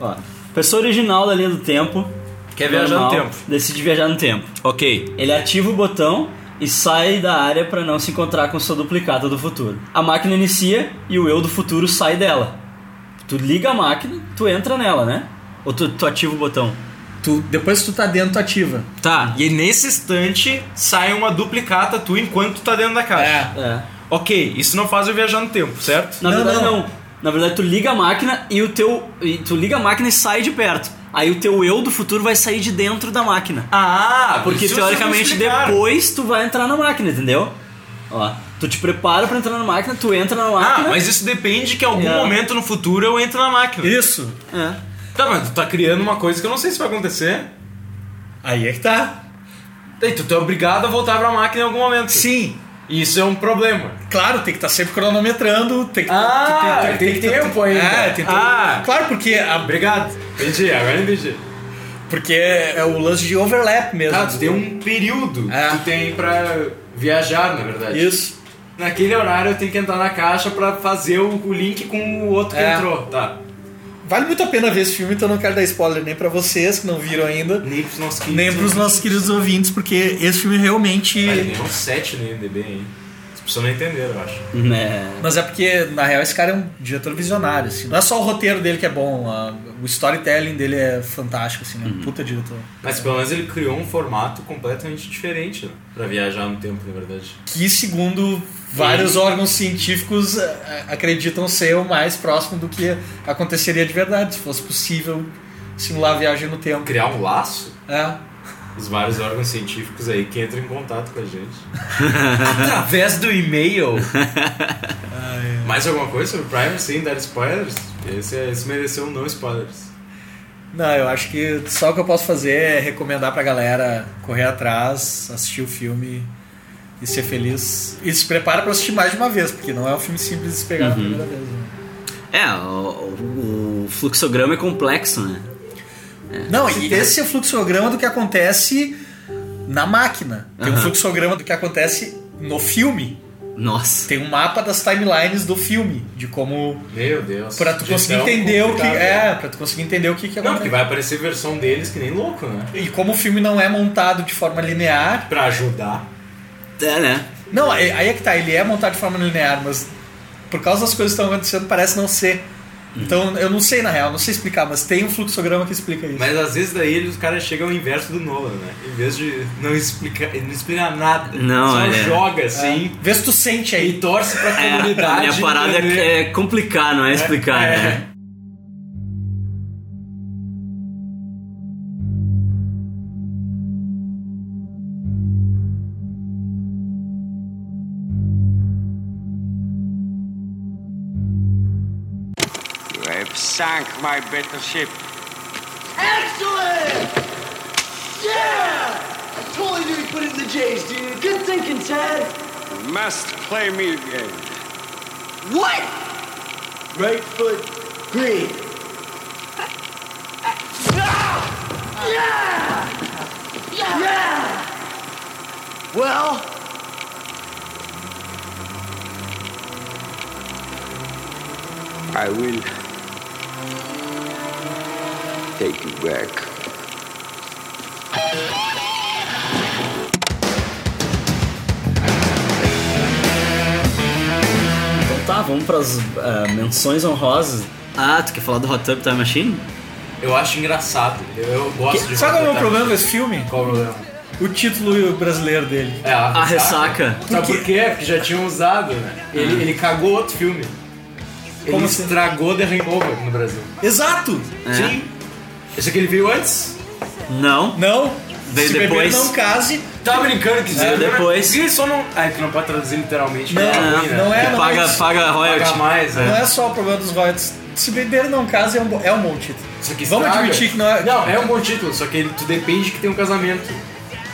S1: Ó, pessoa original da linha do tempo.
S3: Quer É viajar no tempo.
S1: Decide viajar no tempo.
S3: Ok.
S1: Ele ativa o botão e sai da área para não se encontrar com sua duplicata do futuro. A máquina inicia e o eu do futuro sai dela. Tu liga a máquina, tu entra nela, né? Ou tu, tu ativa o botão.
S2: Tu, depois que tu tá dentro, tu ativa.
S3: Tá, e nesse instante sai uma duplicata tu enquanto tu tá dentro da caixa.
S1: É.
S3: Ok, isso não faz eu viajar no tempo, certo?
S1: Na
S2: Não,
S1: verdade não.
S2: não.
S1: Na verdade tu liga a máquina e o teu e tu liga a máquina e sai de perto. Aí o teu eu do futuro vai sair de dentro da máquina.
S3: Ah,
S1: Porque
S3: isso vocês
S1: teoricamente
S3: me explicaram.
S1: depois tu vai entrar na máquina, entendeu? Ó, tu te prepara pra entrar na máquina, tu entra na
S3: Ah,
S1: máquina.
S3: mas isso depende que em algum
S1: É.
S3: momento no futuro eu entre na máquina.
S2: Isso.
S1: É.
S3: Tá, mas tu tá criando uma coisa que eu não sei se vai acontecer.
S2: Aí é que tá.
S3: Daí tu é obrigado a voltar pra máquina em algum momento.
S2: Sim.
S3: E isso é um problema.
S2: Claro, tem que estar sempre cronometrando, tem que
S3: Ah, tem tempo ainda.
S2: É, tem tempo.
S3: Ah.
S2: Claro, porque a-
S3: Obrigado. Entendi, agora entendi.
S2: porque é o lance de overlap mesmo.
S3: Tá, tu tem um período
S2: É.
S3: que tu tem pra viajar, na verdade.
S2: Isso.
S3: Naquele horário eu tenho que entrar na caixa pra fazer o, o link com o outro que
S2: É.
S3: entrou. Tá.
S2: Vale muito a pena ver esse filme, então eu não quero dar spoiler nem pra vocês que não viram ainda,
S3: Nem pros nossos queridos.
S2: nem pros nossos queridos ouvintes, porque esse filme realmente
S3: Cara, ele ganhou um 7 no IMDB, hein? As pessoas não entenderam, eu acho.
S1: Né.
S2: Mas é porque, na real, esse cara é um diretor visionário, assim. Não é só o roteiro dele que é bom, a- o storytelling dele é fantástico, assim,
S3: Uhum.
S2: né? Puta diretor.
S3: Mas pelo menos ele criou um formato completamente diferente né? pra viajar no tempo, na verdade.
S2: que, segundo vários órgãos científicos, a- a- acreditam ser o mais próximo do que aconteceria de verdade, se fosse possível simular a viagem no tempo.
S3: Criar um laço?
S2: É.
S3: Os vários órgãos científicos aí que entram em contato com a gente. Através do e-mail. Mais alguma coisa sobre o Primer sem dar spoilers? Esse, esse mereceu um não spoilers.
S2: Não, eu acho que só o que eu posso fazer é recomendar pra galera correr atrás, assistir o filme e
S3: Uhum.
S2: ser feliz. E se prepara pra assistir mais de uma vez, porque não é um filme simples de se pegar na primeira vez. né?
S1: É, o, o fluxograma é complexo, né?
S2: Não, e esse é o fluxograma do que acontece na máquina. Tem um
S1: Aham.
S2: fluxograma do que acontece no filme.
S1: Nossa.
S2: Tem um mapa das timelines do filme, de como
S3: Meu Deus.
S2: Pra tu
S3: De
S2: conseguir
S3: tão
S2: entender o que.
S3: complicado.
S2: É, pra tu conseguir entender o que, que
S3: Não, porque
S2: acontece.
S3: vai aparecer versão deles que nem louco, né?
S2: E como o filme não é montado de forma linear.
S3: Pra ajudar.
S1: É, né?
S2: Não, aí aí é que tá, ele é montado de forma linear, mas por causa das coisas que estão acontecendo, parece não ser.
S3: Uhum.
S2: Então eu não sei na real, não sei explicar, mas tem um fluxograma que explica isso.
S3: Mas às vezes daí eles- os caras chegam ao inverso do Nolan, né? Em vez de não explicar, ele não explica nada.
S1: Não,
S3: Só
S1: olha.
S3: joga assim
S2: Ah, Vê se tu sente aí.
S3: e torce pra
S1: É, a
S3: comunidade.
S1: minha parada
S3: entender.
S1: é, é complicar, não é explicar,
S3: é.
S1: né?
S12: I've sank my battleship.
S13: Excellent! Yeah! Totally knew you put it in the J's, dude. Good thinking, Ted.
S12: Must play me again.
S13: What? Right foot, green. Ah! Yeah! Yeah! Yeah! Well,
S12: I will take you back.
S1: Então tá, vamos pras ah, menções honrosas. Ah, tu quer falar do Hot Tub Time Machine?
S3: Eu acho engraçado. Eu, eu gosto de
S2: Sabe qual é o meu
S3: tá?
S2: problema desse filme?
S3: Qual é o problema?
S2: O título brasileiro dele.
S3: É, a,
S1: A ressaca.
S3: Sabe por quê? Porque já tinham usado, né? Ele, ele cagou outro filme.
S2: Como
S3: ele
S2: assim?
S3: estragou The Hangover no Brasil.
S2: Exato!
S3: Sim. Esse aqui ele veio antes?
S1: Não.
S2: Não?
S1: Veio
S2: se beber
S1: depois.
S2: não case.
S3: Tá brincando que
S1: Veio depois.
S3: E só não. Ah, tu não pode traduzir literalmente.
S2: Não,
S3: é ruim, né?
S2: não é,
S1: Tu
S2: não
S1: paga,
S2: é isso.
S1: paga royalty.
S3: Pagar mais, né?
S2: Não é só o problema dos royalties. Se beber não case é um, bo- é um bom título.
S3: Isso aqui
S2: Vamos
S3: estraga.
S2: admitir que não é.
S3: Não, é um bom título, só que ele, tu depende que tem um casamento.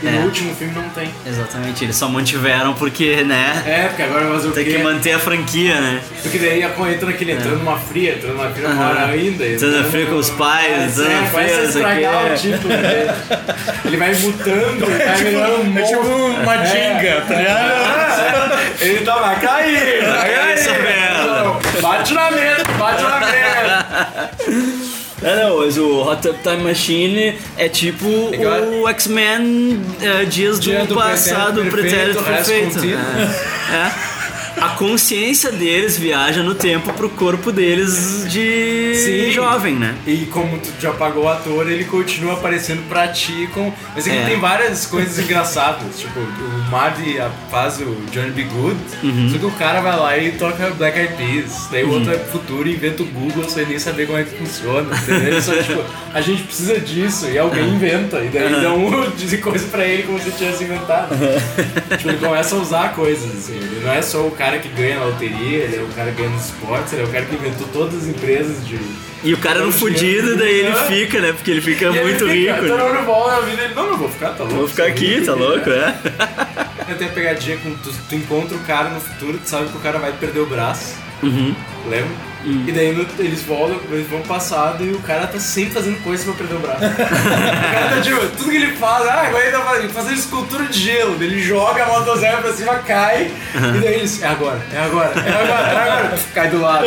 S3: E
S1: É.
S3: no último filme não tem.
S1: Exatamente, eles só mantiveram porque, né?
S3: É, porque agora vai fazer o
S1: Tem que
S3: quê?
S1: manter a franquia, né?
S3: Porque daí a coisa entra naquele entrando numa fria, entrando numa fria maior
S1: É. Aham.
S3: ainda.
S1: Entrando na fria com os pais,
S3: É,
S1: entrando na
S3: é,
S1: fria,
S3: começa a
S1: não sei o
S3: estragar
S1: quê.
S3: o título dele. Ele vai mutando, ele vai virando um É.
S2: É tipo
S3: monstro.
S2: uma jinga, tá ligado?
S3: Ele tá na caída, na
S1: cair essa
S3: caída.
S1: merda.
S3: Não, Bate na mesa, bate na mesa.
S1: É, não, mas o Hot Tub Time Machine é tipo o X-Men é, Dias do,
S3: Dia do
S1: Passado,
S3: Pretérito
S1: Pretérito
S3: Perfeito,
S1: Perfeito. É. É. A consciência deles viaja no tempo pro corpo deles de
S3: Sim.
S1: jovem, né?
S3: E como tu já pagou o ator, ele continua aparecendo pra ti com. Mas aqui
S1: É.
S3: tem várias coisas engraçadas. Tipo, o Marty a- faz o Johnny B. Good, só que o cara vai lá e toca Black Eyed Peas. Daí o outro é futuro e inventa o Google sem nem saber como é que funciona. Entendeu? Só tipo, a gente precisa disso e alguém inventa. E daí dão dizem coisa pra ele como se tivesse inventado. tipo, ele começa a usar coisas, assim. Ele não é só o cara que ganha na loteria, ele é o cara que ganha nos esportes, ele é o cara que inventou todas as empresas de.
S1: E o cara era um
S3: Então,
S1: fudido,
S3: dinheiro,
S1: daí ele
S3: né?
S1: fica, né? Porque ele fica
S3: E aí
S1: muito
S3: ele fica, tá
S1: rico.
S3: Todo
S1: né?
S3: mundo volta na vida ele, não, não vou ficar, tá louco.
S1: Vou ficar
S3: isso aí".
S1: aqui, tá louco, é?
S3: Tem a pegadinha com tu, tu encontra o cara no futuro, tu sabe que o cara vai perder o braço. Lembra? E daí no- eles voltam, eles vão passado e o cara tá sempre fazendo coisa pra perder o braço. o cara tá tipo, tudo que ele faz, ah, agora ele tá fazendo, fazendo escultura de gelo. Daí Ele joga a motosserra pra cima, cai, e daí ele diz, é agora, é agora, é agora, é agora. cai do lado.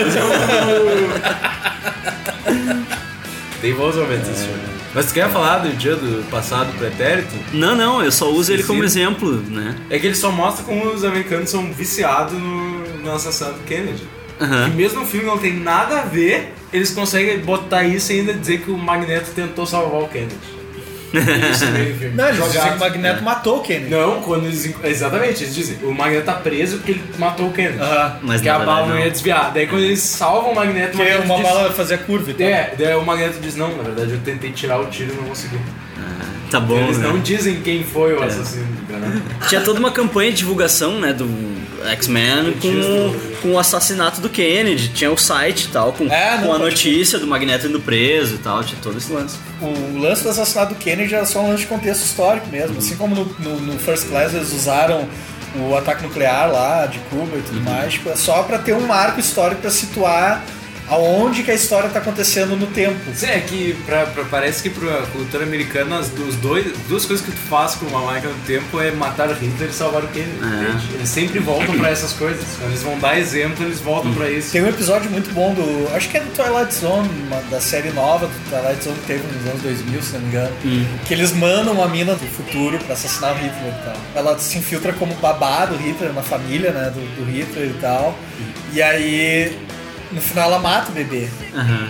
S3: Tem bons momentos esse filme. Mas tu quer falar do dia do passado pretérito?
S1: Não, não, eu só uso ele como
S3: Esquisito.
S1: exemplo, né?
S3: É que ele só mostra como os americanos são viciados no, no assassinato do Kennedy.
S1: Aham.
S3: E mesmo o filme não tem nada a ver, eles conseguem botar isso e ainda dizer que o Magneto tentou salvar o Kennedy. Isso meio filme.
S2: Não, eles dizem que
S3: Jogado. É.
S2: o Magneto matou o Kennedy.
S3: Não, quando eles. Exatamente, eles dizem. O Magneto tá preso porque ele matou o Kennedy.
S2: Aham.
S1: Mas
S3: porque
S1: na
S3: a bala
S1: verdade,
S3: não ia
S1: não.
S3: desviar. Daí quando eles salvam o Magneto, o
S2: Porque
S3: Magneto
S2: é uma
S3: diz,
S2: bala fazia curva e tal.
S3: É, daí o Magneto diz, não, na verdade eu tentei tirar o tiro e não consegui.
S1: Tá bom,
S3: eles um
S1: né? É.
S3: não dizem quem foi o assassino, né?
S1: Tinha toda uma campanha de divulgação, né, do X-Men com, com o assassinato do Kennedy. Tinha o site e tal, com,
S2: É, não,
S1: com a
S2: pode
S1: notícia do Magneto indo preso e tal. Tinha todo esse lance.
S2: O lance do assassinato do Kennedy era só um lance de contexto histórico mesmo. Assim como no, no- no First Class eles usaram o
S3: Uhum.
S2: ataque nuclear lá de Cuba e tudo mais, tipo, é só pra ter um marco histórico pra situar aonde que a história tá acontecendo no tempo.
S3: Sim, é que pra, pra- parece que pra cultura americana as duas, dois, duas coisas que tu faz com uma máquina do tempo é matar Hitler e salvar
S1: É.
S3: o Kennedy. entende? Eles sempre voltam pra essas coisas. Quando eles vão dar exemplo, eles voltam pra isso.
S2: Tem um episódio muito bom do. Acho que é do Twilight Zone, uma, da série nova do Twilight Zone que teve nos anos 2000, se não me engano. Que eles mandam uma mina do futuro pra assassinar o Hitler e tal. Ela se infiltra como babá do Hitler, na família né, do, do Hitler e tal. E aí, no final, ela mata o bebê.
S1: Aham.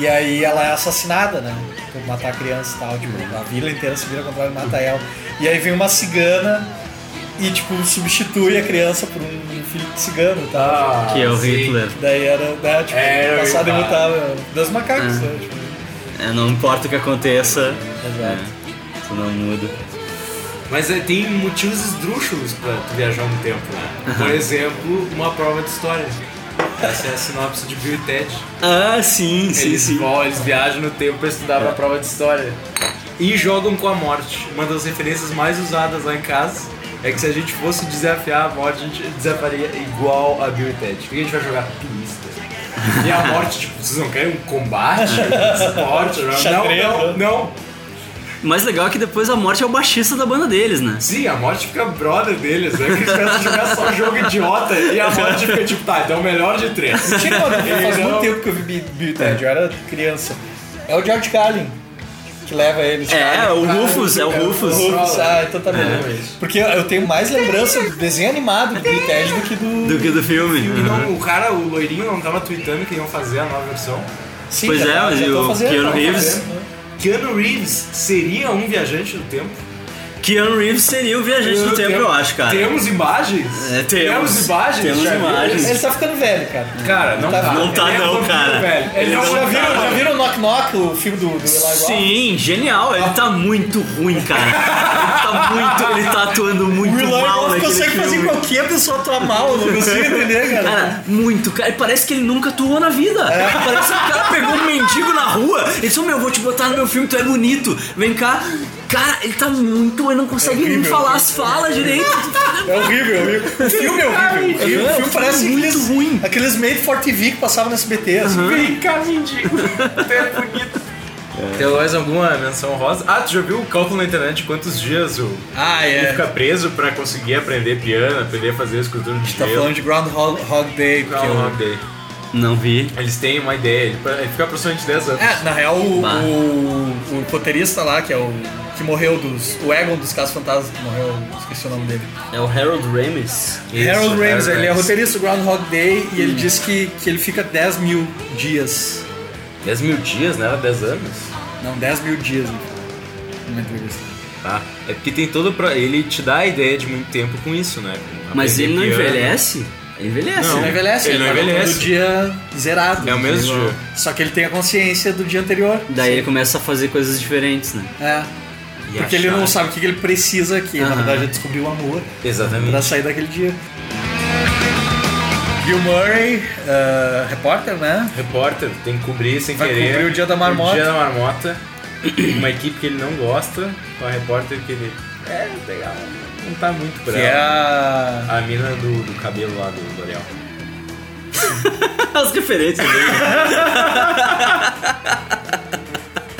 S2: E aí ela é assassinada, né? Por matar a criança e tal. Tipo, a vila inteira se vira contra ela e mata ela. E aí vem uma cigana e, tipo, substitui a criança por um filho de cigano e tal.
S3: Ah,
S1: Que é o Hitler.
S2: Daí era, né, tipo,
S3: Era
S2: passado
S3: verdade.
S2: imutável dos macacos,
S1: É.
S2: né? Tipo,
S1: É, não importa o que aconteça.
S2: Exato.
S1: É, tu não muda.
S3: Mas é, tem motivos esdrúxulos pra tu viajar no tempo, né? Por exemplo, uma prova de história. Essa é a sinopse de Bill e Ted.
S1: Ah, sim, sim,
S3: Eles
S1: sim. É.
S3: vão, eles viajam no tempo pra estudar pra prova de história. E jogam com a morte. Uma das referências mais usadas lá em casa é que se a gente fosse desafiar a morte, a gente desafiaria igual a Bill e Ted. Porque a gente vai jogar pista. E a morte, tipo, vocês não querem um combate? Esporte?
S2: Xadrez,
S3: Não, não,
S2: né?
S3: não.
S1: O mais legal é que depois a morte é o baixista da banda deles, né?
S3: Sim, a morte fica brother deles, né? Que eles pensam jogar só jogo idiota e a morte fica tipo, tá, então o melhor de três.
S2: Chega uma dúvida, faz
S3: Não.
S2: muito tempo que eu vi Bill- Bill e Ted, eu era criança. É o George Carlin que leva eles.
S1: É,
S2: Carlin.
S1: o Rufus, é o Rufus. É.
S2: Rufus, ah, então tá beleza. Porque eu- eu tenho mais lembrança do desenho animado do Bill e Ted do que do...
S1: Do que do filme.
S3: E
S1: Aham.
S3: não, Então, o cara, o loirinho, não tava tweetando que iam fazer a nova versão.
S2: Sim,
S1: Pois é,
S2: já-
S1: mas
S2: já
S1: e
S2: tão
S1: o
S2: fazendo,
S1: Keanu
S2: tão
S1: Reeves?
S2: fazendo, né?
S3: Keanu Reeves seria um viajante do tempo?
S1: Keanu Reeves seria o viajante do tempo, eu acho, cara.
S3: Temos imagens?
S1: É, temos.
S3: imagens?
S1: Temos
S3: Já viu?
S1: imagens.
S2: Ele tá ficando velho, cara.
S3: Cara, não
S2: Tá-
S3: tá.
S1: não tá
S3: Ele é
S1: não,
S3: muito
S1: cara.
S3: velho. Ele
S1: Ele
S3: não
S1: não
S2: Já viram, já
S3: tá.
S2: viram o Knock Knock, o filme do, do Eli Roth?
S1: Sim, genial. Ele tá muito ruim, cara. Ele tá muito. Ele tá atuando
S2: O
S1: muito
S2: Eli
S1: mal
S2: Roth
S1: naquele
S2: consegue fazer
S1: filme.
S2: qualquer pessoa atuar mal, eu não consigo entender, cara.
S1: Cara, muito, cara. E Parece que ele nunca atuou na vida.
S2: É.
S1: Parece que o cara pegou um mendigo na rua e disse: "Ô, Meu, vou te botar no meu filme, tu é bonito. Vem cá. Cara, ele tá muito. Ele não consegue nem falar as falas direito.
S2: É horrível, é horrível. O filme é horrível. O filme,
S1: É, o filme
S2: parece
S1: é muito
S2: aqueles,
S1: ruim.
S2: aqueles made for TV que passavam no SBT, assim.
S3: Vem cá, mendigo. Tu é bonito. Tem mais alguma menção rosa? Ah, tu já viu o cálculo na internet de quantos dias o
S2: Ah,
S3: ele fica preso pra conseguir aprender piano, aprender a fazer escultura de
S2: Tá
S3: gelo?
S2: falando de Groundhog Hog Day, porque
S3: Não,
S2: eu...
S3: não, dele.
S1: Não vi.
S3: Eles têm uma ideia, ele ele fica aproximadamente 10 anos.
S2: É, na real, o,
S1: Bah.
S2: o, o roteirista lá, que é o... Que morreu dos... O Egon dos Casos Fantasmas, que morreu... Esqueci o nome dele.
S1: É o Harold Ramis.
S3: Isso,
S2: Harold Ramis, ele é
S3: Ramis.
S2: roteirista do Groundhog Day e ele diz que, que ele fica 10 mil dias.
S3: 10 mil dias, né? Era 10 anos.
S2: Não, 10 mil dias. né? Numa entrevista.
S3: Tá. É porque tem todo. Pra... Ele te dá a ideia de muito tempo com isso, né? Com
S1: Mas ele
S3: aprender
S1: é não
S3: piano.
S1: envelhece? Ele envelhece.
S2: Ele
S1: né?
S2: não envelhece,
S3: Ele
S2: ele,
S3: não
S2: tá
S3: envelhece.
S2: do dia zerado.
S3: É o mesmo
S2: Entendeu?
S3: dia.
S2: Só que ele tem a consciência do dia anterior.
S1: Daí ele começa a fazer coisas diferentes, né?
S2: É.
S3: E
S2: Porque ele
S3: achar-
S2: não sabe o que que ele precisa, que na
S1: Aham.
S2: verdade é descobrir o amor pra
S3: Exatamente.
S2: sair daquele dia. Bill Murray, eh, repórter, né?
S3: Repórter, tem que cobrir sem
S2: Vai
S3: querer.
S2: cobrir o Dia da Marmota.
S3: O dia da marmota. uma equipe que ele não gosta, com a repórter que ele. É, legal. Não tá muito por
S2: Que é
S3: ela.
S2: a.
S3: A mina do, do cabelo lá do L'Oreal.
S1: As referências dele.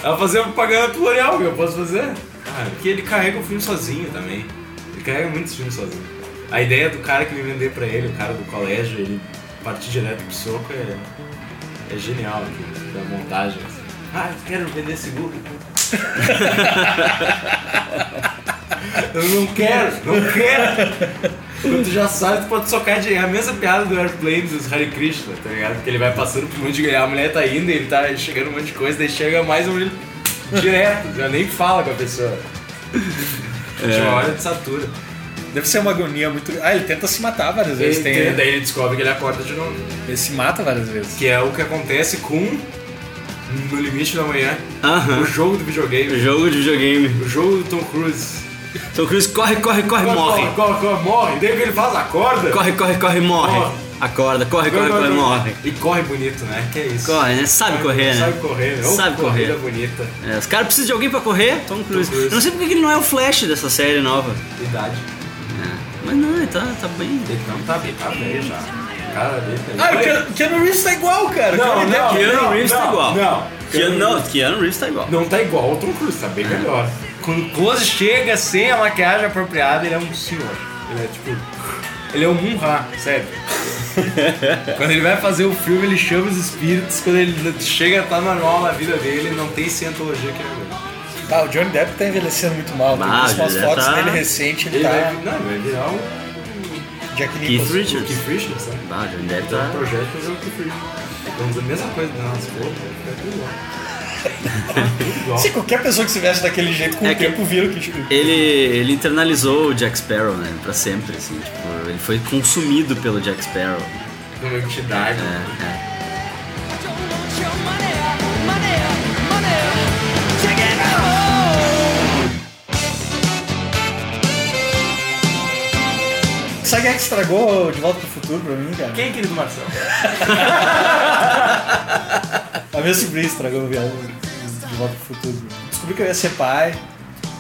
S3: Ela fazia propaganda pro L'Oreal, que eu posso fazer. Ah, porque ele carrega o filme sozinho também. Ele carrega muitos filmes sozinho. A ideia do cara que me vender pra ele, o cara do colégio, ele partir direto pro soco é, é genial aqui, da montagem. assim. Ah, eu quero vender seguro. eu não quero, não quero. Quando tu já sabe, tu pode socar de. É a mesma piada do Airplane dos Hare Krishna, tá ligado? Porque ele vai passando por um monte de. A mulher tá indo, ele tá chegando um monte de coisa, daí chega mais um ele direto, já nem fala com a pessoa.
S1: É.
S3: De uma hora de satura.
S2: Deve ser uma agonia muito. Ah, ele tenta se matar várias vezes.
S3: Ele,
S2: tem-
S3: tem- daí ele descobre que ele acorda de novo.
S2: Ele se mata várias vezes.
S3: Que é o que acontece com No Limite da Manhã.
S1: Aham.
S3: O jogo do videogame.
S1: Jogo de videogame.
S3: O jogo do Tom Cruise.
S1: Tom Cruise corre, corre, corre, morre.
S3: Corre, corre, corre, morre. Daí o que ele faz? Acorda.
S1: Corre, corre, corre, morre.
S3: Morre.
S1: Acorda, corre, corre, corre, morre.
S3: E corre bonito, né? Que é isso.
S1: Corre, né? Sabe correr, né?
S3: Sabe correr, né? Ô,
S1: Sabe
S3: corrida
S1: correr.
S3: bonita.
S1: É, os caras precisam de alguém pra correr? Tom Cruise.
S3: Cruise.
S1: Eu não sei porque que ele não é o Flash dessa série nova.
S3: Idade.
S1: Mas não, ele tá, tá bem.
S3: Ele não tá bem, tá bem já. cara dele. tá
S2: Ah,
S3: ligado?
S2: o Keanu- Keanu Reeves tá igual, cara.
S3: Não,
S2: Johnny
S3: não,
S2: Depp.
S3: não,
S1: Keanu Reeves tá
S3: não,
S1: igual.
S3: Não,
S1: Keanu, não, Keanu Reeves tá igual.
S3: não tá igual o Tom Cruise, tá bem melhor.
S9: Quando o Close chega sem a maquiagem apropriada, ele é um senhor. Ele é tipo. Ele é um Munra, sério. quando ele vai fazer o filme, ele chama os espíritos. Quando ele chega, tá normal na vida dele, não tem cientologia que ele é. agora.
S2: Ah, o Johnny Depp tá envelhecendo muito mal. Tem
S1: Ah,
S2: umas umas
S1: ele já
S2: fotos
S1: tá-
S2: dele recente, ele,
S3: Ele
S2: tá
S3: vai, não, vai
S9: é
S3: virar
S9: um
S3: o
S2: Jack
S1: Keith
S2: Nicholson.
S1: Richards.
S3: Keith Richards, né?
S1: Ah, Johnny Depp
S3: Então o
S1: tá.
S3: projeto é fazer o Keith Richards. Vamos dizer a mesma coisa, né? Nas roupas, fica tudo igual. Tudo igual.
S2: Se qualquer pessoa que se veste daquele jeito com
S1: É
S2: o
S1: que-
S2: tempo vira o tipo, Keith Richards.
S1: Ele, ele internalizou o Jack Sparrow, né? Pra sempre, assim. Tipo, ele foi consumido pelo Jack Sparrow.
S3: Uma entidade.
S1: É, é.
S2: Sabe quem é que estragou De Volta pro Futuro pra mim, cara?
S9: Quem, querido Marcelo?
S2: A minha sobrinha estragou o viagem de volta pro futuro. Descobri que eu ia ser pai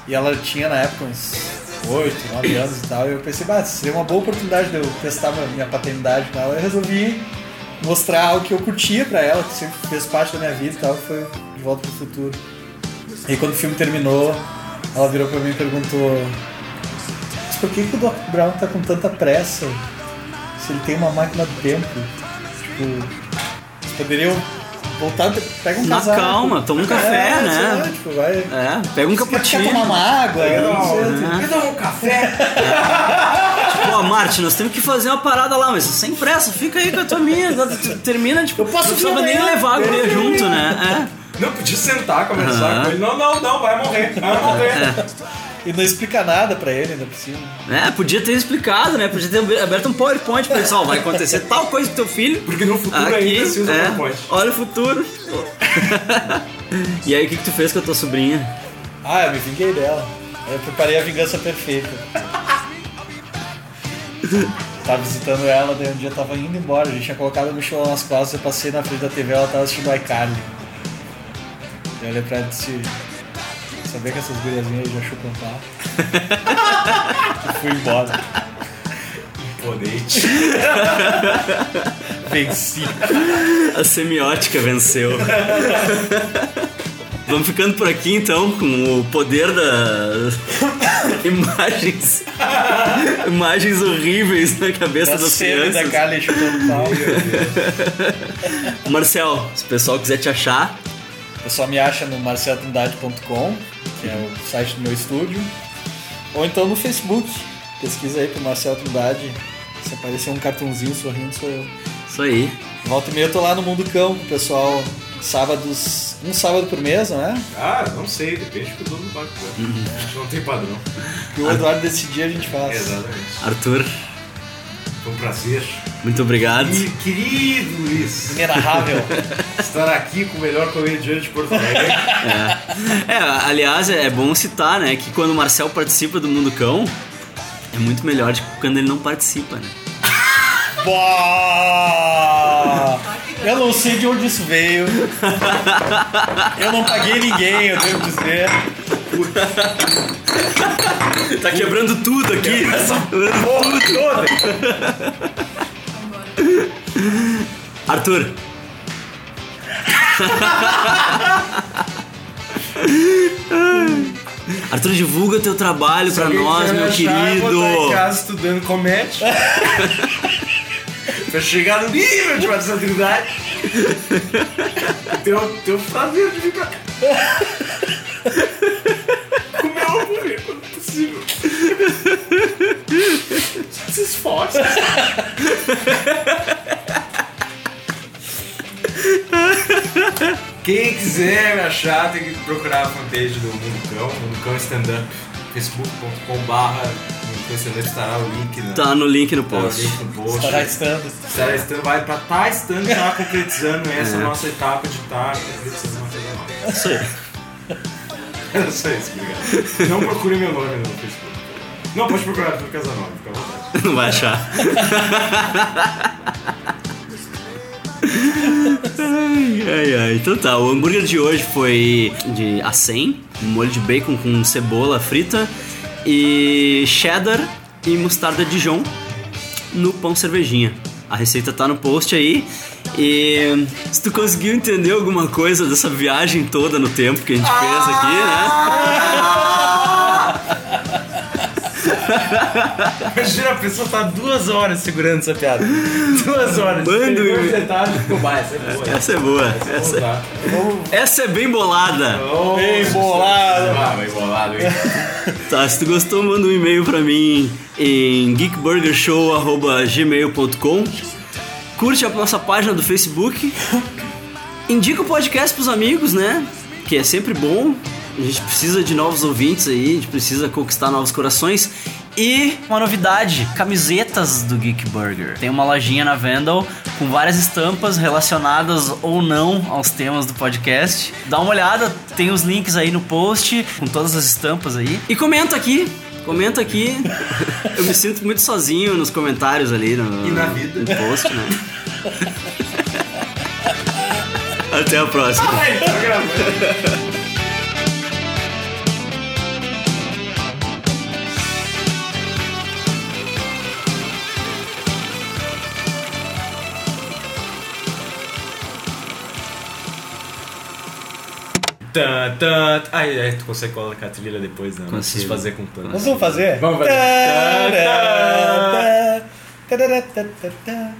S2: e ela tinha na época uns 8, 9 anos e tal. E eu pensei, bah, isso seria uma boa oportunidade de eu testar minha- minha paternidade com ela. Eu resolvi mostrar algo que eu curtia pra ela, que sempre fez parte da minha vida e tal, que foi de volta pro futuro. E quando o filme terminou, ela virou pra mim e perguntou: Mas por que, que o Doc Brown tá com tanta pressa se ele tem uma máquina do tempo? Tipo, eles poderiam voltar, pega um
S1: Na
S2: casaco.
S1: calma, toma um café,
S2: É,
S1: né?
S2: sei lá, tipo, vai.
S1: É, pega um
S2: Quer
S1: cappuccino.
S2: tomar uma água? Eu não sei.
S1: né?
S3: Toma um café!
S1: Pô, Marte, nós temos que fazer uma parada lá, mas sem pressa, fica aí com a tua minha. Termina, tipo,
S2: Eu posso
S1: não
S2: vir
S1: precisava nem
S2: amanhã.
S1: levar a guria junto, né?
S3: Não podia sentar, conversar
S1: Aham.
S3: com ele. Não, não, não, vai morrer, vai morrer.
S2: E não explica nada pra ele ainda por cima.
S1: É. É, podia ter explicado, né? Podia ter aberto um PowerPoint, pessoal. Vai acontecer tal coisa pro teu filho.
S3: Porque no futuro
S1: Aqui,
S3: ainda se usa
S1: é,
S3: PowerPoint.
S1: olha o futuro. e aí, o que, que tu fez com a tua sobrinha?
S2: Ah, eu me vinguei dela. Eu preparei a vingança perfeita. tava Tá visitando ela, daí um dia eu tava indo embora, a gente tinha colocado o mochilão nas costas, eu passei na frente da TV, ela tava assistindo iCarly. Eu olhei pra ela e disse, sabia que essas guriazinhas aí já chupam pau? E fui embora.
S3: Imponente.
S2: Venci.
S1: A semiótica venceu. Vamos ficando por aqui então com o poder das imagens. imagens horríveis na cabeça
S2: Da
S1: das
S2: cena da
S1: crianças.
S2: Carly chupando pau.
S1: Marcel, se o pessoal quiser te achar,
S2: O pessoal me acha no marceltrindade.com, que é o site do meu estúdio, ou então no Facebook. Pesquisa aí pro Marcel Trindade. Se aparecer um cartãozinho sorrindo, sou eu.
S1: isso aí.
S2: Volta e meia eu tô lá no Mundo Cão, com o pessoal. Sábados, um sábado por mês, não é?
S3: Ah, não sei, depende do dono do banco.
S1: Uhum.
S3: né? Acho que Não tem padrão.
S2: Que o Eduardo decidir a gente faz.
S3: Exatamente.
S1: Arthur,
S3: Foi um prazer.
S1: muito obrigado.
S3: E querido Luiz,
S2: Inenarrável.
S3: estar aqui com o melhor comediante de Porto Alegre.
S1: É, aliás, é bom citar, né, que quando o Marcel participa do Mundo Cão, é muito melhor do que quando ele não participa, né?
S2: Bah! Eu não sei de onde isso veio. Eu não paguei ninguém, eu devo dizer.
S1: Tá quebrando tudo aqui. Arthur. Arthur, divulga o teu trabalho pra nós, meu querido.
S9: em casa estudando comédia. pra chegar no nível de Marcelo Trindade.
S3: Teu, teu prazer de vir pra cá. Com o melhor público quando é possível. Se esforce.
S9: Quem quiser me achar, tem que procurar a fanpage do Mundo Cão, Mundo Cão Stand Up, facebook.com.br. Mundo Cão Stand Up estará o link na.
S1: Tá no link no
S9: estará o
S1: post.
S9: link no post.
S2: Estará Tá estando.
S9: Estará estando, vai pra tá estando, tá concretizando essa nossa etapa de tá concretizando nossa etapa.
S1: Isso aí.
S9: É só isso, obrigado. Não procure meu nome no Facebook. Não pode procurar Arthur Casanova, fica à vontade.
S1: Não vai achar. Ai, ai. Então tá, o hambúrguer de hoje foi de acém, um molho de bacon com cebola frita e cheddar e mostarda Dijon no pão cervejinha. A receita tá no post aí. E se tu conseguiu entender alguma coisa dessa viagem toda no tempo que a gente fez aqui, né?
S3: Imagina, a pessoa tá duas horas segurando essa piada. Duas horas.
S1: Manda
S3: um detalhe, ficou mais.
S1: Essa é boa. Essa é boa. Essa, essa é bem bolada.
S2: Oh, bem bolada.
S3: Ah, bem bolada, hein?
S1: Tá, se tu gostou, manda um e-mail pra mim em geekburgershow.gmail.com Curte a nossa página do Facebook. Indica o podcast pros amigos, né? Que é sempre bom. A gente precisa de novos ouvintes aí, a gente precisa conquistar novos corações. E uma novidade: camisetas do Geek Burger. Tem uma lojinha na Vandal com várias estampas relacionadas ou não aos temas do podcast. Dá uma olhada, tem os links aí no post com todas as estampas aí. E comenta aqui. Comenta aqui. Eu me sinto muito sozinho nos comentários ali no,
S3: e na vida.
S1: no post, né? Até a próxima.
S3: Ai, tá gravando. Tan, tan, aí, aí tu consegue colocar a trilha depois, né? Não
S1: Consigo.
S3: precisa fazer com tanto.
S2: Nós vamos fazer?
S3: Vamos fazer.
S2: Tá, tá, tá, tá, tá, tá.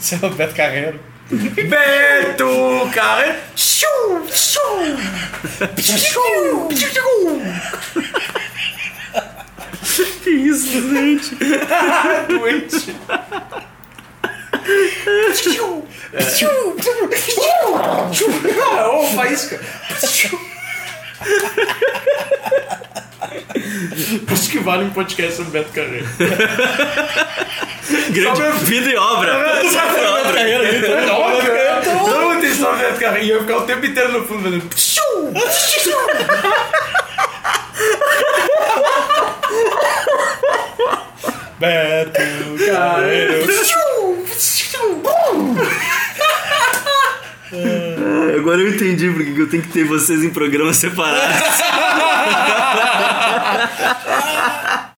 S2: Seu Roberto Carreiro.
S3: Beto, cara! Tchum, tchum. Tchum, tchum.
S1: Que isso, gente?
S3: Doente. Ah, ô, faísca! Por isso que vale um podcast sobre Beto Carreiro.
S1: Grande vida e obra.
S3: Não tem só Beto Carreiro. E eu ia ficar o tempo inteiro no fundo fazendo. psiu, psiu.
S2: Beto Carreiro.
S1: Agora eu entendi porque que eu tenho que ter vocês em programas separados.